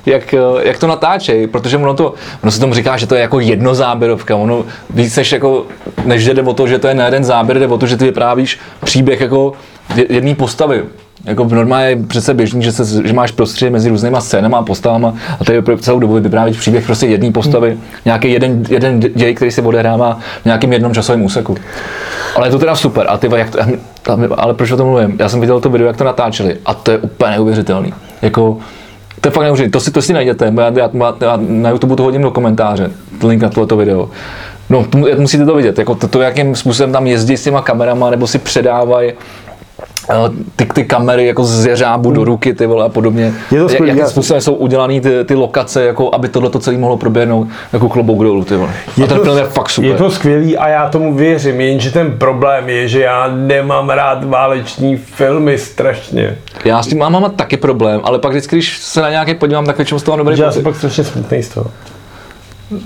Speaker 1: jak, eh, jak, to natáčej, protože ono, to, ono se tomu říká, že to je jako jednozáběrovka, ono víc než, jako, než že jde o to, že to je na jeden záběr, jde o to, že ty vyprávíš příběh jako je- jedné postavy. Jako normálně je přece běžný, že, se, že máš prostředí mezi různýma scénama a postavama a tady pro celou dobu vyprávíš příběh prostě jedné postavy, nějaký jeden, jeden děj, který se odehrává v nějakém jednom časovém úseku. Ale je to teda super. A ty, vole, jak to, tam- ale proč o tom mluvím? Já jsem viděl to video, jak to natáčeli. A to je úplně neuvěřitelný. Jako, to je fakt neuvěřitelné. To si, to si najděte. Já, já, já, na YouTube to hodím do komentáře. Link na tohleto video. No, to mu- musíte to vidět. Jako to, to, jakým způsobem tam jezdí s těma kamerama, nebo si předávají eh, ty, ty kamery jako z jeřábu do ruky ty vole a podobně.
Speaker 2: Hmm. Je to skvělý,
Speaker 1: Jak, jakým
Speaker 2: já-
Speaker 1: způsobem jsou udělané ty, ty, lokace, jako aby tohle to celé mohlo proběhnout jako klobouk dolů ty vole. A ten film je fakt super.
Speaker 2: Je to skvělý a já tomu věřím, jenže ten problém je, že já nemám rád váleční filmy strašně.
Speaker 1: Já s tím mám, mám taky problém, ale pak vždycky, když se na nějaký podívám, tak většinou z toho mám dobrý
Speaker 2: Že já jsem
Speaker 1: pocit.
Speaker 2: pak strašně smutný z toho.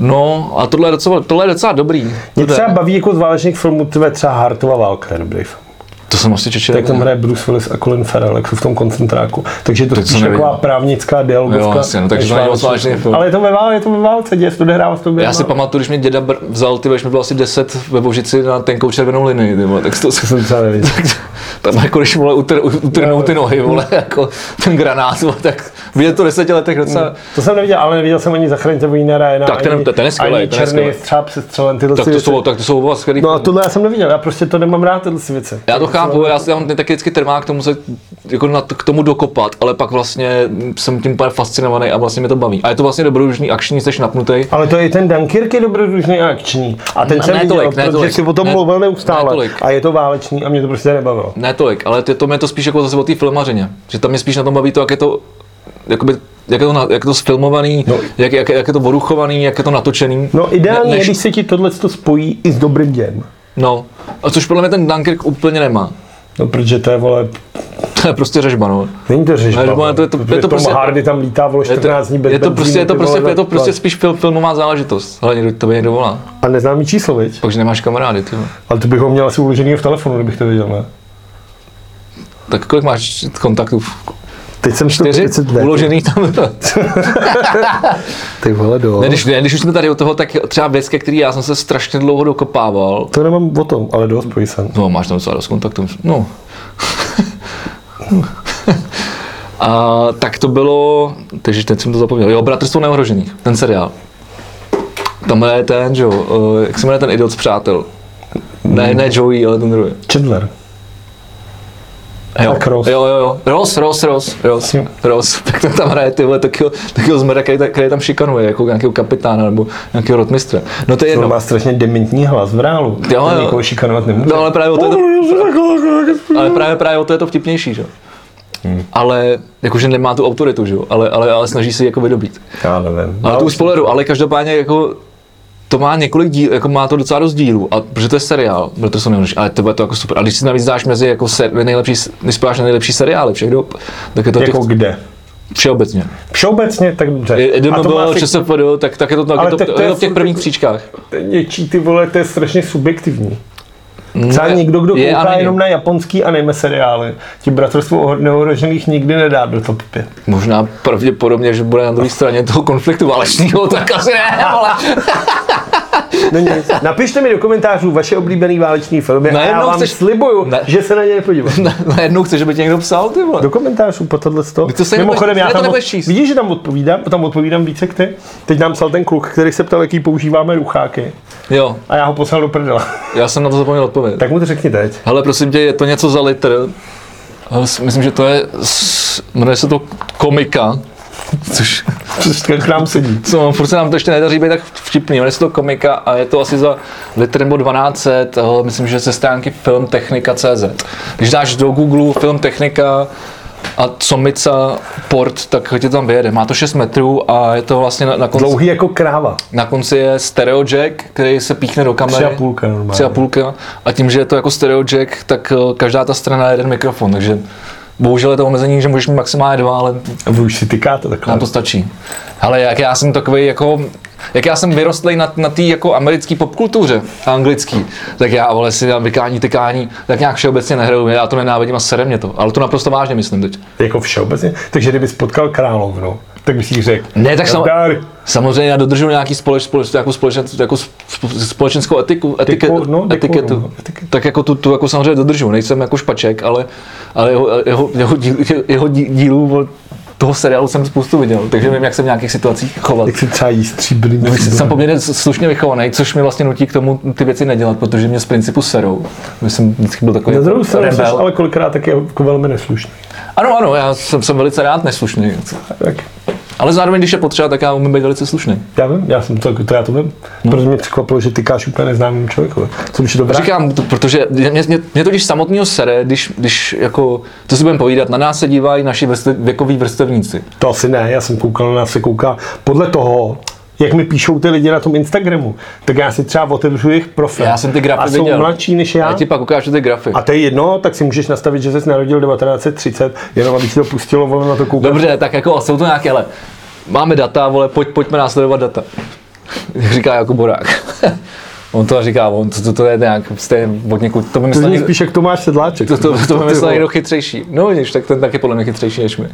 Speaker 1: No, a tohle je docela, tohle je docela dobrý.
Speaker 2: Mě
Speaker 1: Tohle-
Speaker 2: třeba baví jako z válečných filmů tvé třeba Hartova válka je dobrý film.
Speaker 1: To jsem asi čečil.
Speaker 2: Tak tam hraje Bruce Willis a Colin Farrell, jako v tom koncentráku. Takže je to
Speaker 1: Teď jsem
Speaker 2: spíš
Speaker 1: neviděl.
Speaker 2: taková právnická dialogovka.
Speaker 1: Jo, jasně, no, takže
Speaker 2: než
Speaker 1: to není moc
Speaker 2: válečný
Speaker 1: válečný film.
Speaker 2: Ale je to ve válce, je to ve válce, děje se to odehrává v tom
Speaker 1: já si pamatuju, když mě děda br- vzal, ty vole, když mi bylo asi 10 ve Božici na tenkou červenou linii, ty vole, tak to
Speaker 2: To
Speaker 1: se
Speaker 2: jsem třeba neviděl.
Speaker 1: tam jako když vole utr, utrhnou ty
Speaker 2: No,
Speaker 1: nohy, vole, jako ten granát, vole, tak vidět to v deseti letech docela,
Speaker 2: To jsem neviděl, ale neviděl jsem ani zachraňte Vojina Ryana,
Speaker 1: Tak ten-
Speaker 2: ani,
Speaker 1: ten je skvělej,
Speaker 2: ani
Speaker 1: ten je
Speaker 2: Černý
Speaker 1: skvělej.
Speaker 2: střáp se střelen, tyhle
Speaker 1: tak to
Speaker 2: si věci.
Speaker 1: jsou, tak to jsou vůbec skvělý
Speaker 2: No a tohle já jsem neviděl, já prostě to nemám rád, tyhle si věci.
Speaker 1: Já to chápu, já se tam taky vždycky trvá k tomu, se, jako na, k tomu dokopat, ale pak vlastně jsem tím úplně fascinovaný a vlastně mě to baví. A je to vlastně dobrodružný akční, jsi napnutý.
Speaker 2: Ale to je i ten Dunkirk je dobrodružný a akční. A ten
Speaker 1: Ne-
Speaker 2: jsem
Speaker 1: ne
Speaker 2: viděl,
Speaker 1: tolik, ne
Speaker 2: protože
Speaker 1: tolik.
Speaker 2: si o tom
Speaker 1: Ne-
Speaker 2: mluvil
Speaker 1: ne
Speaker 2: neustále.
Speaker 1: tolik.
Speaker 2: a je to válečný a mě to prostě nebavilo.
Speaker 1: Ne tolik, ale to, to mě to spíš jako zase o té filmařině. Že tam mě spíš na tom baví to, jak je to, jakoby, jak je to, na, jak je to sfilmovaný,
Speaker 2: No.
Speaker 1: jak, jak, jak, je to oruchovaný, jak je to natočený.
Speaker 2: No ideální
Speaker 1: Ne-
Speaker 2: je, když se ti tohle spojí i s dobrým děm.
Speaker 1: no. A což podle mě ten Dunkirk úplně nemá.
Speaker 2: No protože to je, vole,
Speaker 1: To je prostě řežba, no.
Speaker 2: není to řešba.
Speaker 1: Ne,
Speaker 2: vole,
Speaker 1: to je to-
Speaker 2: protože
Speaker 1: je to
Speaker 2: Tom
Speaker 1: prostě-
Speaker 2: Hardy tam lítá, vole,
Speaker 1: Je to,
Speaker 2: 14 dní bez
Speaker 1: je to
Speaker 2: benzínu,
Speaker 1: prostě, je to
Speaker 2: ty
Speaker 1: prostě,
Speaker 2: vole,
Speaker 1: je to
Speaker 2: tak-
Speaker 1: prostě spíš fil, filmová záležitost. Hlavně kdo- to by někdo volá.
Speaker 2: A neznámý číslo, viď?
Speaker 1: Pak, že nemáš kamarády, ty. vole.
Speaker 2: Ale to bych ho měl asi uložený v telefonu, kdybych to viděl, ne?
Speaker 1: Tak kolik máš kontaktů?
Speaker 2: Teď jsem
Speaker 1: Čtyři?
Speaker 2: 40 let.
Speaker 1: Uložený tam.
Speaker 2: Ty vole, do.
Speaker 1: ne, když, ne, když už jsme tady u toho, tak třeba věc, ke který já jsem se strašně dlouho dokopával.
Speaker 2: To nemám o tom, ale dost pojď sem.
Speaker 1: No, máš tam docela dost kontaktů. No. A tak to bylo, takže teď jsem to zapomněl. Jo, Bratrstvo neohrožených, ten seriál. Tam je ten, že jo, eh, jak se jmenuje ten idiot z přátel? Ne, ne Joey, ale ten druhý.
Speaker 2: Chandler.
Speaker 1: Jo.
Speaker 2: Tak Ross.
Speaker 1: Jo, jo, jo. Ross, Ross, Ross, Ross,
Speaker 2: Jo.
Speaker 1: Ross. Tak ten tam hraje tyhle takového, takového zmrda, který, ta- který, tam šikanuje, jako nějakého kapitána nebo nějakého rotmistra. No to je
Speaker 2: On
Speaker 1: jedno.
Speaker 2: má strašně dementní hlas v reálu.
Speaker 1: Jo,
Speaker 2: Ten
Speaker 1: jo.
Speaker 2: Nikoho šikanovat nemůže.
Speaker 1: No ale právě o to je to, ale právě, právě o to, je to vtipnější, že? jo.
Speaker 2: Hmm.
Speaker 1: Ale jakože nemá tu autoritu, že? jo, Ale, ale, ale snaží se ji jako vydobít.
Speaker 2: Já nevím.
Speaker 1: Ale tu spoileru, ale každopádně jako to má několik díl, jako má to docela dost dílů, a, protože to je seriál, protože to nevíš, ale to je to jako super. A když si navíc dáš mezi jako se, nejlepší, když si dáš na nejlepší seriály všech dob, tak je to
Speaker 2: Jako
Speaker 1: těch,
Speaker 2: kde?
Speaker 1: všeobecně.
Speaker 2: Všeobecně, tak dobře.
Speaker 1: Jedno
Speaker 2: má
Speaker 1: bylo
Speaker 2: asi-
Speaker 1: ČSFD, tak, tak je to, tak je
Speaker 2: Ale
Speaker 1: to,
Speaker 2: tak to
Speaker 1: je
Speaker 2: je
Speaker 1: to v těch
Speaker 2: furt- jako
Speaker 1: prvních příčkách.
Speaker 2: To je Něčí ty vole, to je strašně subjektivní. Třeba
Speaker 1: Ne,
Speaker 2: někdo, kdo
Speaker 1: je a
Speaker 2: kouká
Speaker 1: není.
Speaker 2: jenom na japonský anime seriály, ti bratrstvo oho- neohrožených nikdy nedá do top 5.
Speaker 1: Možná pravděpodobně, že bude na druhé straně toho konfliktu válečního, tak asi ne, ale
Speaker 2: No nic. Napište mi do komentářů vaše oblíbený váleční filmy a já
Speaker 1: Najednou
Speaker 2: vám
Speaker 1: chceš-
Speaker 2: slibuju,
Speaker 1: Ne.
Speaker 2: že se na ně nepodívám.
Speaker 1: najednou chce, že by tě někdo psal, ty vole.
Speaker 2: Do komentářů po tohle z toho.
Speaker 1: to se
Speaker 2: Mimochodem,
Speaker 1: nebudeš-
Speaker 2: já
Speaker 1: ne, to
Speaker 2: tam,
Speaker 1: nebudeš číst.
Speaker 2: vidíš, že tam odpovídám, tam odpovídám více k ty. Teď nám psal ten kluk, který se ptal, jaký používáme rucháky.
Speaker 1: Jo,
Speaker 2: A já ho poslal do prdela.
Speaker 1: já jsem na to zapomněl odpovědět.
Speaker 2: tak mu to řekni teď.
Speaker 1: Hele, prosím tě, je to něco za litr. Eh, s- Myslím, že to je, s- jmenuje se to komika. Což,
Speaker 2: Přesně k nám sedí.
Speaker 1: co, furt se nám to ještě nedaří být tak vtipný. On je to komika a je to asi za litr nebo 1200, eh, myslím, že ze stránky filmtechnika.cz. Když dáš do Google filmtechnika a comica port, tak tě to tam vyjede. Má to 6 metrů a je to vlastně na, na konci...
Speaker 2: Dlouhý jako kráva.
Speaker 1: Na konci je stereo jack, který se píchne do kamery.
Speaker 2: Tři a půlka normálně.
Speaker 1: Tři a půlka. A tím, že je to jako stereo jack, tak eh, každá ta strana je jeden mikrofon, takže bohužel je to omezení, že můžeš mít maximálně dva, ale
Speaker 2: A vy už si tykáte takhle.
Speaker 1: nám to stačí. Ale jak já jsem takový jako jak já jsem vyrostlý na, na té jako americké popkultuře, anglický, tak já vole si tam vykání, tykání, tak nějak všeobecně nehraju, já to nenávidím a sere mě to, ale to naprosto vážně myslím teď.
Speaker 2: Jako všeobecně. Takže kdyby potkal královnu, tak bych jí řekl.
Speaker 1: Ne, tak sam,
Speaker 2: Nazdar.
Speaker 1: samozřejmě já dodržuji nějaký společ, společ, jako společen, jako sp- společenskou etiku, etike,
Speaker 2: Deku- no, dekorum,
Speaker 1: etiketu.
Speaker 2: etiketu.
Speaker 1: Tak jako tu, tu jako samozřejmě dodržuji, nejsem jako špaček, ale, ale jeho, jeho, jeho, díl, jeho dí- dílů od toho seriálu jsem spoustu viděl, takže vím, jak se v nějakých situacích chovat.
Speaker 2: Jak si třeba jí stříbrný.
Speaker 1: Jsem poměrně slušně vychovaný, což mi vlastně nutí k tomu ty věci nedělat, protože mě z principu serou. Já jsem vždycky byl takový jako
Speaker 2: Na druhou stranu jsi
Speaker 1: rebel.
Speaker 2: ale kolikrát taky jako velmi neslušný.
Speaker 1: Ano, ano, já jsem, jsem velice rád neslušný.
Speaker 2: Tak.
Speaker 1: Ale zároveň, když je potřeba, tak já umím být velice slušný.
Speaker 2: Já vím, já jsem to, to já to vím.
Speaker 1: No.
Speaker 2: Proto mě překvapilo, že tykáš úplně neznámým člověku. Jsem už dobrá.
Speaker 1: Říkám, to, protože mě, mě, mě totiž samotného sere, když, když jako, to si budeme povídat, na nás se dívají naši vrstev, věkoví vrstevníci.
Speaker 2: To asi ne, já jsem koukal, na nás se kouká podle toho, jak mi píšou ty lidi na tom Instagramu, tak já si třeba otevřu jejich profil.
Speaker 1: Já jsem ty grafy
Speaker 2: A jsou
Speaker 1: viděl.
Speaker 2: mladší než já.
Speaker 1: Já ti pak ukážu ty grafy.
Speaker 2: A to je jedno, tak si můžeš nastavit, že jsi narodil 1930, jenom aby ti to pustilo vole na to koukat.
Speaker 1: Dobře, tak jako jsou to nějaké, ale máme data, vole, pojď, pojďme následovat data. Říká Jakub Borák. on to říká, on to, to, to je nějak stejně od někud, to by
Speaker 2: To
Speaker 1: myslel
Speaker 2: zní
Speaker 1: někdo,
Speaker 2: spíš jak Tomáš Sedláček.
Speaker 1: to, to, to by
Speaker 2: ty
Speaker 1: myslel
Speaker 2: vole.
Speaker 1: někdo chytřejší. No vidíš, tak ten taky podle mě chytřejší než my.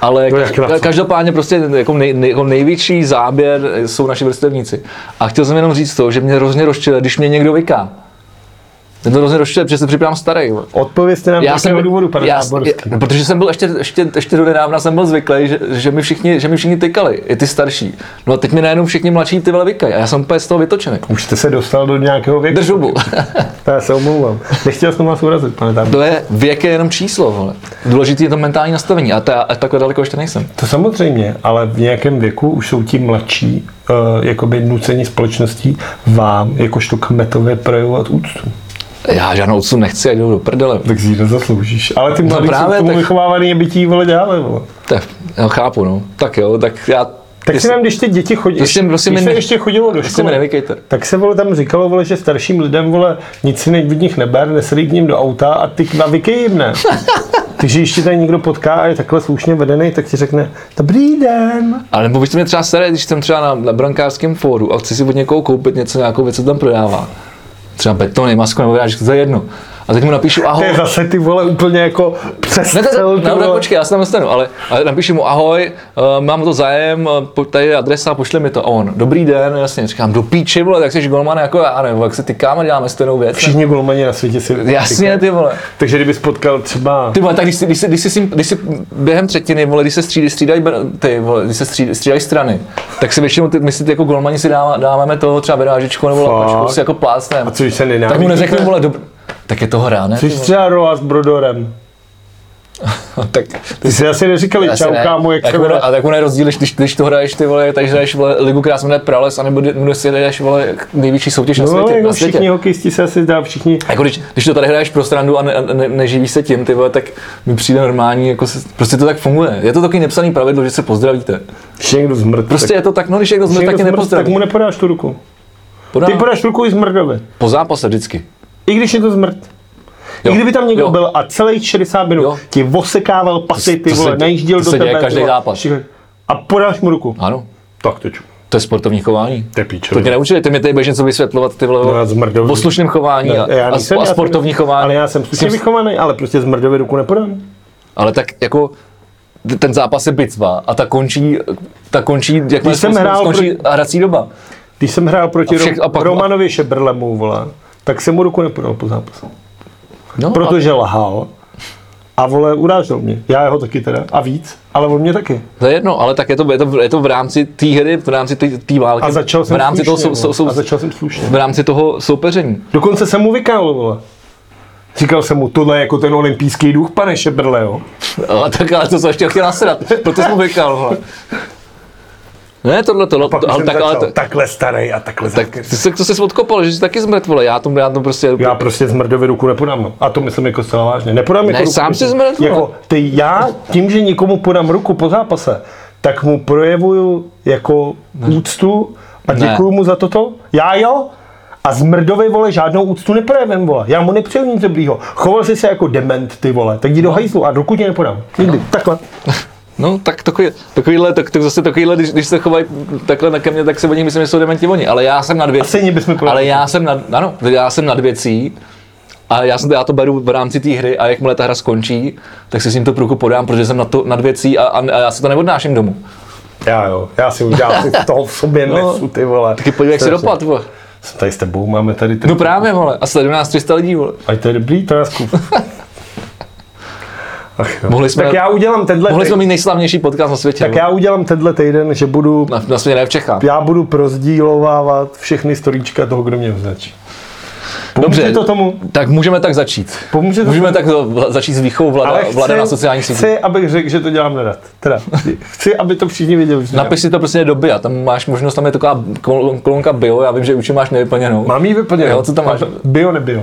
Speaker 1: Ale
Speaker 2: No,
Speaker 1: no,
Speaker 2: jak krásně.
Speaker 1: každopádně prostě jako, nej, nej, jako největší záběr jsou naši vrstevníci. A chtěl jsem jenom říct to, že mě hrozně rozčiluje, když mě někdo vyká. Mě to hrozně rozčiluje, protože se připadám starý. vole.
Speaker 2: Odpovězte nám
Speaker 1: Já jsem,
Speaker 2: důvodu, pane
Speaker 1: já,
Speaker 2: já,
Speaker 1: já, protože jsem byl ještě, ještě, ještě do nedávna jsem byl zvyklý, že, že, mi všichni, že mi všichni tykali, i ty starší. No a teď mi najednou všichni mladší ty vole vykají a já jsem úplně z toho vytočený.
Speaker 2: Už jste se dostal do nějakého věku.
Speaker 1: Drž hubu.
Speaker 2: To Já se omlouvám. Nechtěl jsem vás urazit, pane Tábor.
Speaker 1: to je věk je jenom číslo, vole. Důležitý je to mentální nastavení a, ta, a takhle daleko ještě nejsem.
Speaker 2: To samozřejmě, ale v nějakém věku už jsou ti mladší uh, jakoby nucení společností vám jakožto kmetově projevovat úctu.
Speaker 1: Já žádnou odsun nechci, ať jdu do prdele.
Speaker 2: Tak si ji nezasloužíš. Ale ty mladí jsou
Speaker 1: právě,
Speaker 2: k tomu
Speaker 1: tak-
Speaker 2: vychovávaný, aby ti ji vole dělali. Vole.
Speaker 1: Tak, já chápu, no. Tak jo, tak já...
Speaker 2: Tak si nám, když ty děti chodí,
Speaker 1: Prostě- prostě
Speaker 2: když
Speaker 1: mi
Speaker 2: se
Speaker 1: ne-
Speaker 2: ještě chodilo do
Speaker 1: prostě mi
Speaker 2: školy,
Speaker 1: nevykejte.
Speaker 2: tak se vole tam říkalo, vole, že starším lidem vole, nic si ne- od nich neber, nesedí k ním do auta a ty na vykej jim ne. Takže ještě tady někdo potká a je takhle slušně vedený, tak ti řekne, dobrý den.
Speaker 1: Ale nebo byste mě třeba staré, když jsem třeba na, na brankářském fóru a chci si od někoho koupit něco, nějakou věc, co tam prodává. Třeba betony, masku nebo vyrážku, to je jedno. A teď mu napíšu
Speaker 2: To
Speaker 1: ahoj.
Speaker 2: je zase ty vole úplně jako přes
Speaker 1: No. Ne, to,
Speaker 2: celou
Speaker 1: ne,
Speaker 2: tu,
Speaker 1: ne,
Speaker 2: vole.
Speaker 1: počkej, já se tam dostanu, ale, ale napíšu mu ahoj, uh, mám o to zájem, eh, po- tady je adresa, pošli mi to. A on, dobrý den, jasně, říkám, do píči, vole, tak jsi golman, jako já, nebo jak se tykáme, děláme stejnou věc.
Speaker 2: Všichni golmani na světě si...
Speaker 1: Jasně, ty vole.
Speaker 2: Takže kdyby potkal třeba...
Speaker 1: Ty vole, tak když, si- když, si, když, si, sím- když si během třetiny, vole, když se střídají, střídají br- ty, vole, když se střídají, střídají strany, tak si většinou, ty, my si jako golmani si dáváme, dáváme toho třeba vyrážičku nebo lapačku,
Speaker 2: Fakt?
Speaker 1: si jako plácnem.
Speaker 2: A co, když se
Speaker 1: Tak mu
Speaker 2: nenávidíte?
Speaker 1: neřeknu, vole, dob- tak je toho ráne.
Speaker 2: Jsi třeba Roa s Brodorem.
Speaker 1: tak
Speaker 2: Ty jsi asi neříkali,
Speaker 1: Asi
Speaker 2: čau
Speaker 1: ne.
Speaker 2: kámo, jak
Speaker 1: tak
Speaker 2: se
Speaker 1: ono-
Speaker 2: jmenuje?
Speaker 1: A tak mu nerozdílíš, když, když to hraješ ty vole, takže hraješ vole, ligu, která se jmenuje Prales, anebo kdy- kdo si hraješ vole největší soutěž na
Speaker 2: No,
Speaker 1: světě.
Speaker 2: jako
Speaker 1: na světě.
Speaker 2: všichni hokejisti se asi zdá, všichni
Speaker 1: Jako když, když to tady hraješ pro strandu a ne, a ne, neživíš se tím, ty vole, tak mi přijde normální, jako se, prostě to tak funguje. Je to taky nepsaný pravidlo, že se pozdravíte.
Speaker 2: Když je někdo zmrt,
Speaker 1: Prostě je to tak, no když někdo zmrt, tak tě
Speaker 2: tak mu
Speaker 1: nepozdraví.
Speaker 2: nepodáš tu ruku.
Speaker 1: Podá,
Speaker 2: Ty podáš ruku i zmrdovi.
Speaker 1: po zápase vždycky.
Speaker 2: I když je to zmrt.
Speaker 1: Jo,
Speaker 2: I kdyby tam někdo
Speaker 1: jo.
Speaker 2: byl a celých 60 minut
Speaker 1: Jo.
Speaker 2: ti osekával pasy, ty
Speaker 1: to se-
Speaker 2: vole, najížděl
Speaker 1: to
Speaker 2: do
Speaker 1: se děje
Speaker 2: tebe.
Speaker 1: každý
Speaker 2: ty vole.
Speaker 1: zápas.
Speaker 2: Šíle. A podáš mu ruku.
Speaker 1: Ano,
Speaker 2: Tak to ču.
Speaker 1: to je sportovní chování.
Speaker 2: To je píče.
Speaker 1: To tě neučili, ty mi tady běžně co vysvětlovat ty
Speaker 2: No, já
Speaker 1: vole,
Speaker 2: zmrdou.
Speaker 1: o slušném chování a,
Speaker 2: Já
Speaker 1: a, spo-
Speaker 2: nejsem,
Speaker 1: a
Speaker 2: já jsem-
Speaker 1: sportovní chování.
Speaker 2: Ale já jsem slušně vychovaný, ale prostě zmrdovi ruku nepodám.
Speaker 1: Ale tak jako t- ten zápas je bitva a ta končí, ta končí, jak
Speaker 2: Když jsem hrál
Speaker 1: skončí
Speaker 2: pro-
Speaker 1: hrací doba.
Speaker 2: Když jsem hrál proti
Speaker 1: A všech-
Speaker 2: Ro-
Speaker 1: a pak-
Speaker 2: Romanovi Šebrlemu, vole, tak jsem mu ruku nepodal po zápasu.
Speaker 1: No,
Speaker 2: Protože lhal a vole, urážel mě. Já jeho taky teda. A víc, ale on mě taky.
Speaker 1: a to je jedno, ale tak je to, je to, je to v rámci té hry, v rámci té- té války,
Speaker 2: A začal
Speaker 1: v
Speaker 2: jsem
Speaker 1: rámci
Speaker 2: slušně,
Speaker 1: toho, sou,
Speaker 2: vole.
Speaker 1: sou,
Speaker 2: a
Speaker 1: sou,
Speaker 2: začal jsem slušně.
Speaker 1: v rámci toho soupeření.
Speaker 2: Dokonce jsem mu vykal, vole. Říkal jsem mu, tohle je jako ten olympijský duch, pane Šebrle, jo?
Speaker 1: Ale tak ale to jsem ještě chtěl nasrat, proto jsem vykal, vole. Ne, tohle, tohle,
Speaker 2: Pak
Speaker 1: to, no,
Speaker 2: už
Speaker 1: ale
Speaker 2: jsem
Speaker 1: tak,
Speaker 2: začal,
Speaker 1: ale to,
Speaker 2: takhle starý a takhle
Speaker 1: tak
Speaker 2: tak,
Speaker 1: ty se, to se odkopal, že jsi taky zmrt, vole, já tomu, já tomu prostě,
Speaker 2: já prostě zmrdovi ruku nepodám. A to myslím jako zcela vážně. Nepodám jako
Speaker 1: Ne,
Speaker 2: ruku.
Speaker 1: sám si zmrd,
Speaker 2: Jako, ty, já tím, že nikomu podám ruku po zápase, tak mu projevuju jako úctu a
Speaker 1: Ne.
Speaker 2: děkuju mu za toto. Já jo? A zmrdovi, vole, žádnou úctu neprojevím, vole. Já mu nepřeju nic dobrýho. Choval jsi se jako dement, ty vole. Tak jdi do hajzlu a ruku ti nepodám. Nikdy. Takhle.
Speaker 1: no, tak takový, takovýhle, tak, tak zase takovýhle, když, když se chovají takhle na ke mně, tak se o nich myslím, že jsou dementi oni, ale já jsem nad věcí,
Speaker 2: Stejně bychom podali.
Speaker 1: ale já jsem nad, ano, já jsem nad věcí, a já, jsem, já to beru v rámci té hry a jakmile ta hra skončí, tak si s ním tu průku podám, protože jsem nad, to, nad věcí a, a, a, já si to neodnáším domů.
Speaker 2: Já jo, já si udělám si toho v sobě
Speaker 1: No,
Speaker 2: nesu, ty vole.
Speaker 1: Taky podívej, jak se dopad, vole.
Speaker 2: Jsem tady s tebou, máme tady ten...
Speaker 1: No právě, vole, a sleduje nás 300 lidí, vole.
Speaker 2: Ať to je dobrý, to já zkup. Ach jo.
Speaker 1: Mohli jsme-
Speaker 2: tak já udělám tenhle
Speaker 1: Mohli jsme
Speaker 2: týden,
Speaker 1: mít nejslavnější podcast na světě.
Speaker 2: tak já udělám tenhle týden, že budu,
Speaker 1: Na, na světě ne v Čechách.
Speaker 2: já budu prozdílovávat všechny storíčka toho, kdo mě označí. Pomůže
Speaker 1: Dobře.
Speaker 2: to tomu?
Speaker 1: Tak můžeme tak začít.
Speaker 2: Pomůže to
Speaker 1: můžeme tak vla- začít s výchovou vlada,
Speaker 2: Ale
Speaker 1: vlada na sociálních sítích.
Speaker 2: chci, abych řekl, že to dělám nerad. Teda, chci, aby to všichni věděli. že
Speaker 1: Napiš si to prostě do BIA, tam máš možnost, tam je taková kol- kolonka bio, já vím, že už ji máš nevyplněnou.
Speaker 2: dělám. Mám jí vyplněnou.
Speaker 1: Jo, co tam máš?
Speaker 2: Bio, nebio.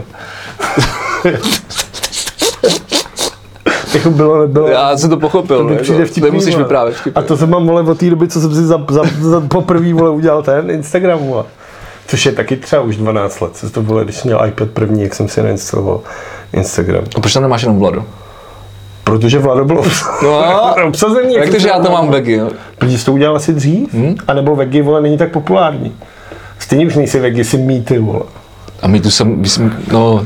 Speaker 2: jako bylo, nebylo.
Speaker 1: Já jsem to pochopil,
Speaker 2: To mi
Speaker 1: ne,
Speaker 2: přijde vtipný,
Speaker 1: nemusíš
Speaker 2: vole.
Speaker 1: vyprávět vtipy.
Speaker 2: A to jsem mám, vole, od té doby, co jsem si za, za, za poprvé, vole, udělal ten Instagram, vole. Což je taky třeba už 12 let, co to bylo, když jsem měl iPad první, jak jsem si nainstaloval Instagram.
Speaker 1: A No, proč tam nemáš jenom vladu?
Speaker 2: Protože Vlado bylo
Speaker 1: No a-
Speaker 2: obsazený.
Speaker 1: Jak to, že já tam mám vegy, jo?
Speaker 2: Protože jsi to udělal asi dřív, hmm? anebo vegi, vole, není tak populární. Stejně už nejsi vegi, jsi mýty, vole.
Speaker 1: A my tu jsem, my jsem, no,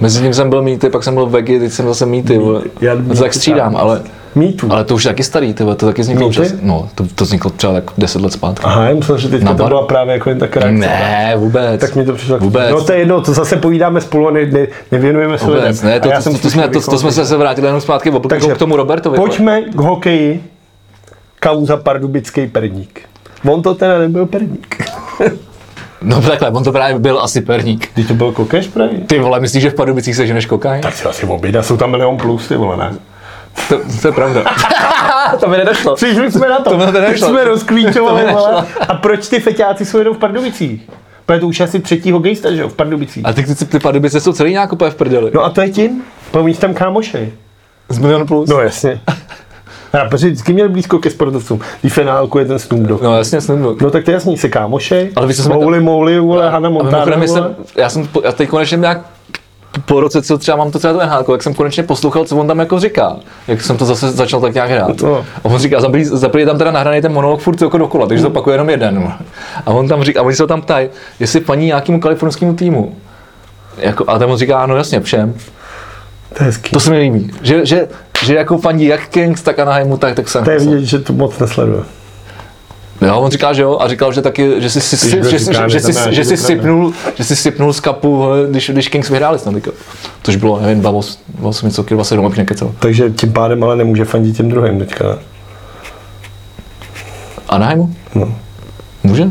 Speaker 1: mezi tím jsem byl mýty, pak jsem byl vegy, teď jsem zase mýty, vole.
Speaker 2: já
Speaker 1: Já to
Speaker 2: mýty
Speaker 1: tak střídám,
Speaker 2: tam.
Speaker 1: ale,
Speaker 2: Mýtu.
Speaker 1: ale to už je taky starý, ty vole, to taky vzniklo
Speaker 2: Mýty?
Speaker 1: přes, no, to, to vzniklo třeba tak 10 let zpátky.
Speaker 2: Aha, já myslel, že teďka
Speaker 1: Na
Speaker 2: to
Speaker 1: bar-
Speaker 2: byla právě jako jen tak reakce.
Speaker 1: Ne, vůbec.
Speaker 2: Tak mi to přišlo.
Speaker 1: Vůbec.
Speaker 2: No to je jedno, to zase povídáme spolu a ne, ne, nevěnujeme se
Speaker 1: Vůbec,
Speaker 2: lidem.
Speaker 1: ne,
Speaker 2: A
Speaker 1: to,
Speaker 2: já
Speaker 1: to,
Speaker 2: jsem
Speaker 1: to, to, jsme,
Speaker 2: slušný
Speaker 1: to, to jsme se zase vrátili jenom zpátky v
Speaker 2: Takže
Speaker 1: k tomu Robertovi.
Speaker 2: Pojďme k hokeji. Kauza pardubický perník. On to teda nebyl perník.
Speaker 1: No takhle, on to právě byl asi perník.
Speaker 2: Když to byl kokeš pravý.
Speaker 1: Ty vole, myslíš, že v Pardubicích se ženeš kokain?
Speaker 2: Tak si asi oběda, jsou tam milion plus, ty vole, ne?
Speaker 1: To, to je pravda. to mi nedošlo.
Speaker 2: Přišli jsme na to,
Speaker 1: To mi to
Speaker 2: teď
Speaker 1: nešlo.
Speaker 2: jsme
Speaker 1: To mi
Speaker 2: rozklíčovali,
Speaker 1: nešlo.
Speaker 2: vole. A proč ty feťáci jsou jenom v Pardubicích? Protože to už je asi třetí hokejista, že jo, v Pardubicích.
Speaker 1: A ty, ty, ty Pardubice jsou celý nějak úplně v prdeli.
Speaker 2: No a to je tím, pomíš tam kámoše.
Speaker 1: Z milion plus.
Speaker 2: No jasně. Rapeři vždycky měli blízko ke sportovcům. Když finálku je ten Snoop Dogg.
Speaker 1: no jasně, snudno.
Speaker 2: No tak to je jasný, se kámošej.
Speaker 1: Ale vy jste se mi to-
Speaker 2: Mouli, mouli, vole, Hanna
Speaker 1: A
Speaker 2: Montana,
Speaker 1: mimochodem,
Speaker 2: vole.
Speaker 1: my jsem, já jsem, po- já teď konečně nějak po roce, co třeba mám to třeba to NHL, jak jsem konečně poslouchal, co on tam jako říká, jak jsem to zase začal tak nějak hrát.
Speaker 2: No.
Speaker 1: A on říká, za prvý- za prvý je tam teda nahraný ten monolog furt jako dokola, takže to opakuje jenom jeden. no." A on tam říká, a oni se ho tam ptají, jestli paní nějakému kalifornskému týmu. Jako, a tam on říká, no jasně, všem.
Speaker 2: To je hezký.
Speaker 1: To se mi líbí. Že, že, že jako fandí jak Kings, tak Anaheimu, tak, tak jsem.
Speaker 2: To je vidět, že to moc nesleduje.
Speaker 1: Jo, No, on říkal, že jo, a říkal, že taky, že si, si, si,
Speaker 2: Když byl
Speaker 1: že, si,
Speaker 2: říká,
Speaker 1: že,
Speaker 2: neznamená,
Speaker 1: si, že,
Speaker 2: že
Speaker 1: si
Speaker 2: to
Speaker 1: sypnul, že si sypnul z kapu, hele, když, když Kings vyhráli snad, teďka. což bylo, nevím, 28 něco, 27, abych nekecal.
Speaker 2: Takže tím pádem ale nemůže fandit těm druhým teďka. ne?
Speaker 1: Anaheimu?
Speaker 2: No.
Speaker 1: Může?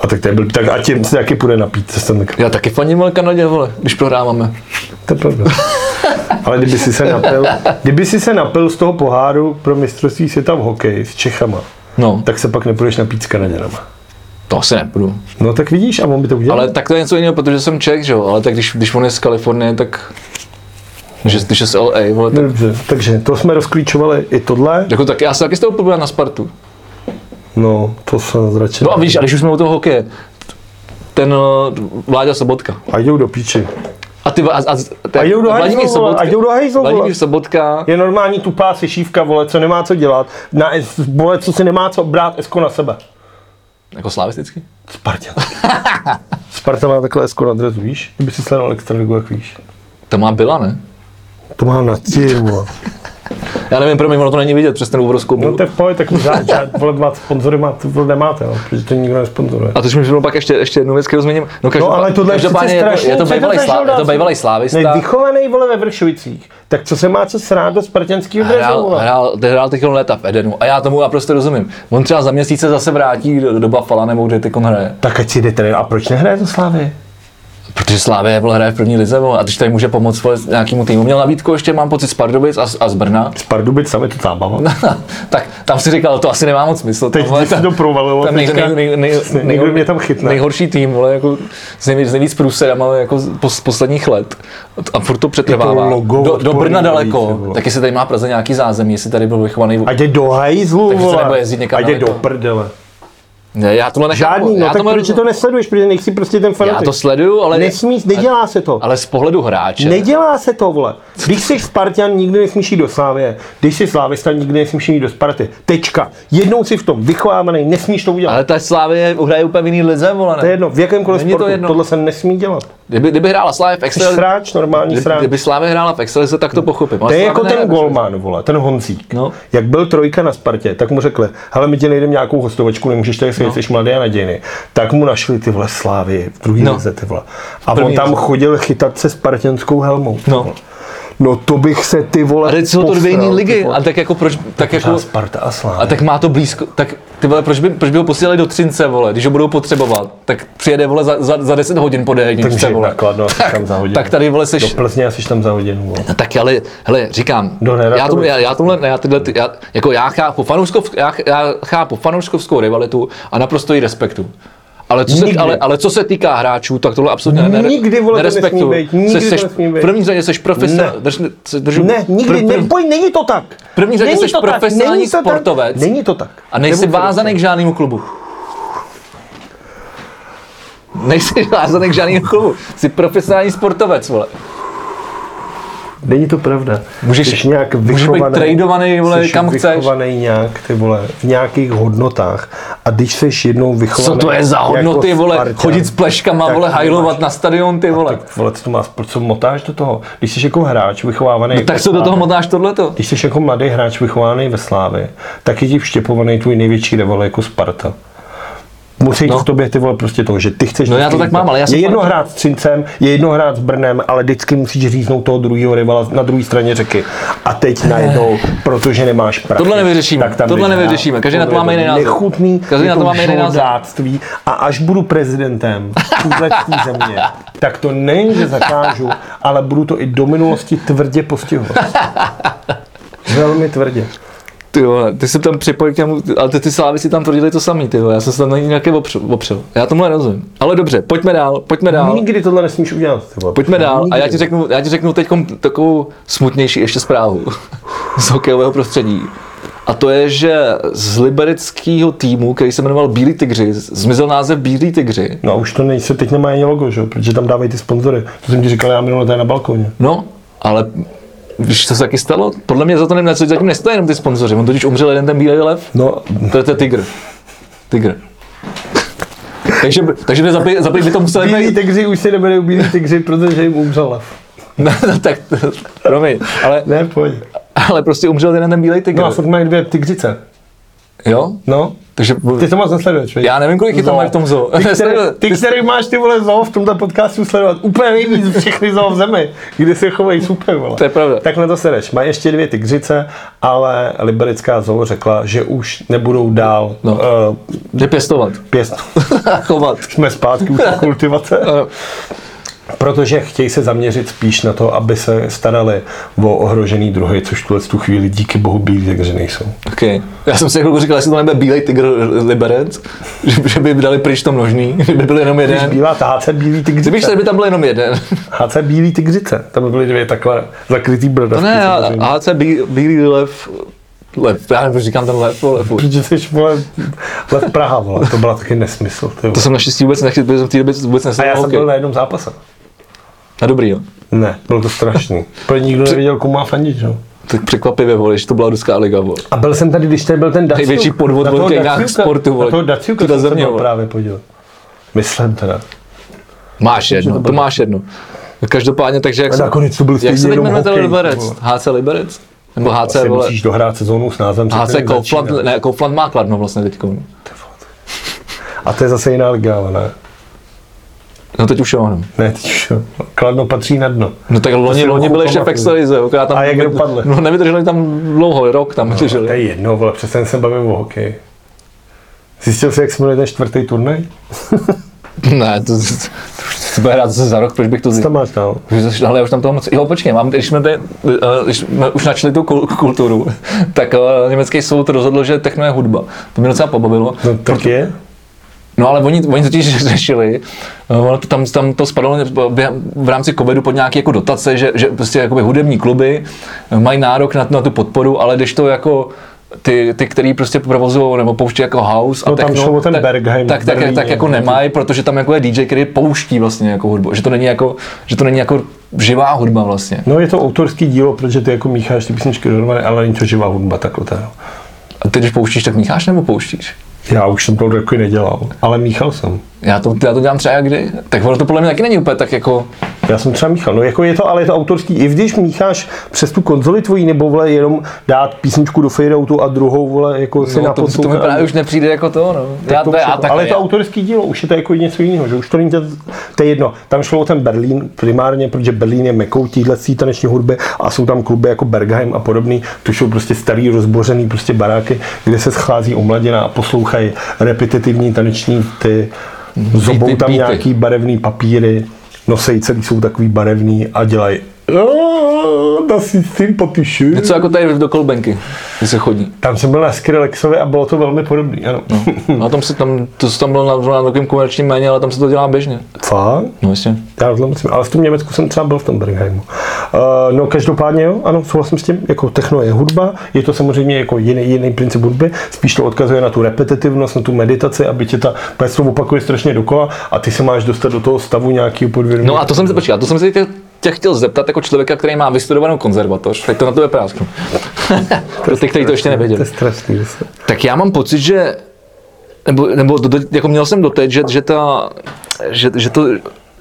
Speaker 2: A tak to je blbý. Tak a tím se taky půjde napít. To, jsem tak...
Speaker 1: Já taky fandím ale Kanadě, vole, když prohráváme.
Speaker 2: to je pravda. Ale kdyby si se napil, kdyby si se napil z toho poháru pro mistrovství světa v hokeji s Čechama,
Speaker 1: No, tak
Speaker 2: tak se pak nepůjdeš napít s Kanaděnama.
Speaker 1: to asi nepůjdu.
Speaker 2: No tak vidíš, a on by to udělal.
Speaker 1: Ale tak to je něco jiného, protože jsem Čech, že jo, ale tak když, když on je z Kalifornie, tak... Že, když je z LA, vole, tak...
Speaker 2: Dobře, takže to jsme rozklíčovali i tohle.
Speaker 1: Jako tak já se taky s tou na Spartu.
Speaker 2: No, to se zračil.
Speaker 1: No a víš, a když už jsme u toho hokeje, ten eh, Vláďa Sobotka.
Speaker 2: A jdou do píči.
Speaker 1: A ty a, a, a,
Speaker 2: A jdou do hajzlu, vole, a jdou do hajzlu, vole.
Speaker 1: Vladimír Sobotka,
Speaker 2: Je normální tupá sešívka, vole, co nemá co dělat. Na es, vole, co si nemá co brát esko na sebe.
Speaker 1: jako slavisticky.
Speaker 2: Sparta. Sparta má takhle esko na dresu, víš? Kdyby si sledoval extraligu, jak víš.
Speaker 1: To má byla, ne?
Speaker 2: To má na ti, vole.
Speaker 1: Já nevím, pro mě ono to není vidět přes ten obrovskou
Speaker 2: No
Speaker 1: bulu.
Speaker 2: to je v pohodě, tak žád, žád, vole, dva sponzory má, vole, nemáte, no, protože to nikdo nesponzoruje.
Speaker 1: A to mi bylo pak ještě, ještě jednu věc, kterou zmíním. No, každopád,
Speaker 2: ale tohle je
Speaker 1: každopádně
Speaker 2: přece
Speaker 1: je, to,
Speaker 2: strašný,
Speaker 1: je to
Speaker 2: co je to
Speaker 1: bývalý
Speaker 2: za
Speaker 1: slá, je to
Speaker 2: žoldáci?
Speaker 1: bývalý slávista.
Speaker 2: Vychovaný, vole, ve Vršovicích. Tak co se má co srát do spartanského dresu,
Speaker 1: Hrál,
Speaker 2: vole?
Speaker 1: hrál, hrál teď léta v Edenu a já tomu já prostě rozumím. On třeba za měsíc se zase vrátí do, do Buffalo nebo kde teď on hraje.
Speaker 2: Tak ať si jde trenér. A proč nehraje to Slávy?
Speaker 1: Protože Slávě byl hraje v první lize vole, a teď tady může pomoct vole, nějakému týmu. Měl nabídku ještě, mám pocit, z Pardubic a, z- a z Brna.
Speaker 2: Z Pardubic tam je to zábava.
Speaker 1: tak tam si říkal, to asi nemá moc smysl.
Speaker 3: Teď
Speaker 1: tam, vole,
Speaker 3: se
Speaker 1: tam-
Speaker 3: to provalilo,
Speaker 1: Tam nej,
Speaker 3: teďka
Speaker 1: nej, nej, nej,
Speaker 3: přesně, někdo mě tam chytne.
Speaker 1: Nejhorší tým, vole, jako s nejvíc, s nejvíc průserama jako z pos, posledních let. A furt to přetrvává.
Speaker 2: Jako logo
Speaker 1: do, do
Speaker 2: odporný
Speaker 1: Brna
Speaker 2: navíc,
Speaker 1: daleko,
Speaker 2: ty vole.
Speaker 1: taky se tady má Praze nějaký zázemí, jestli tady byl vychovaný.
Speaker 2: Ať je do hajzlu,
Speaker 1: Takže se
Speaker 2: vole.
Speaker 1: nebude jezdit někam
Speaker 2: Ať
Speaker 1: na
Speaker 2: je do
Speaker 1: leto.
Speaker 2: prdele.
Speaker 1: Ne, já tohle nechápu.
Speaker 2: Žádný, no
Speaker 1: já
Speaker 2: tak
Speaker 1: tomu
Speaker 2: proč to nesleduješ, protože nejsi prostě ten
Speaker 1: Já
Speaker 2: fanatik.
Speaker 1: to sleduju, ale,
Speaker 2: Nesmíš, nedělá se to.
Speaker 1: ale z pohledu hráče.
Speaker 2: Nedělá se to, vole. Když jsi Spartan, nikdy nesmíš jít do Slávě. Když jsi Slávista, nikdy nesmíš jít do Sparty. Tečka. Jednou jsi v tom vychovávaný, nesmíš to udělat.
Speaker 1: Ale ta Slávě hraje úplně v jiný lize, vole.
Speaker 2: To je jedno, v jakémkoliv
Speaker 1: Není to
Speaker 2: sportu to
Speaker 1: jedno.
Speaker 2: tohle se nesmí dělat.
Speaker 1: Kdyby, kdyby hrála Slávě v
Speaker 2: Jsi
Speaker 1: Extralize,
Speaker 2: sráč, normální
Speaker 1: kdyby,
Speaker 2: sráč.
Speaker 1: kdyby Slávě hrála v Extralize, tak to pochopím. Ale
Speaker 2: To je
Speaker 1: Slávě
Speaker 2: jako
Speaker 1: nehraje
Speaker 2: ten
Speaker 1: v
Speaker 2: golman, vole, ten Honzík.
Speaker 1: No.
Speaker 2: Jak byl trojka na Spartě, tak mu řekli, hele, my ti nejdeme nějakou hostovačku, nemůžeš tady
Speaker 1: No.
Speaker 2: sedět, jsi mladý a nadějný. Tak mu našli ty vole slávy v druhý
Speaker 1: No.
Speaker 2: no. lize, ty vole. A
Speaker 1: první
Speaker 2: on tam
Speaker 1: lize.
Speaker 2: chodil chytat se spartianskou helmou. ty
Speaker 1: No.
Speaker 2: vole. No to bych se ty vole
Speaker 1: A teď jsou to dvě jiné
Speaker 2: posral, ty
Speaker 1: ligy.
Speaker 2: vole.
Speaker 1: A tak jako proč, tak jako,
Speaker 2: Pořád Sparta a Slávy.
Speaker 1: a tak má to blízko, tak ty vole, proč by, proč by ho posílali do Třince, vole, když ho budou potřebovat, tak přijede, vole, za, za, za 10 hodin po
Speaker 2: Takže
Speaker 1: D1, vole.
Speaker 2: nakladno asi tam za hodinu.
Speaker 1: tak tady, vole,
Speaker 2: Do No,
Speaker 1: seš,
Speaker 2: Plzně asi tam za hodinu. Vole.
Speaker 1: No tak ale, hele, říkám,
Speaker 2: Do Neratovic.
Speaker 1: já, tomu, já, já, tomhle, ne, já, tyhle, ty, já, jako já chápu, fanouškov, já, ch- já chápu fanouškovskou rivalitu a naprosto ji respektu. Ale co, se,
Speaker 2: Nikdy.
Speaker 1: ale, ale co se týká hráčů, tak tohle absolutně ne, ne,
Speaker 2: Nikdy, vole, to
Speaker 1: nerespektuju.
Speaker 2: nesmí být, nikdy
Speaker 1: Seš-
Speaker 2: to
Speaker 1: seš-
Speaker 2: nesmí být.
Speaker 1: V první řadě jsi profesionál.
Speaker 2: Ne.
Speaker 1: Drž, se držu-
Speaker 2: Ne, nikdy,
Speaker 1: prv- prv-
Speaker 2: neboj, není to tak.
Speaker 1: První řadě
Speaker 2: Není
Speaker 1: jsi
Speaker 2: to tak,
Speaker 1: profesionální
Speaker 2: není to tak,
Speaker 1: sportovec.
Speaker 2: Není to tak.
Speaker 1: A nejsi
Speaker 2: Nebo to-
Speaker 1: vázaný k žádnému klubu. Nejsi vázaný k žádnému klubu. Jsi profesionální sportovec, vole.
Speaker 2: Není to pravda.
Speaker 1: Můžeš-
Speaker 2: Jsi nějak
Speaker 1: můžeš být
Speaker 2: vychovaný,
Speaker 1: tradovaný, vole,
Speaker 2: jsi
Speaker 1: kam chceš.
Speaker 2: vychovaný nějak, ty vole, v nějakých hodnotách. A když jsi jednou vychovaný...
Speaker 1: Co to je za hodnoty,
Speaker 2: jako
Speaker 1: vole?
Speaker 2: Spartan,
Speaker 1: Chodit s pleškama,
Speaker 2: tak
Speaker 1: vole,
Speaker 2: nemáš-
Speaker 1: hajlovat na stadion, ty vole.
Speaker 2: Tak, vole, co to má, proč se motáš do toho? Když jsi jako hráč vychovávaný...
Speaker 1: No, tak
Speaker 2: ve
Speaker 1: co do toho
Speaker 2: Slávě,
Speaker 1: motáš tohleto?
Speaker 2: Když jsi jako mladý hráč vychovaný ve Slávě, tak je ti vštěpovaný tvůj největší rival jako Sparta. Musí
Speaker 1: No.
Speaker 2: no. v tobě ty vole prostě to, že ty chceš.
Speaker 1: No já to
Speaker 2: vždycky
Speaker 1: tak mám, ale já jsem
Speaker 2: Je jedno
Speaker 1: Spartan.
Speaker 2: hrát s Třincem, je jedno hrát s Brnem, ale vždycky musíš říznout toho druhého rivala na druhé straně řeky. A teď najednou, protože nemáš prachy.
Speaker 1: Tohle nevyřešíme,
Speaker 2: tak tam
Speaker 1: tohle
Speaker 2: vyhrá.
Speaker 1: nevyřešíme, každý na to
Speaker 2: Tohle
Speaker 1: máme
Speaker 2: je
Speaker 1: jiný názor.
Speaker 2: Nechutný,
Speaker 1: Každý
Speaker 2: je
Speaker 1: na to máme jiný názor.
Speaker 2: žoldáctví. A až budu prezidentem tuhle země, tak to nejen, že zakážu, ale budu to i do minulosti tvrdě postihovat. Velmi tvrdě.
Speaker 1: Ty vole, ty se tam připojil k němu, ale ty, ty slávy si tam tvrdili to samý, ty vole, já jsem se tam na ně nějaké opřel, opřel. Já tomu nerozumím. Ale dobře, pojďme dál, pojďme dál.
Speaker 2: Nikdy tohle nesmíš udělat. Ty vole.
Speaker 1: No. Pojďme dál a
Speaker 2: Nikdy.
Speaker 1: já ti řeknu, já ti řeknu teď takovou smutnější ještě zprávu z hokejového prostředí. A to je, že z liberického týmu, který se jmenoval Bílí tygři, zmizel název Bílí tygři.
Speaker 2: No a už to nejse, teď nemá ani logo, že? jo, protože tam dávají ty sponzory. To jsem ti říkal já minule tady na balkoně.
Speaker 1: No, ale víš, co se taky stalo? Podle mě za to nevím, co zatím nestojí jenom ty sponzoři. On totiž umřel jeden ten bílý lev,
Speaker 2: No,
Speaker 1: to je ten tygr. Tygr. takže, takže by za, pět- za pět by to museli
Speaker 2: bílí
Speaker 1: být.
Speaker 2: tygři už se neberu bílí tygři, protože jim umřel lev.
Speaker 1: No, no, tak, promiň, ale,
Speaker 2: Ne, pojď.
Speaker 1: ale prostě umřel jeden ten bílý tygr.
Speaker 2: No a furt mají dvě tygřice.
Speaker 1: Jo?
Speaker 2: No,
Speaker 1: Takže
Speaker 2: ty to moc nesleduješ, veď?
Speaker 1: Já nevím, kolik je tam
Speaker 2: Zoo.
Speaker 1: mají v tom zoo.
Speaker 2: Ty, který,
Speaker 1: Nesleduju.
Speaker 2: ty, který máš ty vole zoo v tomto podcastu sledovat úplně nejvíc ze všechny zoo v zemi, kde se chovají super, vole.
Speaker 1: To je pravda.
Speaker 2: Takhle to sereš. Má ještě dvě tygřice, ale liberická zoo řekla, že už nebudou dál
Speaker 1: No.
Speaker 2: no. uh,
Speaker 1: Že pěstovat.
Speaker 2: pěst.
Speaker 1: A chovat.
Speaker 2: jsme zpátky u té kultivace.
Speaker 1: Eh.
Speaker 2: Protože chtějí se zaměřit spíš na to, aby se starali o ohrožený druhy, což tuhle tu chvíli díky bohu bílí, takže nejsou.
Speaker 1: Okay. Já jsem si jako říkal, jestli to nebude bílej tygr liberec, že, že by dali pryč to množný, že by byl jenom
Speaker 2: Když
Speaker 1: jeden.
Speaker 2: bílá táce, bílý
Speaker 1: Kdybyš
Speaker 2: tygřice.
Speaker 1: tady by tam byl jenom jeden.
Speaker 2: HC bílý tygřice. Tam by byly dvě takhle zakrytý
Speaker 1: To
Speaker 2: brodavky.
Speaker 1: No ne, a
Speaker 2: samozřejmě.
Speaker 1: a AC bí, bílý lev, lev, já nevím, proč říkám ten lev, vole, fuj.
Speaker 2: Protože jsi vole, let Praha, vole. to byla taky nesmysl. Ty
Speaker 1: To
Speaker 2: vole.
Speaker 1: jsem naštěstí vůbec nechtěl, protože jsem v té době vůbec
Speaker 2: a já
Speaker 1: nesledoval
Speaker 2: jsem
Speaker 1: hokej.
Speaker 2: byl na jednom zápase.
Speaker 1: Na dobrý, jo.
Speaker 2: Ne, bylo to strašný. Protože nikdo nevěděl, komu má fandit, že? jo.
Speaker 1: Tak překvapivě, vole, že to byla ruská liga, vole.
Speaker 2: A byl jsem tady, když tady byl ten Daciuk.
Speaker 1: Největší podvod
Speaker 2: Na toho
Speaker 1: v dějinách
Speaker 2: Daciuka-
Speaker 1: sportu, vole.
Speaker 2: Na toho Daciuka
Speaker 1: Tuda
Speaker 2: jsem se
Speaker 1: země,
Speaker 2: byl
Speaker 1: vole.
Speaker 2: právě podíl. Myslím teda.
Speaker 1: Máš jedno, to máš jedno. Každopádně, takže jak
Speaker 2: A
Speaker 1: se,
Speaker 2: nakonec to byl
Speaker 1: jak
Speaker 2: stejně
Speaker 1: se teď
Speaker 2: jenom
Speaker 1: jmenuje ten
Speaker 2: hokej,
Speaker 1: Liberec?
Speaker 2: vole.
Speaker 1: HC Liberec? Nebo HC,
Speaker 2: Asi
Speaker 1: vole,
Speaker 2: musíš dohrát sezónu s názvem. se
Speaker 1: HC
Speaker 2: kterým
Speaker 1: Kaufland,
Speaker 2: začínáš.
Speaker 1: ne, Kaufland má kladno vlastně teď.
Speaker 2: A to je zase jiná liga, ale ne.
Speaker 1: No teď už jo, no.
Speaker 2: Ne, teď už jo. Kladno patří na dno.
Speaker 1: No tak loni,
Speaker 2: si
Speaker 1: loni
Speaker 2: dlouho
Speaker 1: byli ještě v
Speaker 2: pamatuju.
Speaker 1: Extralize, akorát tam...
Speaker 2: A jak No, dopadli?
Speaker 1: No nevydrželi tam dlouho, rok tam
Speaker 2: To je
Speaker 1: vydrželi.
Speaker 2: jedno, vole, přece jen se bavím o hokeji. Zjistil jsi, jak se jmenuje ten čtvrtý turnaj?
Speaker 1: Ne, to, to, se bude hrát zase za rok, proč bych to
Speaker 2: Co
Speaker 1: zjistil.
Speaker 2: tam máš dál?
Speaker 1: Už zase- Ale já už tam toho moc... Jo, počkej, mám, když jsme, tady, eh, když jsme už načali tu kul- kulturu, tak eh, německý soud rozhodl, že techno je hudba. To mě docela pobavilo.
Speaker 2: No tak je.
Speaker 1: No ale oni, oni totiž řešili, eh, ono to, tam, tam to spadlo během- v rámci covidu pod nějaké jako dotace, že, že prostě jakoby hudební kluby eh, mají nárok na, na tu podporu, ale když to jako ty, ty který prostě provozují nebo pouští jako house a
Speaker 2: No, tam
Speaker 1: techno,
Speaker 2: šlo o ten no.
Speaker 1: tak,
Speaker 2: Bergheim v
Speaker 1: tak, tak, tak,
Speaker 2: Berlíně.
Speaker 1: jako nemají, protože tam jako je DJ, který pouští vlastně jako hudbu, že to není jako, že to není jako živá hudba vlastně.
Speaker 2: No je to autorský dílo, protože ty jako mícháš ty písničky dohromady, ale není to no. živá hudba takhle. Teda.
Speaker 1: A ty když pouštíš, tak mícháš nebo pouštíš?
Speaker 2: Já už jsem to roky nedělal, ale míchal jsem.
Speaker 1: Já to, já to dělám třeba kdy. Tak ono to podle mě taky není úplně tak jako,
Speaker 2: Já jsem třeba míchal. No jako je to, ale je to autorský. I když mícháš přes tu konzoli tvojí, nebo vole jenom dát písničku do fadeoutu a druhou vole jako si
Speaker 1: no, to, to mi právě už nepřijde jako to, no. Já,
Speaker 2: to
Speaker 1: to, je-
Speaker 2: už
Speaker 1: já,
Speaker 2: je to.
Speaker 1: tak,
Speaker 2: ale je to
Speaker 1: já,
Speaker 2: autorský dílo, už je to jako něco jiného, že už to není, to, to je jedno. Tam šlo o ten Berlín primárně, protože Berlín je mekou téhle taneční hudby a jsou tam kluby jako Bergheim a podobný, to jsou prostě starý rozbořený prostě baráky, kde se schází omladina a poslouchají repetitivní taneční ty, zobou tam
Speaker 1: beaty.
Speaker 2: nějaký barevný papíry, nosej celý jsou takový barevný a dělají da si s tím popíšu.
Speaker 1: Něco jako tady do kolbenky, kde se chodí.
Speaker 2: Tam jsem byl na Skrillexovi a bylo to velmi podobný, ano. No.
Speaker 1: A tam se tam, to se tam bylo na, na takovém komerčním méně, ale tam se to dělá běžně.
Speaker 2: Fakt?
Speaker 1: No jasně.
Speaker 2: Já to myslím, ale v tom Německu jsem třeba byl v tom Bergheimu. Uh, no každopádně jo, ano, souhlasím s tím, jako techno je hudba, je to samozřejmě jako jiný, jiný princip hudby, spíš to odkazuje na tu repetitivnost, na tu meditaci, aby tě ta pes to opakuje strašně dokola a ty se máš dostat do toho stavu nějakého podvědomí.
Speaker 1: No a to jsem se počkal, to jsem se tě, tě chtěl zeptat jako člověka, který má vystudovanou konzervatoř, tak to na tebe prásknu. Pro ty, kteří to ještě
Speaker 2: To
Speaker 1: nevěděli.
Speaker 2: je strašný. zase.
Speaker 1: Tak já mám pocit, že nebo, nebo do, do- jako měl jsem doteď, že, že, ta, že, že, to,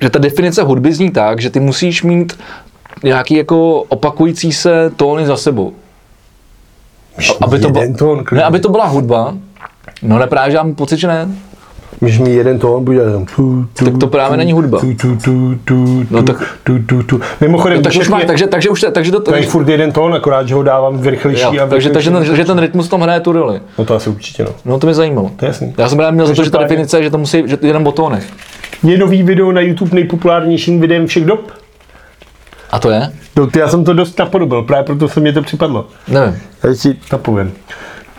Speaker 1: že ta definice hudby zní tak, že ty musíš mít nějaký jako opakující se tóny za sebou.
Speaker 2: Můžeš mít
Speaker 1: Aby to,
Speaker 2: jeden
Speaker 1: ba-
Speaker 2: tón,
Speaker 1: ne, aby to byla hudba, no ne právě, že mám pocit, že ne.
Speaker 2: Můžeš mít jeden tón, bude tam tu, tu,
Speaker 1: Tak to právě
Speaker 2: tu,
Speaker 1: není hudba.
Speaker 2: Tu, tu, tu, tu,
Speaker 1: No
Speaker 2: tu,
Speaker 1: tak-
Speaker 2: tu, tu, tu. Mimochodem,
Speaker 1: No, takže, už
Speaker 2: všechny-
Speaker 1: má, takže, takže, už, takže to,
Speaker 2: to je furt jeden tón, akorát, že ho dávám v rychlejší
Speaker 1: jo,
Speaker 2: a v
Speaker 1: takže, takže,
Speaker 2: rychlejší.
Speaker 1: ten, takže ten rytmus tam hraje tu roli.
Speaker 2: No to asi určitě no.
Speaker 1: No to mě zajímalo.
Speaker 2: To je jasný.
Speaker 1: Já jsem právě měl za to, že ta
Speaker 2: Každopádně-
Speaker 1: definice, že to musí, že to je jenom o tónech.
Speaker 2: Je nový video na YouTube nejpopulárnějším videem všech dob?
Speaker 1: A to je?
Speaker 2: No, ty, já jsem to dost napodobil, právě proto se mě to připadlo.
Speaker 1: Nevím.
Speaker 2: Já ti napovím.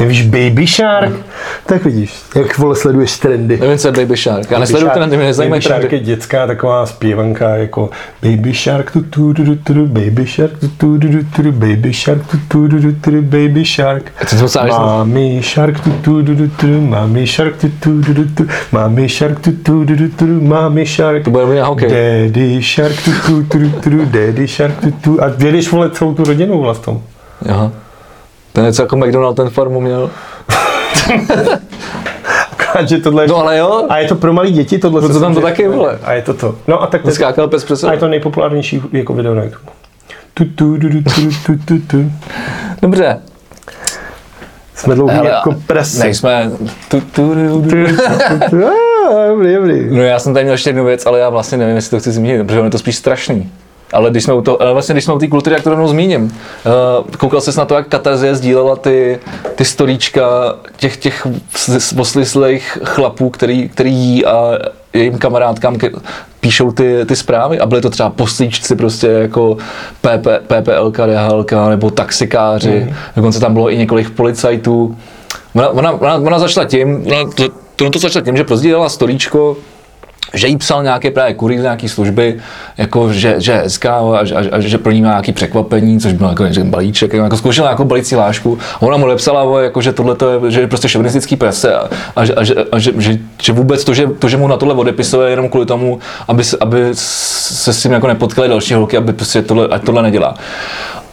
Speaker 2: Nevíš Baby Shark? Tak vidíš, jak vole sleduješ trendy.
Speaker 1: Nevím, co je Baby Shark. Já nesleduju trendy, mě nezajímají
Speaker 2: Baby Shark je
Speaker 1: trendy.
Speaker 2: dětská taková zpěvanka jako Baby Shark tu tu tu tu tu Baby Shark tu tu tu tu tu Baby Shark tu tu tu tu tu Baby Shark
Speaker 1: Co jsem psal, že jsem-
Speaker 2: Mami Shark tu tu tu tu tu Mami Shark tu tu tu tu tu Mami Shark tu tu tu tu tu Mami Shark
Speaker 1: To bude mít na hokej.
Speaker 2: Daddy Shark tu tu tu tu tu Daddy Shark tu tu A vědeš vole celou tu rodinu vlastně
Speaker 1: Aha. To je něco jako McDonald ten farmu měl.
Speaker 2: Akorát, že tohle je-
Speaker 1: No ale jo,
Speaker 2: A je to pro malé děti tohle
Speaker 1: No to
Speaker 2: se
Speaker 1: tam to
Speaker 2: samozřejmě-
Speaker 1: taky, vole.
Speaker 2: A je to to No a tak to je-
Speaker 1: skákal pes přes
Speaker 2: A je to nejpopulárnější jako video na YouTube. Tu, tu, tu, tu, tu, tu, tu, tu.
Speaker 1: Dobře.
Speaker 2: Jsme dlouhý
Speaker 1: Hele,
Speaker 2: jako prasy.
Speaker 1: Nejsme... Tu, tu, tu, tu.
Speaker 2: Tu, tu, tu. Ah, Dobrý, dobrý.
Speaker 1: No já jsem tady měl ještě jednu věc, ale já vlastně nevím, jestli to chci zmínit, protože on je to spíš strašný. Ale když jsme u toho, ale vlastně když jsme u té kultury, jak to rovnou zmíním. Eh, Koukal jsi na to, jak Katarzie sdílela ty, ty storíčka těch, těch poslyslých chlapů, který, který jí a jejím kamarádkám ke, píšou ty, ty zprávy a byly to třeba poslíčci prostě jako PP, PPLK, DHLK nebo taxikáři, mm. dokonce tam bylo i několik policajtů. Ona, ona, ona, ona začala tím, ona to, to, to začala tím, že prozdílela storíčko že jí psal nějaké právě kurýr nějaký služby, jako že, že je hezká a, že- a, že- a, že pro ní má nějaký překvapení, což byl jako nevím, balíček, jako zkoušela nějakou balící lášku a ona mu napsala, vole, jako, že tohle je, že je prostě šovinistický prese a, a, že- a, že- a že, že, že, vůbec to že, to, že mu na tohle odepisuje je jenom kvůli tomu, aby, se- aby se s tím jako nepotkali další holky, aby prostě tohle, ať tohle nedělá.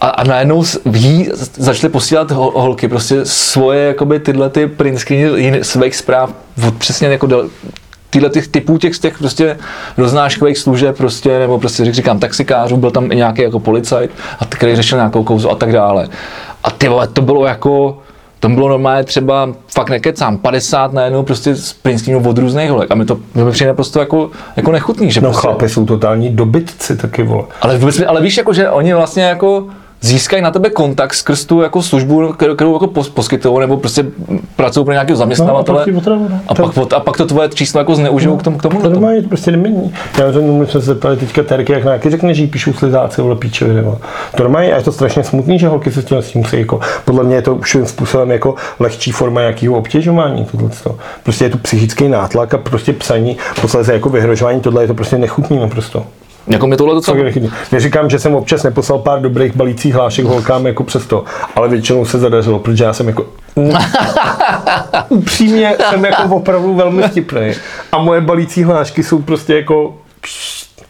Speaker 1: A, a najednou s- jí začaly posílat ho- holky prostě svoje jakoby tyhle ty print screeny jin- svých zpráv od přesně jako dal, tyhle těch typů těch, těch prostě roznáškových služeb prostě, nebo prostě jak říkám taxikářů, byl tam i nějaký jako policajt, a t- který řešil nějakou kouzu a tak dále. A ty vole, to bylo jako, Tam bylo normálně třeba, fakt nekecám, 50 najednou prostě z prinskýnů od různých holek. A mi to, mi to přijde naprosto jako, jako nechutný. Že
Speaker 2: No
Speaker 1: prostě,
Speaker 2: chlapi jsou totální dobytci taky, vole.
Speaker 1: ale, vůbec, mi- ale víš, jako, že oni vlastně jako získají na tebe kontakt skrz tu jako službu, kterou, kterou jako pos, poskytují, nebo prostě pracují pro
Speaker 2: No,
Speaker 1: nějakého zaměstnavatele.
Speaker 2: proti otravu, no.
Speaker 1: a,
Speaker 2: To-
Speaker 1: pak, od- a pak to tvoje číslo jako zneužijou k tomu. K tomu
Speaker 2: To normálně to prostě nemění. Já to my jsme se zeptali teďka Terky, jak na jaký řekne, že jí píšou slizáci, vole píčovi, nebo. To normálně, a je to strašně smutný, že holky se s tím, s tím musí, jako, podle mě je to už svým způsobem jako lehčí forma nějakého obtěžování, tohle. Prostě je to psychický nátlak a prostě psaní, posledně jako vyhrožování, tohle je to prostě nechutný naprosto.
Speaker 1: Jako mě tohle docela...
Speaker 2: Fakt nechutný. Neříkám, že jsem občas neposlal pár dobrých balících hlášek holkám jako přesto, ale většinou se zadařilo, protože já jsem jako upřímně jsem jako opravdu velmi vtipný. A moje balící hlášky jsou prostě jako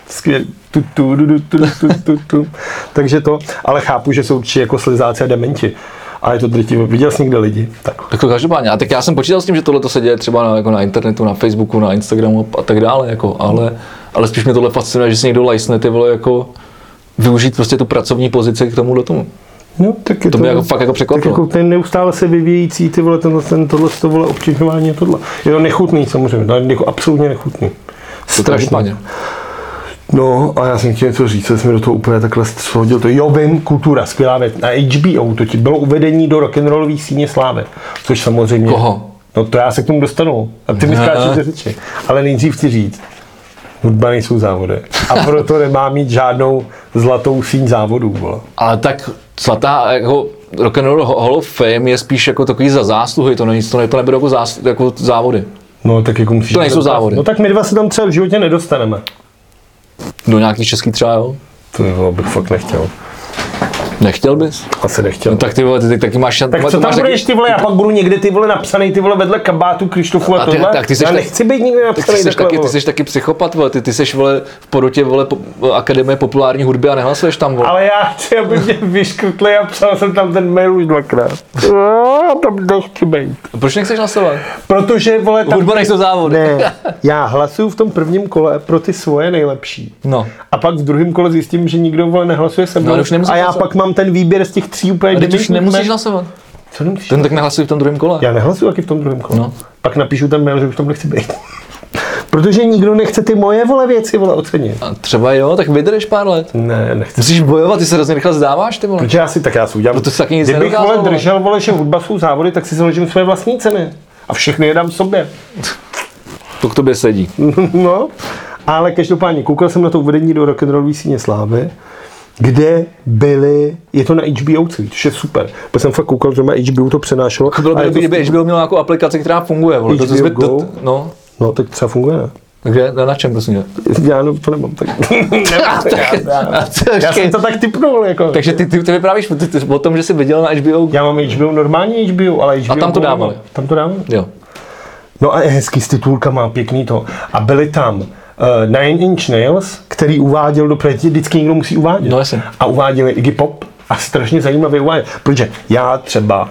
Speaker 2: skvělý. Tu, tu, du, du, tu, tu, tu, tu. Takže to, ale chápu, že jsou určitě jako slizáci a dementi. A je to drtivé. Viděl jsi někde lidi? Tak.
Speaker 1: Tak to jako, každopádně. A tak já jsem počítal s tím, že tohle to se děje třeba na, jako na internetu, na Facebooku, na Instagramu a tak dále, jako, ale, ale spíš mě tohle fascinuje, že si někdo lajsne ty vole jako využít prostě tu pracovní pozici k tomuhle tomu.
Speaker 2: No, tak je
Speaker 1: To
Speaker 2: to,
Speaker 1: mě jako fakt jako
Speaker 2: tak
Speaker 1: překvapilo.
Speaker 2: jako ten neustále se vyvíjící ty vole, tenhle, ten, tohle, to vole, obtěžování a tohle. Je to nechutný samozřejmě, ale jako absolutně nechutný.
Speaker 1: To každopádně.
Speaker 2: No a já jsem chtěl něco říct, jsem mi do toho úplně takhle shodil. To jo, vím, kultura, skvělá věc. Na HBO to ti bylo uvedení do rock'n'rollových síně slávy, což samozřejmě...
Speaker 1: Koho?
Speaker 2: No to já se k tomu dostanu. A ty mi
Speaker 1: Ne.
Speaker 2: skáčeš do řeči. Ale nejdřív chci říct, hudba nejsou závody. A proto nemá mít žádnou zlatou síň závodů. Vole.
Speaker 1: Ale tak svatá jako Rock and Roll Hall of Fame je spíš jako takový za zásluhy, to, není, to, ne, to nebylo jako, zás, jako závody.
Speaker 2: No tak jako musíš...
Speaker 1: To nejsou závody.
Speaker 2: No tak my dva se tam třeba v životě nedostaneme.
Speaker 1: Do nějaký český třeba, jo?
Speaker 2: To jo, bych fakt nechtěl.
Speaker 1: Nechtěl bys?
Speaker 2: Asi nechtěl.
Speaker 1: No tak ty vole, ty, ty, taky máš šan-
Speaker 2: Tak
Speaker 1: vole,
Speaker 2: co
Speaker 1: to
Speaker 2: tam
Speaker 1: máš
Speaker 2: budeš ty vole, já pak budu někde ty vole napsaný ty vole vedle kabátu Krištofu a,
Speaker 1: A ty-
Speaker 2: tohle.
Speaker 1: tak ty seš
Speaker 2: já
Speaker 1: tak-
Speaker 2: nechci být nikdy
Speaker 1: Tak ty
Speaker 2: napsaný
Speaker 1: jsi,
Speaker 2: takhle.
Speaker 1: taky, ty
Speaker 2: vole.
Speaker 1: jsi taky psychopat, vole. Ty, ty jsi vole, v porotě vole, po, Akademie populární hudby a nehlasuješ tam. Vole.
Speaker 2: Ale já chci, aby mě vyškrtli a psal jsem tam ten mail už dvakrát. No, já tam nechci být.
Speaker 1: Proč nechceš hlasovat?
Speaker 2: Protože vole tam...
Speaker 1: Hudba nejsou závody.
Speaker 2: Ne, já hlasuju v tom prvním kole pro ty svoje nejlepší.
Speaker 1: No.
Speaker 2: A pak v druhém kole zjistím, že nikdo vole nehlasuje se mnou.
Speaker 1: ale už nemusíš
Speaker 2: a já
Speaker 1: hlasovat.
Speaker 2: pak mám ten výběr z těch tří úplně
Speaker 1: A teď už
Speaker 2: debilních
Speaker 1: nemusíš
Speaker 2: jmen.
Speaker 1: hlasovat.
Speaker 2: Co nemusíš?
Speaker 1: Ten tak nehlasuj v tom druhém kole.
Speaker 2: Já nehlasuju taky v tom druhém kole.
Speaker 1: No.
Speaker 2: Pak napíšu ten mail, že už tam nechci být. Protože nikdo nechce ty moje vole věci vole ocenit.
Speaker 1: A třeba jo, tak vydržeš pár let.
Speaker 2: Ne, nechci.
Speaker 1: Musíš bojovat, ty se hrozně rychle zdáváš, ty vole.
Speaker 2: Protože já si tak já si udělám.
Speaker 1: Proto jsi taky nic
Speaker 2: Kdybych
Speaker 1: nedokázal,
Speaker 2: vole
Speaker 1: vole.
Speaker 2: držel vole, že hudba jsou závody, tak si založím své vlastní ceny. A všechny je dám sobě.
Speaker 1: To k tobě sedí.
Speaker 2: no. Ale každopádně, koukal jsem na to uvedení do rock'n'rollový síně slávy, kde byly, je to na HBO celý, což je super. Protože jsem fakt koukal, že má HBO to přenášelo.
Speaker 1: To bylo
Speaker 2: a
Speaker 1: by
Speaker 2: je
Speaker 1: dobrý,
Speaker 2: to
Speaker 1: kdyby HBO měl nějakou jako aplikaci, která funguje, vole. To, to,
Speaker 2: HBO
Speaker 1: to, to,
Speaker 2: Go?
Speaker 1: no,
Speaker 2: No, tak třeba funguje, ne?
Speaker 1: kde, na, na čem prosím tě?
Speaker 2: Já no, to nemám, tak... Nemám, já, já,
Speaker 1: A co,
Speaker 2: já
Speaker 1: počkej.
Speaker 2: jsem to tak typnul, jako.
Speaker 1: Takže ty, ty, ty vyprávíš ty, ty, o tom, že jsi viděl na HBO?
Speaker 2: Já mám HBO, normální HBO, ale HBO...
Speaker 1: tam to
Speaker 2: nemám.
Speaker 1: dávali.
Speaker 2: Tam to dávali.
Speaker 1: Jo.
Speaker 2: No a je hezký s titulkama, pěkný to. A byli tam uh, Nine Inch Nails, který uváděl do proti, vždycky někdo musí uvádět.
Speaker 1: No jasně.
Speaker 2: A uváděli Iggy Pop a strašně zajímavě uváděl. Protože já třeba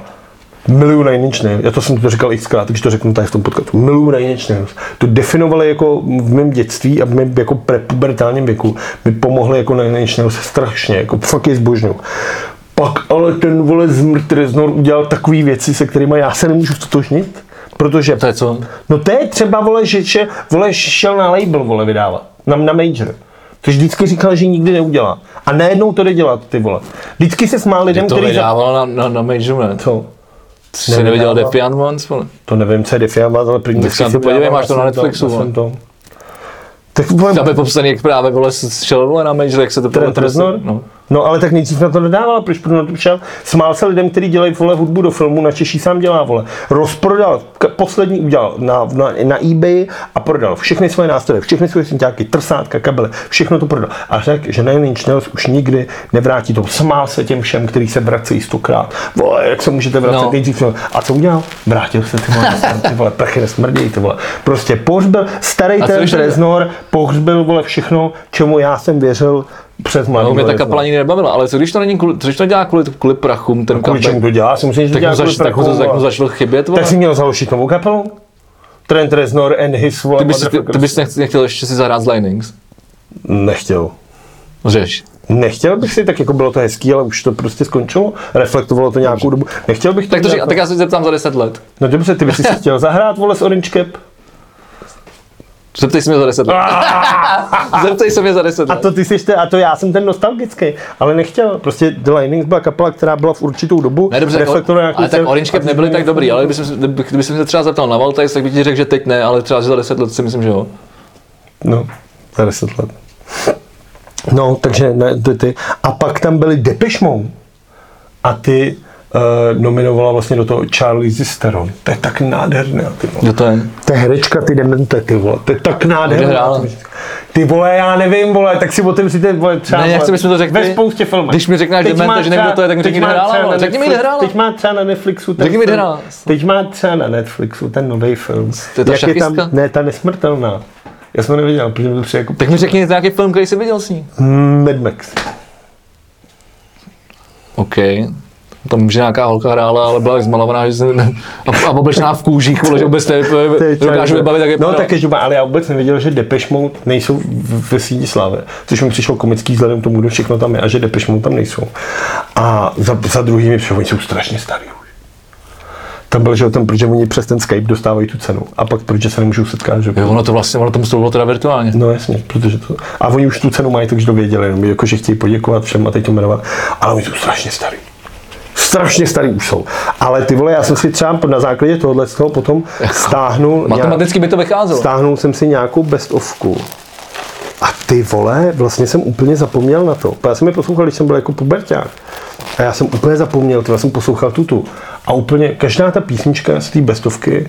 Speaker 2: miluju Nine Inch Nails, já to jsem to říkal xkrát, takže to řeknu tady v tom podcastu, miluju Nine Inch Nails. To definovali jako v mém dětství a v mém jako prepubertálním věku. Mi pomohli jako Nine Inch Nails strašně, jako fakt je zbožňuju. Pak ale ten vole Zmrt Reznor udělal takové věci, se kterými já se nemůžu stotožnit, protože
Speaker 1: To je co?
Speaker 2: No to je třeba, vole, že, že vole, šel na label, vole, vydávat. Na, na major. Což vždycky říkal, že nikdy neudělá. A najednou to jde dělat, ty vole. Vždycky se smál lidem,
Speaker 1: To
Speaker 2: který... Za...
Speaker 1: vydával na, na, na Majoru, ne? To
Speaker 2: Co?
Speaker 1: jsi neviděl
Speaker 2: nevydával.
Speaker 1: Defiant Ones, vole.
Speaker 2: To nevím, co je defiovat, ale první
Speaker 1: Tak se na to podívej, máš to na Netflixu, vole.
Speaker 2: Jsem to. Tak vole,
Speaker 1: Tam je popsaný, jak právě vole šel vole na Major, jak se to
Speaker 2: Trent Reznor?
Speaker 1: No.
Speaker 2: No ale tak nejdřív na to nedával, proč pro na to šel? Smál se lidem, kteří dělají vole hudbu do filmu, na Češí sám dělá vole. Rozprodal, k- poslední udělal na, na, na eBay a prodal všechny svoje nástroje, všechny svoje synťáky, trsátka, kabely, všechno to prodal. A řekl, že Nine Inch Nails už nikdy nevrátí to. Smál se těm všem, který se vracejí stokrát. Vole, jak se můžete vracet
Speaker 1: No.
Speaker 2: no. nejdřív? A co udělal? Vrátil se ty vole, na stan, ty vole, prachy nesmrdějí, ty vole. Prostě pohřbil, starý
Speaker 1: A co
Speaker 2: ten
Speaker 1: ještě-
Speaker 2: Reznor pohřbil vole všechno, čemu já jsem věřil před mladým
Speaker 1: No, mě ta
Speaker 2: Reznorem.
Speaker 1: kapela nikdy nebavila, ale co když to, není kvůli, co když to dělá kvůli, kvůli prachům, ten
Speaker 2: Kvůli čemu
Speaker 1: comeback,
Speaker 2: to dělá? Si musím, že
Speaker 1: tak
Speaker 2: dělá
Speaker 1: mu, zač, tak, mu, za- tak mu začalo chybět, vole.
Speaker 2: tak si měl založit novou kapelu? Trent Reznor and his
Speaker 1: Ty
Speaker 2: Wall prostě.
Speaker 1: bys, ty, ty bys nechtěl, nechtěl ještě si zahrát z Linings?
Speaker 2: Nechtěl.
Speaker 1: Řeš.
Speaker 2: Nechtěl bych si, tak jako bylo to hezký, ale už to prostě skončilo, reflektovalo to nějakou dobu. Nechtěl bych to
Speaker 1: Tak to
Speaker 2: dělat,
Speaker 1: říká,
Speaker 2: no.
Speaker 1: tak já se zeptám za 10 let.
Speaker 2: No dobře, ty bys si chtěl zahrát, vole, s Orange Cap.
Speaker 1: Zeptej se mě za 10 let. Zeptej se mě za 10
Speaker 2: A
Speaker 1: let.
Speaker 2: to ty jsi, te, a to já jsem ten nostalgický, ale nechtěl. Prostě The Linings byla kapela, která byla v určitou dobu,
Speaker 1: Ne, dobře,
Speaker 2: reflektovala nějakou
Speaker 1: ale tak
Speaker 2: cenu-
Speaker 1: Orange Cap
Speaker 2: a-
Speaker 1: nebyly tak dobrý, ale kdybych, kdybych, kdybych se třeba zeptal na Valtajs, tak bych ti řekl, že teď ne, ale třeba že za 10 let si myslím, že jo.
Speaker 2: No, za 10 let. No, takže ne, ty, ty. A pak tam byli Depeche Mode. A ty uh, nominovala vlastně do toho Charlie Zisteron. To je tak nádherné, ty vole.
Speaker 1: Kdo to je?
Speaker 2: To je herečka, ty demente, ty vole. To je tak
Speaker 1: Kde
Speaker 2: nádherné.
Speaker 1: hrála?
Speaker 2: Ty vole, já nevím, vole, tak si otevřite, vole, třeba,
Speaker 1: Ne, já chci,
Speaker 2: vole,
Speaker 1: abychom to řekli.
Speaker 2: Ve spoustě filmů.
Speaker 1: Když mi řekneš demente, že nevím, kdo to je, tak mi řekni, kde hrála, vole. Řekni mi, kde hrála.
Speaker 2: Teď má třeba na Netflixu ten
Speaker 1: Řekni mi, kde
Speaker 2: film.
Speaker 1: hrála.
Speaker 2: Teď má třeba na Netflixu ten nový film.
Speaker 1: To je ta
Speaker 2: Jak tam,
Speaker 1: šachistka?
Speaker 2: Ne, ta nesmrtelná. Já jsem ho neviděl, protože byl přijde jako Hmm,
Speaker 1: Tak mi řekni nějaký film, který jsi viděl s ní.
Speaker 2: Mad Max.
Speaker 1: OK. Tam že nějaká holka hrála, ale byla tak zmalovaná, že se ne... a, a oblečená v kůži, kvůli, že vůbec ne, dokážu vybavit, jak je
Speaker 2: No
Speaker 1: vypadala.
Speaker 2: tak je žuba, ale já vůbec nevěděl, že Depeche Mode nejsou v- ve síni slávy, což mi přišlo komický vzhledem k tomu, kdo všechno tam je a že Depeche Mode tam nejsou. A za, za druhý mi přišlo, oni jsou strašně starý už. Tam byl, že jo, ten, protože oni přes ten Skype dostávají tu cenu a pak protože se nemůžou setkat, že
Speaker 1: Jo, ono to vlastně, ono to muselo bylo teda virtuálně.
Speaker 2: No jasně, protože to... A oni už tu cenu mají, takže to věděli, jenom jako, že chtějí poděkovat všem a teď to jmenovat, ale oni jsou strašně starý. Strašně starý už jsou. Ale ty vole, já jsem si třeba na základě tohohle z toho potom stáhnul... nějak-
Speaker 1: Matematicky by to vycházelo.
Speaker 2: Stáhnul jsem si nějakou best ofku. A ty vole, vlastně jsem úplně zapomněl na to. Já jsem je poslouchal, když jsem byl jako puberták. A já jsem úplně zapomněl, ty, já jsem poslouchal tutu. A úplně každá ta písnička z té bestovky,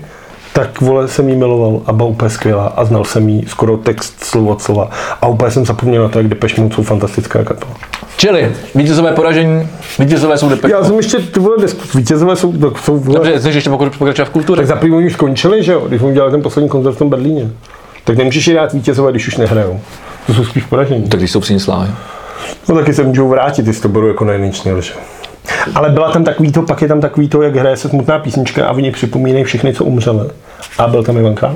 Speaker 2: tak vole jsem jí miloval a byla úplně skvělá a znal jsem jí skoro text slovo od slova. A úplně jsem zapomněl na to, jak Depeche Mode jsou fantastická kapela.
Speaker 1: Čili, vítězové poražení, vítězové jsou depe.
Speaker 2: Já jsem ještě, ty vole, disku- vítězové jsou, tak jsou vole,
Speaker 1: Dobře, chceš ještě pokra- pokračovat v kultuře.
Speaker 2: tak za první už skončili, že jo, když jsme udělali ten poslední koncert v tom Berlíně. Tak nemůžeš je dát vítězové, když už nehrajou. To jsou spíš poražení.
Speaker 1: Tak když jsou příjemní slávy.
Speaker 2: No taky se můžou vrátit, jestli to budou jako nejmenší lže. Ale byla tam takový to, pak je tam takový to, jak hraje se smutná písnička a oni připomínají všechny, co umřeli. A byl tam Ivan Král,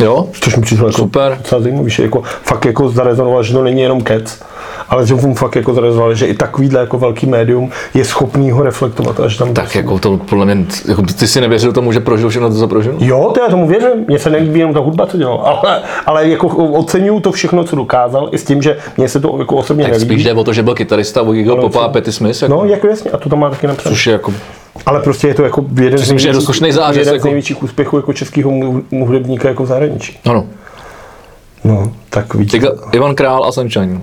Speaker 1: Jo?
Speaker 2: což mi přišlo jako
Speaker 1: Super.
Speaker 2: docela zajímavý, že jako fakt jako zarezonoval, že to není jenom kec, ale že mu fakt jako zarezonoval, že i takovýhle jako velký médium je schopný ho reflektovat. Až tam vlastně-
Speaker 1: Tak jako to podle mě, jako ty si nevěřil tomu, že prožil všechno to, co prožil?
Speaker 2: Jo, to já tomu věřím. Mně se nelíbí jenom ta hudba, co dělal, ale, ale jako oceňuju to všechno, co dokázal, i s tím, že mně se to jako osobně
Speaker 1: Tak
Speaker 2: nelíbí.
Speaker 1: spíš jde o to, že byl kytarista Wiggle Popa a
Speaker 2: co?
Speaker 1: Petty Smith, jako,
Speaker 2: No, jako jasně, a to tam má taky napsané.
Speaker 1: což je jako,
Speaker 2: Ale prostě je to jako jeden z
Speaker 1: Myslím, že je
Speaker 2: největších,
Speaker 1: rozkošnej zářez,
Speaker 2: jeden z
Speaker 1: jako.
Speaker 2: největších úspěchů jako českého mu- mu- hudebníka jako v zahraničí.
Speaker 1: ano.
Speaker 2: No, tak vidíte,
Speaker 1: Tyka, Ivan Král a Sunshine.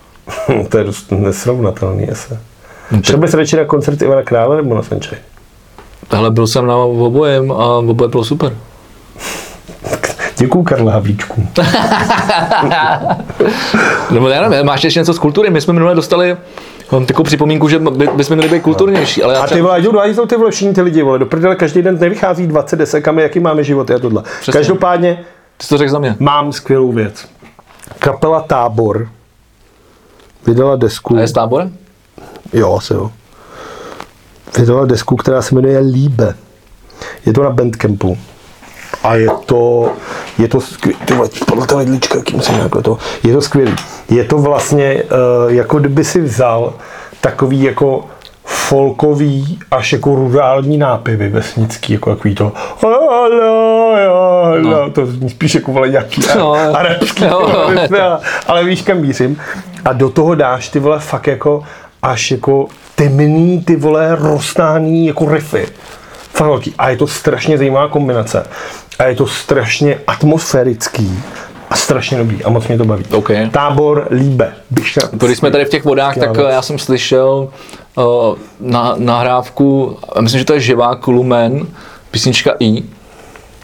Speaker 2: to je dost nesrovnatelný
Speaker 1: No,
Speaker 2: asi. Šel bys radši na koncert Ivana Krále nebo na Sančej?
Speaker 1: Tahle byl jsem na obojem a oboje bylo super.
Speaker 2: Děkuju Karla Havlíčku.
Speaker 1: Nebo já nevím, máš ještě něco z kultury? My jsme minule dostali hm, takovou připomínku, že by, bychom měli být kulturnější, ale já
Speaker 2: A ty
Speaker 1: třeba,
Speaker 2: vole, jo, jsou ty vole, všichni ty lidi, vole, do prdele, každý den nevychází 20 desek, a my jaký máme život a tohle. Každopádně
Speaker 1: ty jsi to řekl za mě.
Speaker 2: mám skvělou věc. Kapela Tábor vydala desku.
Speaker 1: A je s táborem?
Speaker 2: Jo, asi jo. Vydala desku, která se jmenuje Líbe. Je to na Bandcampu. A je to, je to skvělý, podle toho jedlička, jaký musím nějak to, je to skvělý. Je to vlastně, eh, jako kdyby si vzal takový jako folkový až jako rurální nápěvy vesnický, jako takový to no. to zní spíš jako vole nějaký
Speaker 1: No.
Speaker 2: arabský,
Speaker 1: Jo.
Speaker 2: ale, ale víš, kam mířím. A do toho dáš ty vole fakt jako až jako temný ty vole roztáný jako riffy. Fakt velký. A je to strašně zajímavá kombinace. A je to strašně atmosférický a strašně dobrý. A moc mě to baví.
Speaker 1: OK.
Speaker 2: Tábor líbe.
Speaker 1: To, Když jsme tady v těch vodách, tak eh,
Speaker 2: Já
Speaker 1: já, já jsem slyšel uh, na, nahrávku, a myslím, že to je živá Lumen, písnička I,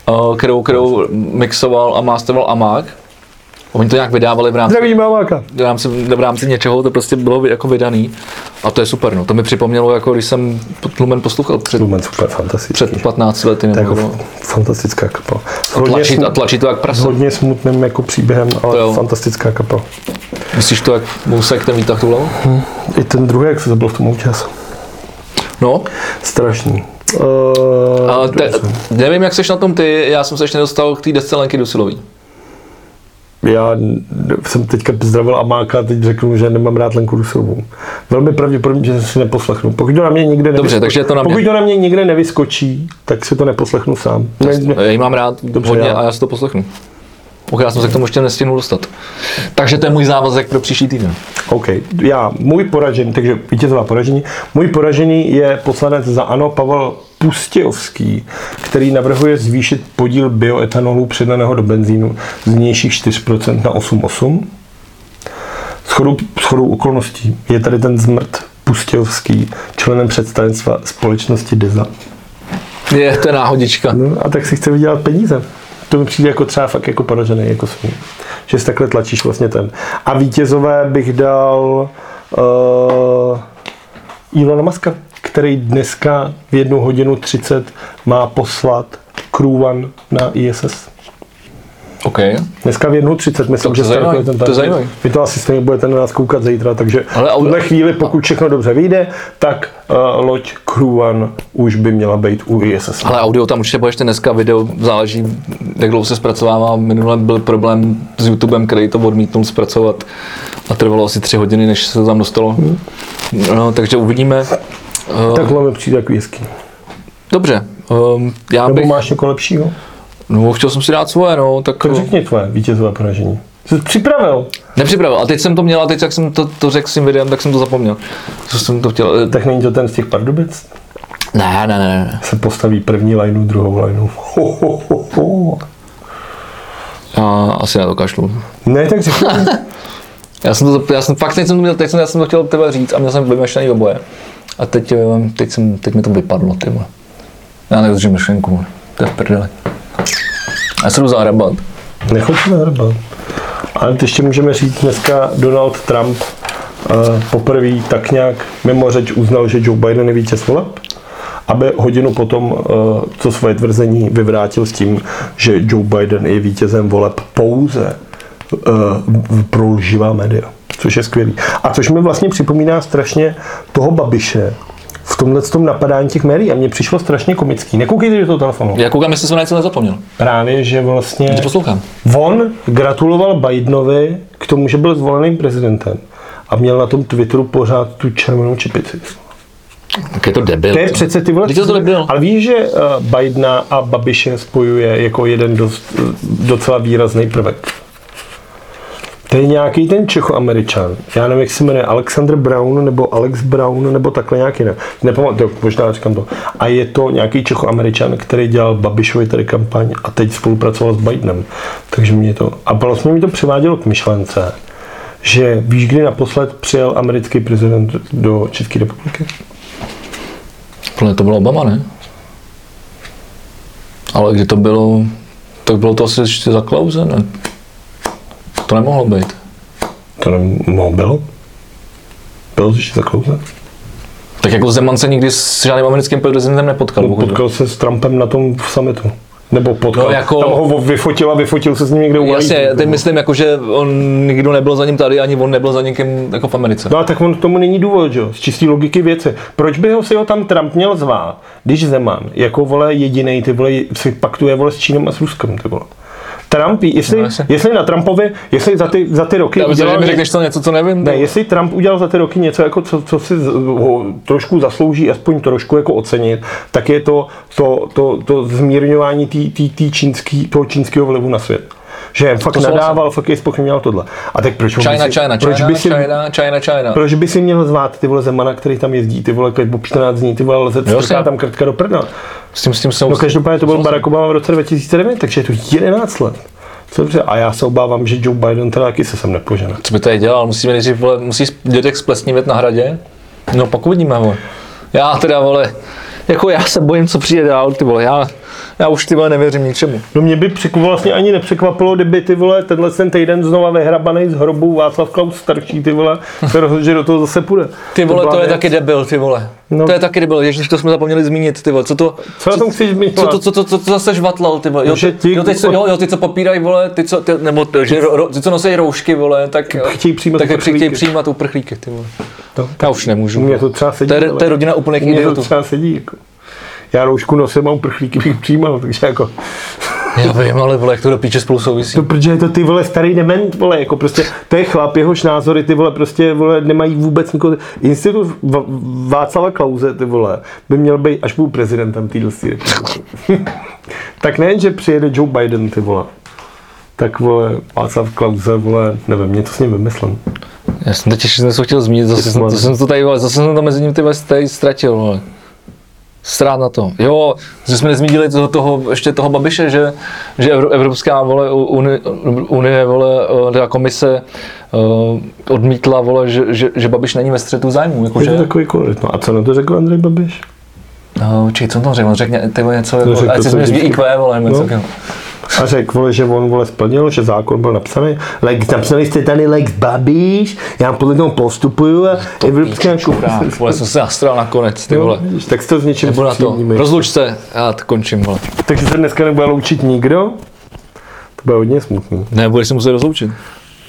Speaker 1: uh, kterou, kterou mixoval a masteroval Amák. Oni to nějak vydávali v rámci,
Speaker 2: Zdravím, Máka.
Speaker 1: v rámci, v rámci něčeho, to prostě bylo vy- jako vydaný. A to je super, no. To mi připomnělo, jako když jsem Lumen poslouchal před,
Speaker 2: Lumen super fantastický.
Speaker 1: před 15 lety.
Speaker 2: To je
Speaker 1: Nebo,
Speaker 2: jako
Speaker 1: no.
Speaker 2: fantastická kapela. S
Speaker 1: a,
Speaker 2: hodně,
Speaker 1: tlačí, a
Speaker 2: smut,
Speaker 1: tlačí to jak
Speaker 2: s
Speaker 1: prasou.
Speaker 2: hodně smutným jako příběhem, ale
Speaker 1: To jo.
Speaker 2: fantastická kapela.
Speaker 1: Myslíš to jak musek ten výtah tu hlavu?
Speaker 2: I ten druhý, jak se zabil v tom účas.
Speaker 1: No,
Speaker 2: Strašný.
Speaker 1: a
Speaker 2: Uh,
Speaker 1: te, nevím, jak seš na tom ty, já jsem se ještě nedostal k té desce Lenky Dusilový.
Speaker 2: Já n- jsem teďka zdravil Amáka a teď řeknu, že nemám rád Lenku Rusovou. Velmi pravděpodobně, že si neposlechnu. Pokud to na mě nikde
Speaker 1: Dobře, takže je to na mě.
Speaker 2: Pokud to na mě nikde nevyskočí, tak si to neposlechnu sám. Ne, ne,
Speaker 1: Já ji mám rád
Speaker 2: Dobře,
Speaker 1: hodně
Speaker 2: já-
Speaker 1: a já si to poslechnu. Ok, já jsem se k tomu ještě nestihnul dostat. Takže to je můj závazek pro příští týden.
Speaker 2: OK, já, můj poražený, takže vítězová poražení, můj poražený je poslanec za ANO Pavel Pustějovský, který navrhuje zvýšit podíl bioetanolu přidaného do benzínu z nějších 4% na 8,8. Schodou, schodou okolností je tady ten zmrt Pustějovský, členem představenstva společnosti DEZA.
Speaker 1: Je, to je náhodička.
Speaker 2: No, a tak si chce vydělat peníze. To mi přijde jako třeba fakt jako poražený, jako svůj. Že si takhle tlačíš vlastně ten. A vítězové bych dal uh, Ilona Maska, který dneska v jednu hodinu 30 má poslat Crew One na ISS.
Speaker 1: OK.
Speaker 2: Dneska v jednu 30, myslím,
Speaker 1: To-
Speaker 2: že
Speaker 1: to
Speaker 2: jste
Speaker 1: zajímavý,
Speaker 2: takový
Speaker 1: to
Speaker 2: target.
Speaker 1: zajímavý.
Speaker 2: Vy to asi stejně budete na nás koukat zítra, takže
Speaker 1: Ale-
Speaker 2: Ale, v tuhle chvíli, pokud všechno dobře vyjde, tak uh, loď Crew One už by měla být u ISS.
Speaker 1: Ale audio tam určitě bude ještě dneska, video záleží, jak dlouho se zpracovává. Minule byl problém s YouTubem, který to odmítnul zpracovat a trvalo asi tři hodiny, než se to tam dostalo.
Speaker 2: Mhm.
Speaker 1: No, takže uvidíme. Eh,
Speaker 2: Takhle mi přijde jako hezký.
Speaker 1: Dobře, ehm, já
Speaker 2: Nebo
Speaker 1: bych,
Speaker 2: máš někoho lepšího?
Speaker 1: no chtěl jsem si dát svoje, no, tak
Speaker 2: Tak řekni tvoje vítězové poražení. Jsi připravil?
Speaker 1: nepřipravil. A teď jsem to měl, a teď jak jsem to, to řekl s tím videem, tak jsem to zapomněl. Co jsem to chtěl? eh,
Speaker 2: Tak není to ten z těch Pardubic?
Speaker 1: Ne, ne, ne, ne.
Speaker 2: Se postaví první lineu, druhou lineu. Ho, ho, ho, ho.
Speaker 1: A asi na to kašlu.
Speaker 2: Ne, tak řekni.
Speaker 1: Já jsem to, zap- já jsem fakt teď jsem to měl, teď jsem, já jsem to chtěl tebe říct a měl jsem vymyšlený oboje. A teď, eh, teď, jsem, teď mi to vypadlo, ty vole. Já nevydržím myšlenku, vole. to je v prdeli. Já se jdu zahrabat.
Speaker 2: Nechoď na hrba. Ale to ještě můžeme říct dneska Donald Trump eh, poprvé tak nějak mimo řeč uznal, že Joe Biden je vítěz voleb, aby hodinu potom eh, to svoje tvrzení vyvrátil s tím, že Joe Biden je vítězem voleb pouze eh, v- pro živá média, což je skvělý. A což mi vlastně připomíná strašně toho Babiše v tomhle tom napadání těch médií a mně přišlo strašně komický. Nekoukejte do toho telefonu.
Speaker 1: Já koukám, jestli jsem na něco nezapomněl.
Speaker 2: Právě, že vlastně...
Speaker 1: Tě poslouchám.
Speaker 2: On gratuloval Bidenovi k tomu, že byl zvoleným prezidentem a měl na tom Twitteru pořád tu červenou čepici.
Speaker 1: Tak je to debil.
Speaker 2: To je
Speaker 1: co?
Speaker 2: přece ty vole...
Speaker 1: Vždyť to debil.
Speaker 2: Ale víš, že eh, Bidena a Babiše spojuje jako jeden dost, eh, docela výrazný prvek. To je nějaký ten Čechoameričan. Já nevím, jak se jmenuje. Alexander Brown nebo Alex Brown nebo takhle nějak jinak. Nepamatuju, možná říkám to. A je to nějaký Čechoameričan, který dělal Babišovi tady kampaň a teď spolupracoval s Bidenem. Takže mě to... A vlastně mi to přivádělo k myšlence, že víš, kdy naposled přijel americký prezident do České republiky?
Speaker 1: Podle mě to bylo Obama, ne? Ale kdy to bylo, tak bylo to asi ještě za Klause, ne? To nemohlo být.
Speaker 2: To nemohlo bylo? Byl jsi ještě za klouze?
Speaker 1: Tak jako Zeman se nikdy s žádným americkým prezidentem nepotkal.
Speaker 2: No,
Speaker 1: pokud vím.
Speaker 2: potkal se s Trumpem na tom v summitu. Nebo potkal.
Speaker 1: No,
Speaker 2: No,
Speaker 1: jako-
Speaker 2: jako... Tam ho vyfotil a vyfotil se s ním někde u
Speaker 1: Jasně,
Speaker 2: Lidí,
Speaker 1: teď
Speaker 2: no.
Speaker 1: myslím, jako, že on nikdo nebyl za ním tady, ani on nebyl za někým jako v Americe.
Speaker 2: No a tak on k tomu není důvod, že jo? Z čistý logiky věci. Proč by ho si ho tam Trump měl zvát, když Zeman jako vole jediný ty vole si paktuje vole s Čínem a s Ruskem ty vole. Trump, jestli,
Speaker 1: No,
Speaker 2: no,
Speaker 1: jasně.
Speaker 2: jestli na Trumpovi, jestli za ty, za ty roky
Speaker 1: Já myslím, že
Speaker 2: udělal
Speaker 1: mi řekneš to něco, co nevím. no.
Speaker 2: Ne, jestli Trump udělal za ty roky něco, jako co, co si z- ho trošku zaslouží, aspoň trošku jako ocenit, tak je to, to, to, to zmírňování tý, tý, tý čínský, toho čínského vlivu na svět. Že fakt
Speaker 1: souhlasím.
Speaker 2: nadával, fakt je spochybňoval tohle. A tak proč ho by
Speaker 1: China,
Speaker 2: si-
Speaker 1: China,
Speaker 2: proč
Speaker 1: China,
Speaker 2: by si,
Speaker 1: China, China, China.
Speaker 2: proč by si měl zvát ty vole Zemana, který tam jezdí, ty vole po 14 dní, ty vole leze,
Speaker 1: jasně.
Speaker 2: strká tam krtka do prdna.
Speaker 1: S tím, s tím jsem...
Speaker 2: No každopádně to byl
Speaker 1: souhlasím.
Speaker 2: Barack Obama v roce 2009, takže je to 11 let. Co Dobře, a já se obávám, že Joe Biden teda taky se sem nepožene.
Speaker 1: Co by tady dělal? Musíme nejdřív, vole, musí dědek splesnivět na hradě? No pak uvidíme, vole. Já teda, vole, jako já se bojím, co přijde dál, ty vole, já, já už ty vole nevěřím ničemu.
Speaker 2: No mě by překvapilo, vlastně ani nepřekvapilo, kdyby ty vole tenhle ten týden znova vyhrabaný z hrobu Václav Klaus starší ty vole, se rozhodl, že do toho zase půjde.
Speaker 1: Ty vole, to,
Speaker 2: byla
Speaker 1: je
Speaker 2: věc.
Speaker 1: taky debil, ty vole. No.
Speaker 2: No.
Speaker 1: To je taky debil, ježiš, to jsme zapomněli zmínit, ty vole, co to...
Speaker 2: Co na tom chceš mít?
Speaker 1: Co to, co to, co to zase žvatlal, ty vole, jo,
Speaker 2: Že
Speaker 1: ty,
Speaker 2: ti-
Speaker 1: jo, ty, co, jo, jo, ty, co popírají, vole, ty, co, ty, nebo t- že, ro, ro- ty, co nosí roušky, vole, tak,
Speaker 2: Chtějí přijímat
Speaker 1: tak jak
Speaker 2: uprchlíky.
Speaker 1: chtějí přijímat uprchlíky, ty vole.
Speaker 2: To-
Speaker 1: já už nemůžu.
Speaker 2: Mně to třeba sedí.
Speaker 1: To je,
Speaker 2: ale-
Speaker 1: to je rodina úplných
Speaker 2: Mně to
Speaker 1: idiotů.
Speaker 2: třeba sedí. Jako. Já roušku nosím a uprchlíky bych přijímal, takže jako...
Speaker 1: Já vím, ale vole, jak to do píče spolu souvisí.
Speaker 2: To, No, protože je to ty vole starý dement, vole, jako prostě, to je chlap, jehož názory ty vole prostě vole, nemají vůbec nikoho. Institut v- Václava Klauze, ty vole, by měl být, až byl prezidentem téhle síry. tak nejen, že přijede Joe Biden, ty vole, tak vole, Václav Klauze, vole, nevím, něco s ním vymyslím.
Speaker 1: Já jsem teď ještě něco chtěl zmínit, zase, jsem, to jsem to tady, vole, zase jsem to mezi ním ty vole ztratil, vole. Srát na to. Jo, že jsme nezmínili toho, toho, ještě toho Babiše, že, že Evro- Evropská vole, unie, unie vole, eh, teda komise eh, odmítla, vole, že, že, že Babiš není ve střetu zájmů. jako
Speaker 2: Je to
Speaker 1: Jakože,
Speaker 2: takový kolik. No a co na to řekl Andrej Babiš?
Speaker 1: Eh, čekaj, co on tam řekl? On řekl ty vole, něco, jako,
Speaker 2: řekl
Speaker 1: ať
Speaker 2: to,
Speaker 1: si
Speaker 2: co
Speaker 1: změří
Speaker 2: vždycky.
Speaker 1: IQ, vole, nebo
Speaker 2: No.
Speaker 1: něco takového.
Speaker 2: A řekl, vole, že on vole splnil, že zákon byl napsaný. Lex, napsali jste tady Lex Babiš, já podle toho postupuju a to Evropská
Speaker 1: Šuprák, vole, jsem se nastral nakonec, ty
Speaker 2: jako- Jo,
Speaker 1: vole.
Speaker 2: vidíš, Tak to s něčím
Speaker 1: Nebo na to.
Speaker 2: zpříjemníme.
Speaker 1: Rozluč se, já t- končím, vole.
Speaker 2: Takže se dneska nebude loučit nikdo. To bude hodně smutný.
Speaker 1: Ne, budeš se muset rozloučit.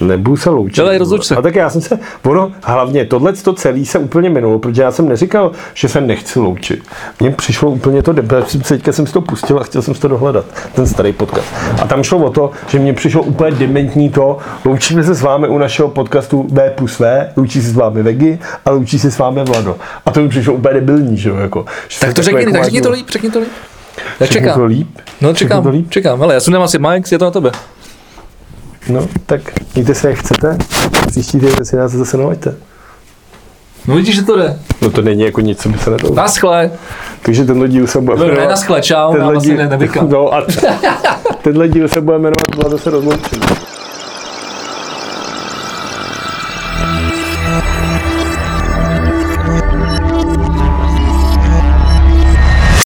Speaker 2: Nebudu se loučit.
Speaker 1: Dělej, rozluč se.
Speaker 2: A tak já jsem se, ono, hlavně tohle to celé se úplně minulo, protože já jsem neříkal, že se nechci loučit. Mně přišlo úplně to, deb- teďka jsem si to pustil a chtěl jsem si to dohledat, ten starý podcast. A tam šlo o to, že mně přišlo úplně dementní to, loučíme se s vámi u našeho podcastu V plus V, loučí se s vámi Vegy a loučí se s vámi Vlado. A to mi přišlo úplně debilní, že jo, jako. že
Speaker 1: Tak
Speaker 2: jsem
Speaker 1: to
Speaker 2: takový
Speaker 1: řekni,
Speaker 2: jako
Speaker 1: tak řekni to
Speaker 2: vážný-
Speaker 1: líp, řekni to líp. Já
Speaker 2: Řeknu to
Speaker 1: čekám.
Speaker 2: líp.
Speaker 1: No
Speaker 2: Řeknu
Speaker 1: čekám,
Speaker 2: to líp.
Speaker 1: čekám. Hele, já sundám asi Mike, je to na tebe.
Speaker 2: No, tak mějte se, jak chcete. Příští týden si nás zase nalaďte.
Speaker 1: No vidíš, že to jde.
Speaker 2: No to není jako nic, co by se
Speaker 1: No.
Speaker 2: nedalo.
Speaker 1: Naschle.
Speaker 2: Takže tenhle díl se bude
Speaker 1: Ne, naschle, čau, nám asi ne, nevykam.
Speaker 2: no a tenhle díl se bude jmenovat Vlada se rozloučí.